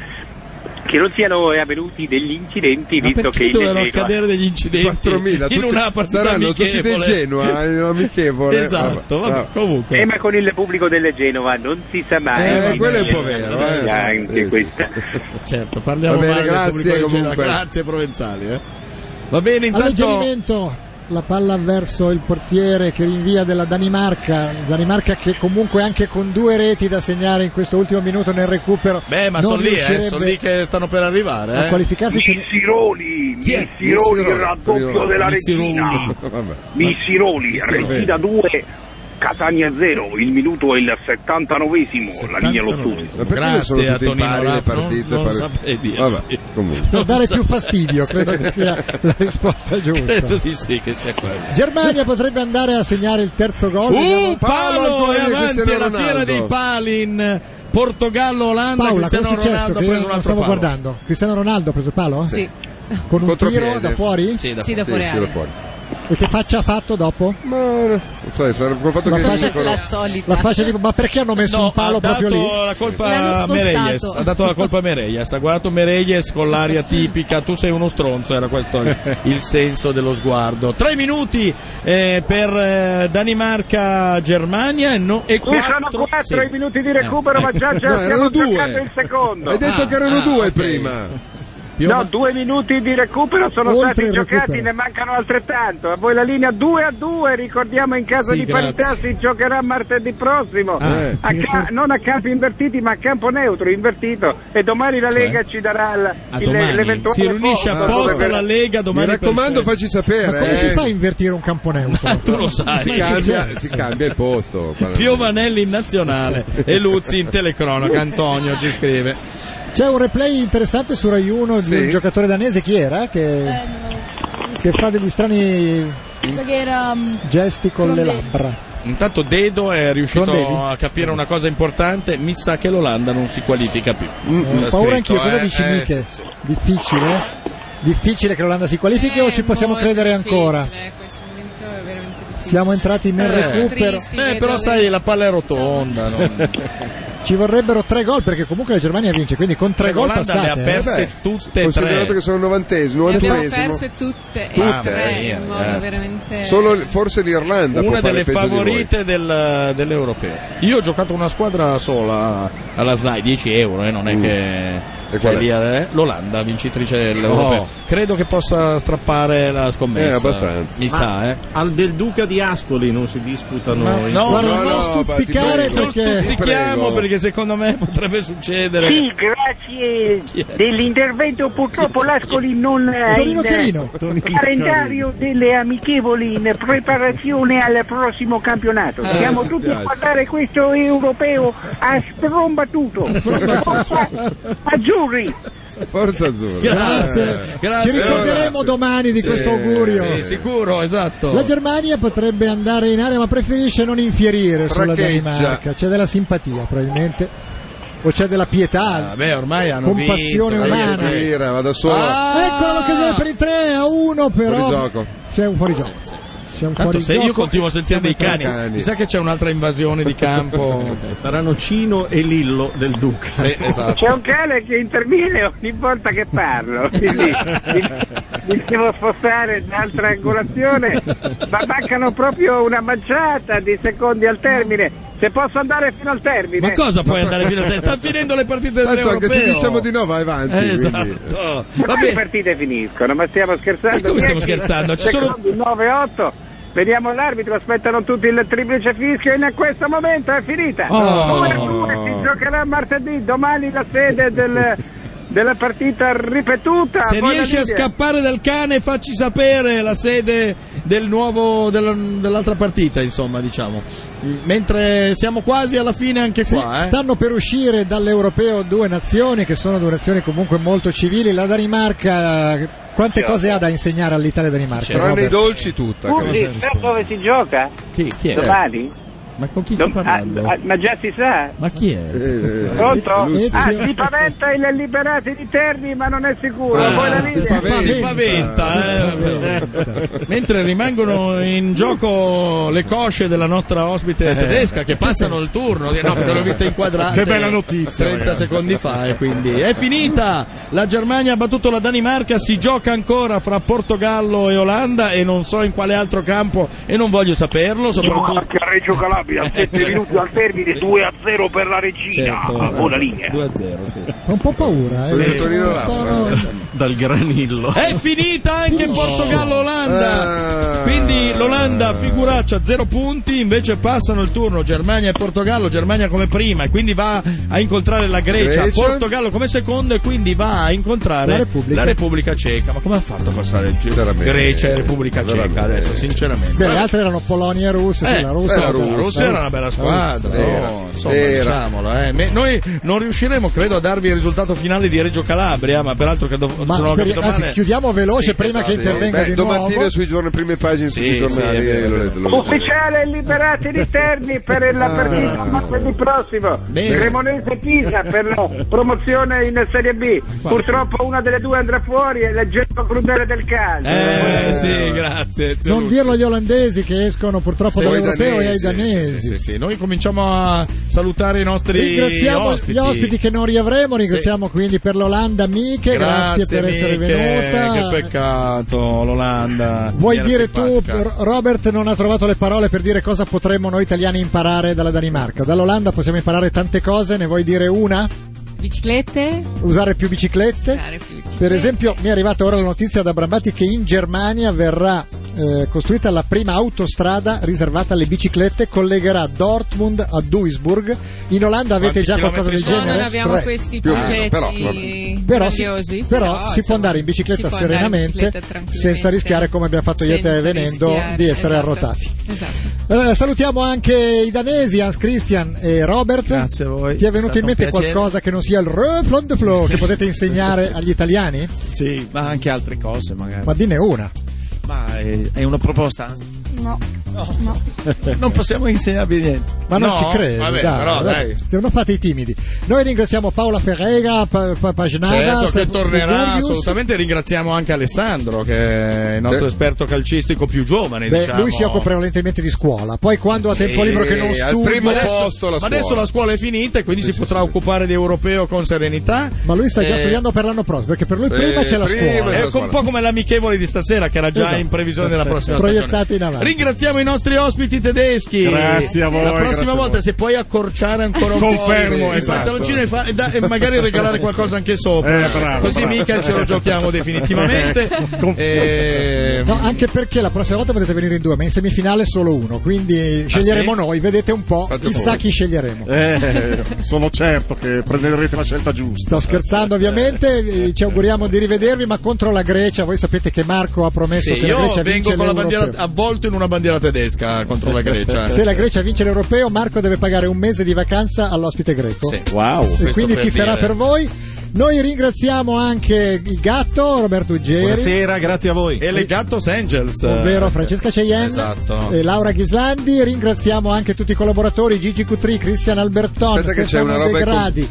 che non siano avvenuti degli incidenti
Ma
visto che
perché
il
dovevano
Genova-
cadere degli incidenti
4.000,
in
tutti-
una partita
saranno tutti del
amichevole? (laughs)
Genoa, in un amichevole.
Esatto,
Vabbè,
vabbè,
vabbè.
comunque.
Eh, ma con il pubblico delle Genova non si sa mai.
Eh,
Quindi
quello è un po' vero, eh.
Anche
Sì, sì. (laughs)
questa.
Certo, parliamo
Va bene,
male
grazie,
del pubblico di Genova.
comunque.
Grazie Provenzali, eh. Va bene, intanto
Alleggerimento la palla verso il portiere che rinvia della Danimarca, Danimarca che comunque anche con due reti da segnare in questo ultimo minuto nel recupero
Beh, ma
non
sono lì, eh,
riuscirebbe
sono lì che stanno per arrivare,
a
eh.
qualificarsi ce-
Missiroli,
è?
Missiroli, il
Missiroli,
raddoppio
Missiroli.
della
Missiroli.
Regina.
Vabbè.
Missiroli,
Missiroli.
Regina 2, Catania 0, il minuto è il 79esimo, la linea allo studio.
Ma perché
Grazie
sono
a
tutti in
Tonino
pari le
Raff, non-
partite?
non
pari-
saprei dirti.
Vabbè, comunque.
per dare più fastidio, credo che sia la risposta
(laughs) Credo
giusta.
di sì che sia quello.
Germania potrebbe andare a segnare il terzo gol.
Uh,
Paolo
Paolo è
Antonelli,
avanti
Cristiano
alla fiera
Ronaldo.
dei pali in Portogallo, Olanda,
Paola, cosa è
Cristiano
successo?
Ronaldo
Che
ha
io
preso un
non
altro
stavo
palo.
guardando. Cristiano Ronaldo ha preso il palo?
Sì,
Con un
Contropiede.
tiro da fuori?
sì, da fuori
Sì,
area.
tiro fuori.
E che faccia ha fatto dopo?
Non so, sarà col
(laughs)
fatto
La
che
faccia-
dicono-
La La faccia tipo, ma perché hanno messo un palo
ha dato
proprio lì?
la colpa a Mereyes ha dato la colpa a Mereyes ha guardato Mereyes con l'aria tipica tu sei uno stronzo era questo il- (laughs) il senso dello sguardo tre minuti eh, per eh, Danimarca Germania e no- e
Qui
Diciamo
sono
quattro-
quattro
sì.
i minuti di recupero,
Eh.
ma già, già
(laughs) No,
stiamo
erano due.
giocando il secondo. Ah,
Hai detto che erano due prima.
No, due minuti di recupero sono
Oltre
stati
il
giocati,
recupero.
ne mancano altrettanto. A voi la linea 2 a 2, ricordiamo in caso
Sì,
di
grazie.
parità si giocherà martedì prossimo,
Ah, eh.
A ca- non a campi invertiti ma a campo neutro, invertito. E domani la
Cioè?
Lega ci darà il-
A
il-
domani.
l'eventuale...
Si riunisce
posto.
apposta la Lega domani Ah, Mi raccomando, per- facci sapere,
Ma come
eh.
si fa a invertire un camponello?
tu lo sai
Si cambia, si cambia il posto.
Piovanelli
(laughs)
in nazionale e Luzzi in telecronaca Antonio ci scrive
C'è un replay interessante su Rai 1 di
Sì.
un giocatore danese, chi era? Che, che fa degli strani
Penso che era... mm,
gesti con le
Frondelli.
labbra.
Intanto Dedo è riuscito
Frondelli?
a capire una cosa importante, mi sa che l'Olanda non si qualifica più.
Ho
C'è
Mm, paura
Mm, scritto,
anch'io, cosa
eh,
dici
eh,
Miche?
sì, sì.
Difficile, eh? Difficile che l'Olanda si qualifichi o ci possiamo
Eh, molto
credere
difficile, eh,
ancora?
questo momento è veramente difficile.
Siamo entrati nel
Eh.
recupero.
Tristi,
Eh,
vedo
però
le-
sai, la palla è rotonda.
(laughs)
non-
Ci vorrebbero tre gol perché comunque la Germania vince, quindi con tre gol
L'Olanda
passate.
le ha perse Eh,
eh.
tutte e
Considerato
tre.
che sono novantesimo,
Le abbiamo
novantesimo.
perse tutte e
Tutte,
tre
eh,
in modo
ragazzi.
veramente...
Solo il- forse l'Irlanda può
Una
fare
delle
peggio di voi.
favorite del- dell'europeo. Io ho giocato una squadra sola alla SNAI, 10 euro, eh, non è che.
qual
cioè,
è?
lì, eh, L'Olanda, vincitrice dell'europeo.
Oh.
Credo che possa strappare la scommessa.
Eh, abbastanza.
Mi
Ma-
sa, eh.
Al del Duca di Ascoli non si disputano
Ma-
i-
no, Guarda, no,
non
stuzzicare
perché-
Non stuzzichiamo
Prego.
perché secondo me potrebbe succedere.
Sì, grazie dell'intervento. Purtroppo l'Ascoli non
Eh,
ha
Torino
il
(laughs)
Chiarino. Torino
(laughs) calendario delle amichevoli in preparazione al prossimo campionato.
Eh,
Siamo
ci
tutti a
spiace.
guardare questo europeo a strombattuto. Forza Azzurri!
Forza Azzurra. Eh.
Grazie. Ci ricorderemo domani di
Sì,
questo augurio.
Sì, sicuro, esatto.
La Germania potrebbe andare in area ma preferisce non infierire sulla
Traccheggia.
Danimarca. C'è della simpatia probabilmente o c'è della pietà.
Vabbè, ormai hanno
Compassione
vinto,
umana.
dai, dai.
Tira, vado solo.
Ecco l'occasione per il 3 a 1 però
Fuorigioco.
c'è un fuorigioco. C'è un
Tanto se
fuorigioco.
io continuo a sentire dei cani, mi sa che c'è un'altra invasione di campo.
(laughs) Saranno Cino e Lillo del Duca.
Sì, esatto.
C'è un cane che interviene ogni volta che parlo. Quindi mi, mi devo spostare d'altra angolazione, ma mancano proprio una manciata di secondi al termine. Se posso andare fino al termine.
Ma cosa puoi andare fino a te? Stanno finendo le partite
Tanto anche se
dell'Europeo.
diciamo di no, vai avanti.
Eh,
quindi.
esatto.
Ma le partite finiscono, ma stiamo scherzando.
Ma come stiamo scherzando? Ci sono-
9-8. Vediamo l'arbitro, aspettano tutti il triplice fischio e in questo momento è finita.
Oh.
2-2 si giocherà martedì, domani la sede del- della partita ripetuta.
Se
Buona
riesci a
linea.
scappare dal cane, facci sapere la sede del nuovo, della- dell'altra partita, insomma, diciamo. Mm, Mentre siamo quasi alla fine anche qua, eh.
Stanno per uscire dall'Europeo due nazioni che sono due nazioni comunque molto civili. La Danimarca, quante
Certo.
cose ha da insegnare all'Italia e Danimarca?
Tranne i Cioè,
Robert?
dolci tutta.
Scusi,
credo.
sa dove si gioca?
Chi, chi è?
Domani?
Ma con chi sta
Dom-
parlando?
ah, ah, ma già si sa.
Ma chi è?
Eh,
Pronto?
Luzzi.
Ah, si paventa il liberati di Terni, ma non è sicuro. Poi la linea.
Ah, Si paventa, eh. Mentre rimangono in gioco le cosce della nostra
Eh.
ospite tedesca che passano il turno, no, perché l'ho vista inquadrata.
Che bella notizia,
30
ragazzi.
secondi fa, e quindi è finita. La Germania ha battuto la Danimarca, si gioca ancora fra Portogallo e Olanda e non so in quale altro campo e non voglio saperlo, soprattutto
Anche a Reggio Calabria,
(laughs)
7 minuti al termine, 2 a 0 per la regina.
Certo.
a buona linea.
2 a 0, sì.
Ho un po' paura, eh.
Sì. Torino
Dal granillo.
È finita anche
No.
Portogallo-Olanda. Quindi l'Olanda figuraccia 0 punti, invece passano il turno Germania e Portogallo, Germania come prima e quindi va a incontrare la Grecia,
Grecia.
Portogallo come secondo e quindi va a incontrare
La Repubblica.
la Repubblica Ceca. Ma come ha fatto a passare il giro? Grecia e Repubblica Ceca adesso, sinceramente.
Beh, le altre erano Polonia e Russia, sì,
Eh,
Cioè, la Russia,
eh, la Russia, Sassuolo era una bella squadra.
Era,
no? Insomma,
era.
diciamola, eh. Me- Noi non riusciremo, credo, a darvi il risultato finale di Reggio Calabria, ma peraltro credo
Ma
se non ho
speri-
capito
anzi,
male.
chiudiamo veloce
Sì,
prima che
esatto.
intervenga
Beh,
di
Domattina
nuovo.
sui giornali, prime pagine, sui
Sì,
giornali.
sì, è vero,
eh,
è
lo-
vero.
lo- lo-
Ufficiale liberati di Terni per la partita martedì prossimo.
Bene.
Cremonese Pisa per la promozione in Serie B. Purtroppo una delle due andrà fuori e leggendo crudele del calcio.
Eh, sì, grazie. zio
Non
Luzzi.
dirlo agli olandesi che escono purtroppo
Sì,
dall'europeo e ai
sì,
danesi.
Sì, sì, sì. Noi cominciamo a salutare i nostri
Ringraziamo
ospiti.
gli ospiti che non riavremo, ringraziamo quindi per l'Olanda Miche, grazie, per essere
Miche,
venuta.
Che peccato, l'Olanda.
Vuoi
Era
dire tu,
simpatica.
R- Robert non ha trovato le parole per dire cosa potremmo noi italiani imparare dalla Danimarca? Dall'Olanda possiamo imparare tante cose, ne vuoi dire una?
Biciclette?
Usare più biciclette? Per esempio mi è arrivata ora la notizia da Brambati che in Germania verrà eh, costruita la prima autostrada riservata alle biciclette, collegherà Dortmund a Duisburg. In Olanda avete
Quanti
già qualcosa del genere?
chilometri sono? No, non abbiamo
Tre.
questi Più o meno, progetti però, vabbè.
Però si,
grandiosi,
però
però,
si può
insomma,
andare in bicicletta
si può andare in
serenamente
bicicletta tranquillamente,
senza rischiare come abbiamo fatto io e te
senza
venendo
rischiare,
di essere
esatto.
arrotati.
Esatto.
Eh, salutiamo anche i danesi, Hans Christian e Robert.
Grazie a voi.
Ti è
È
venuto
stato
in
un
mente
piacere.
qualcosa che non sia il Röflon de Flow che
(laughs)
potete insegnare agli italiani?
Sì, ma anche altre cose magari.
Ma dine una.
Ma è, è una proposta.
No, no.
Non possiamo insegnarvi niente.
Ma non
No,
ci credo,
vabbè,
dai,
però,
dai. Non fate i timidi. Noi ringraziamo Paola Ferrega, pa- Pa- Paginada,
Certo che
Sa-
tornerà
Fugurius.
assolutamente. Ringraziamo anche Alessandro, che è il nostro esperto calcistico più giovane.
Eh. Beh,
diciamo.
lui si occupa prevalentemente di scuola. Poi quando ha tempo
Sì,
libero che non
al
studia,
primo posto la ma adesso la scuola è finita e quindi si potrà occupare di europeo con serenità.
ma lui sta già
Eh,
studiando per l'anno prossimo, perché per lui
eh,
prima c'è la
prima
scuola.
È un po' come l'amichevole di stasera che era già
Esatto.
in previsione della prossima stagione.
Proiettati in avanti.
Ringraziamo i nostri ospiti tedeschi.
Grazie a voi,
La
grazie
prossima
a
volta, se puoi accorciare ancora un
Confermo,
po' il
esatto.
pantaloncino e, fa- e da- e magari regalare qualcosa anche sopra.
Eh, bravo,
Così
bravo.
mica ce lo
(laughs)
giochiamo definitivamente. Eh,
No, anche perché la prossima volta potete venire in due, ma in semifinale solo uno.
Ah,
Quindi sceglieremo
sì?
noi, vedete un po',
Fate
chissà
voi.
chi sceglieremo.
Eh, sono certo che prenderete la scelta giusta.
Ah,
Sto scherzando ovviamente, vi- ci auguriamo di rivedervi, ma contro la Grecia, voi sapete che Marco ha promesso
sì,
se la
io
Grecia vince
vengo con la
l'Europeo.
bandiera avvolto in una bandiera tedesca contro la
(laughs)
Grecia. eh.
Se la Grecia vince l'Europeo, Marco deve pagare un mese di vacanza all'ospite greco.
Sì. Wow.
E
Questo
quindi
per
tiferà
dire.
per voi. Noi ringraziamo anche il gatto Roberto Uggeri,
Buonasera, grazie a voi.
E le Gattos Angels.
ovvero Francesca Cheyenne
Esatto.
e Laura Ghislandi. Ringraziamo anche tutti i collaboratori Gigi Cutri, Cristian Albertoni,
Aspetta che c'è
Stefano
una roba
De
ecco.
in com-
Gradi.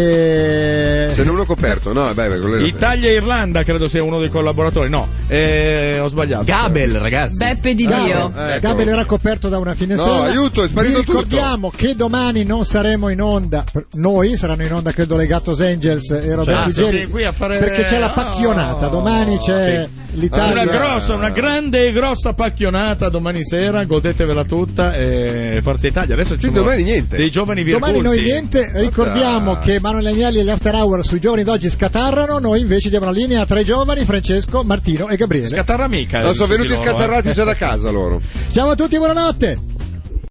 E...
Ce n'è uno coperto, no? Beh, beh, quello era-
Italia e Irlanda credo sia uno dei collaboratori. No, eh, ho sbagliato. Ecco. Gabel, ragazzi.
Beppe di
Gabel.
Dio.
Eh, Gabel era coperto da una finestrella.
No, aiuto, è sparito
Vi ricordiamo che domani non saremo in onda. per- Noi saranno in onda, credo, le Gattos Angels e Roberto
Certo.
Geri.
Sì, qui a fare- Oh.
Perché c'è la pacchionata. Domani c'è l'Italia.
Una grossa, una grande e grossa pacchionata domani sera, godetevela tutta e Forza Italia. Adesso ci
Quindi
sono
domani niente.
dei giovani virgulti.
Domani noi niente, ricordiamo che Manuel Agnelli e gli After Hour sui giovani d'oggi scatarrano, noi invece diamo la linea a tre giovani, Francesco, Martino e Gabriele.
Scatarra mica.
No, sono
tutti
venuti
(laughs)
loro, eh.
scatarrati già da casa loro.
Ciao a tutti, buonanotte!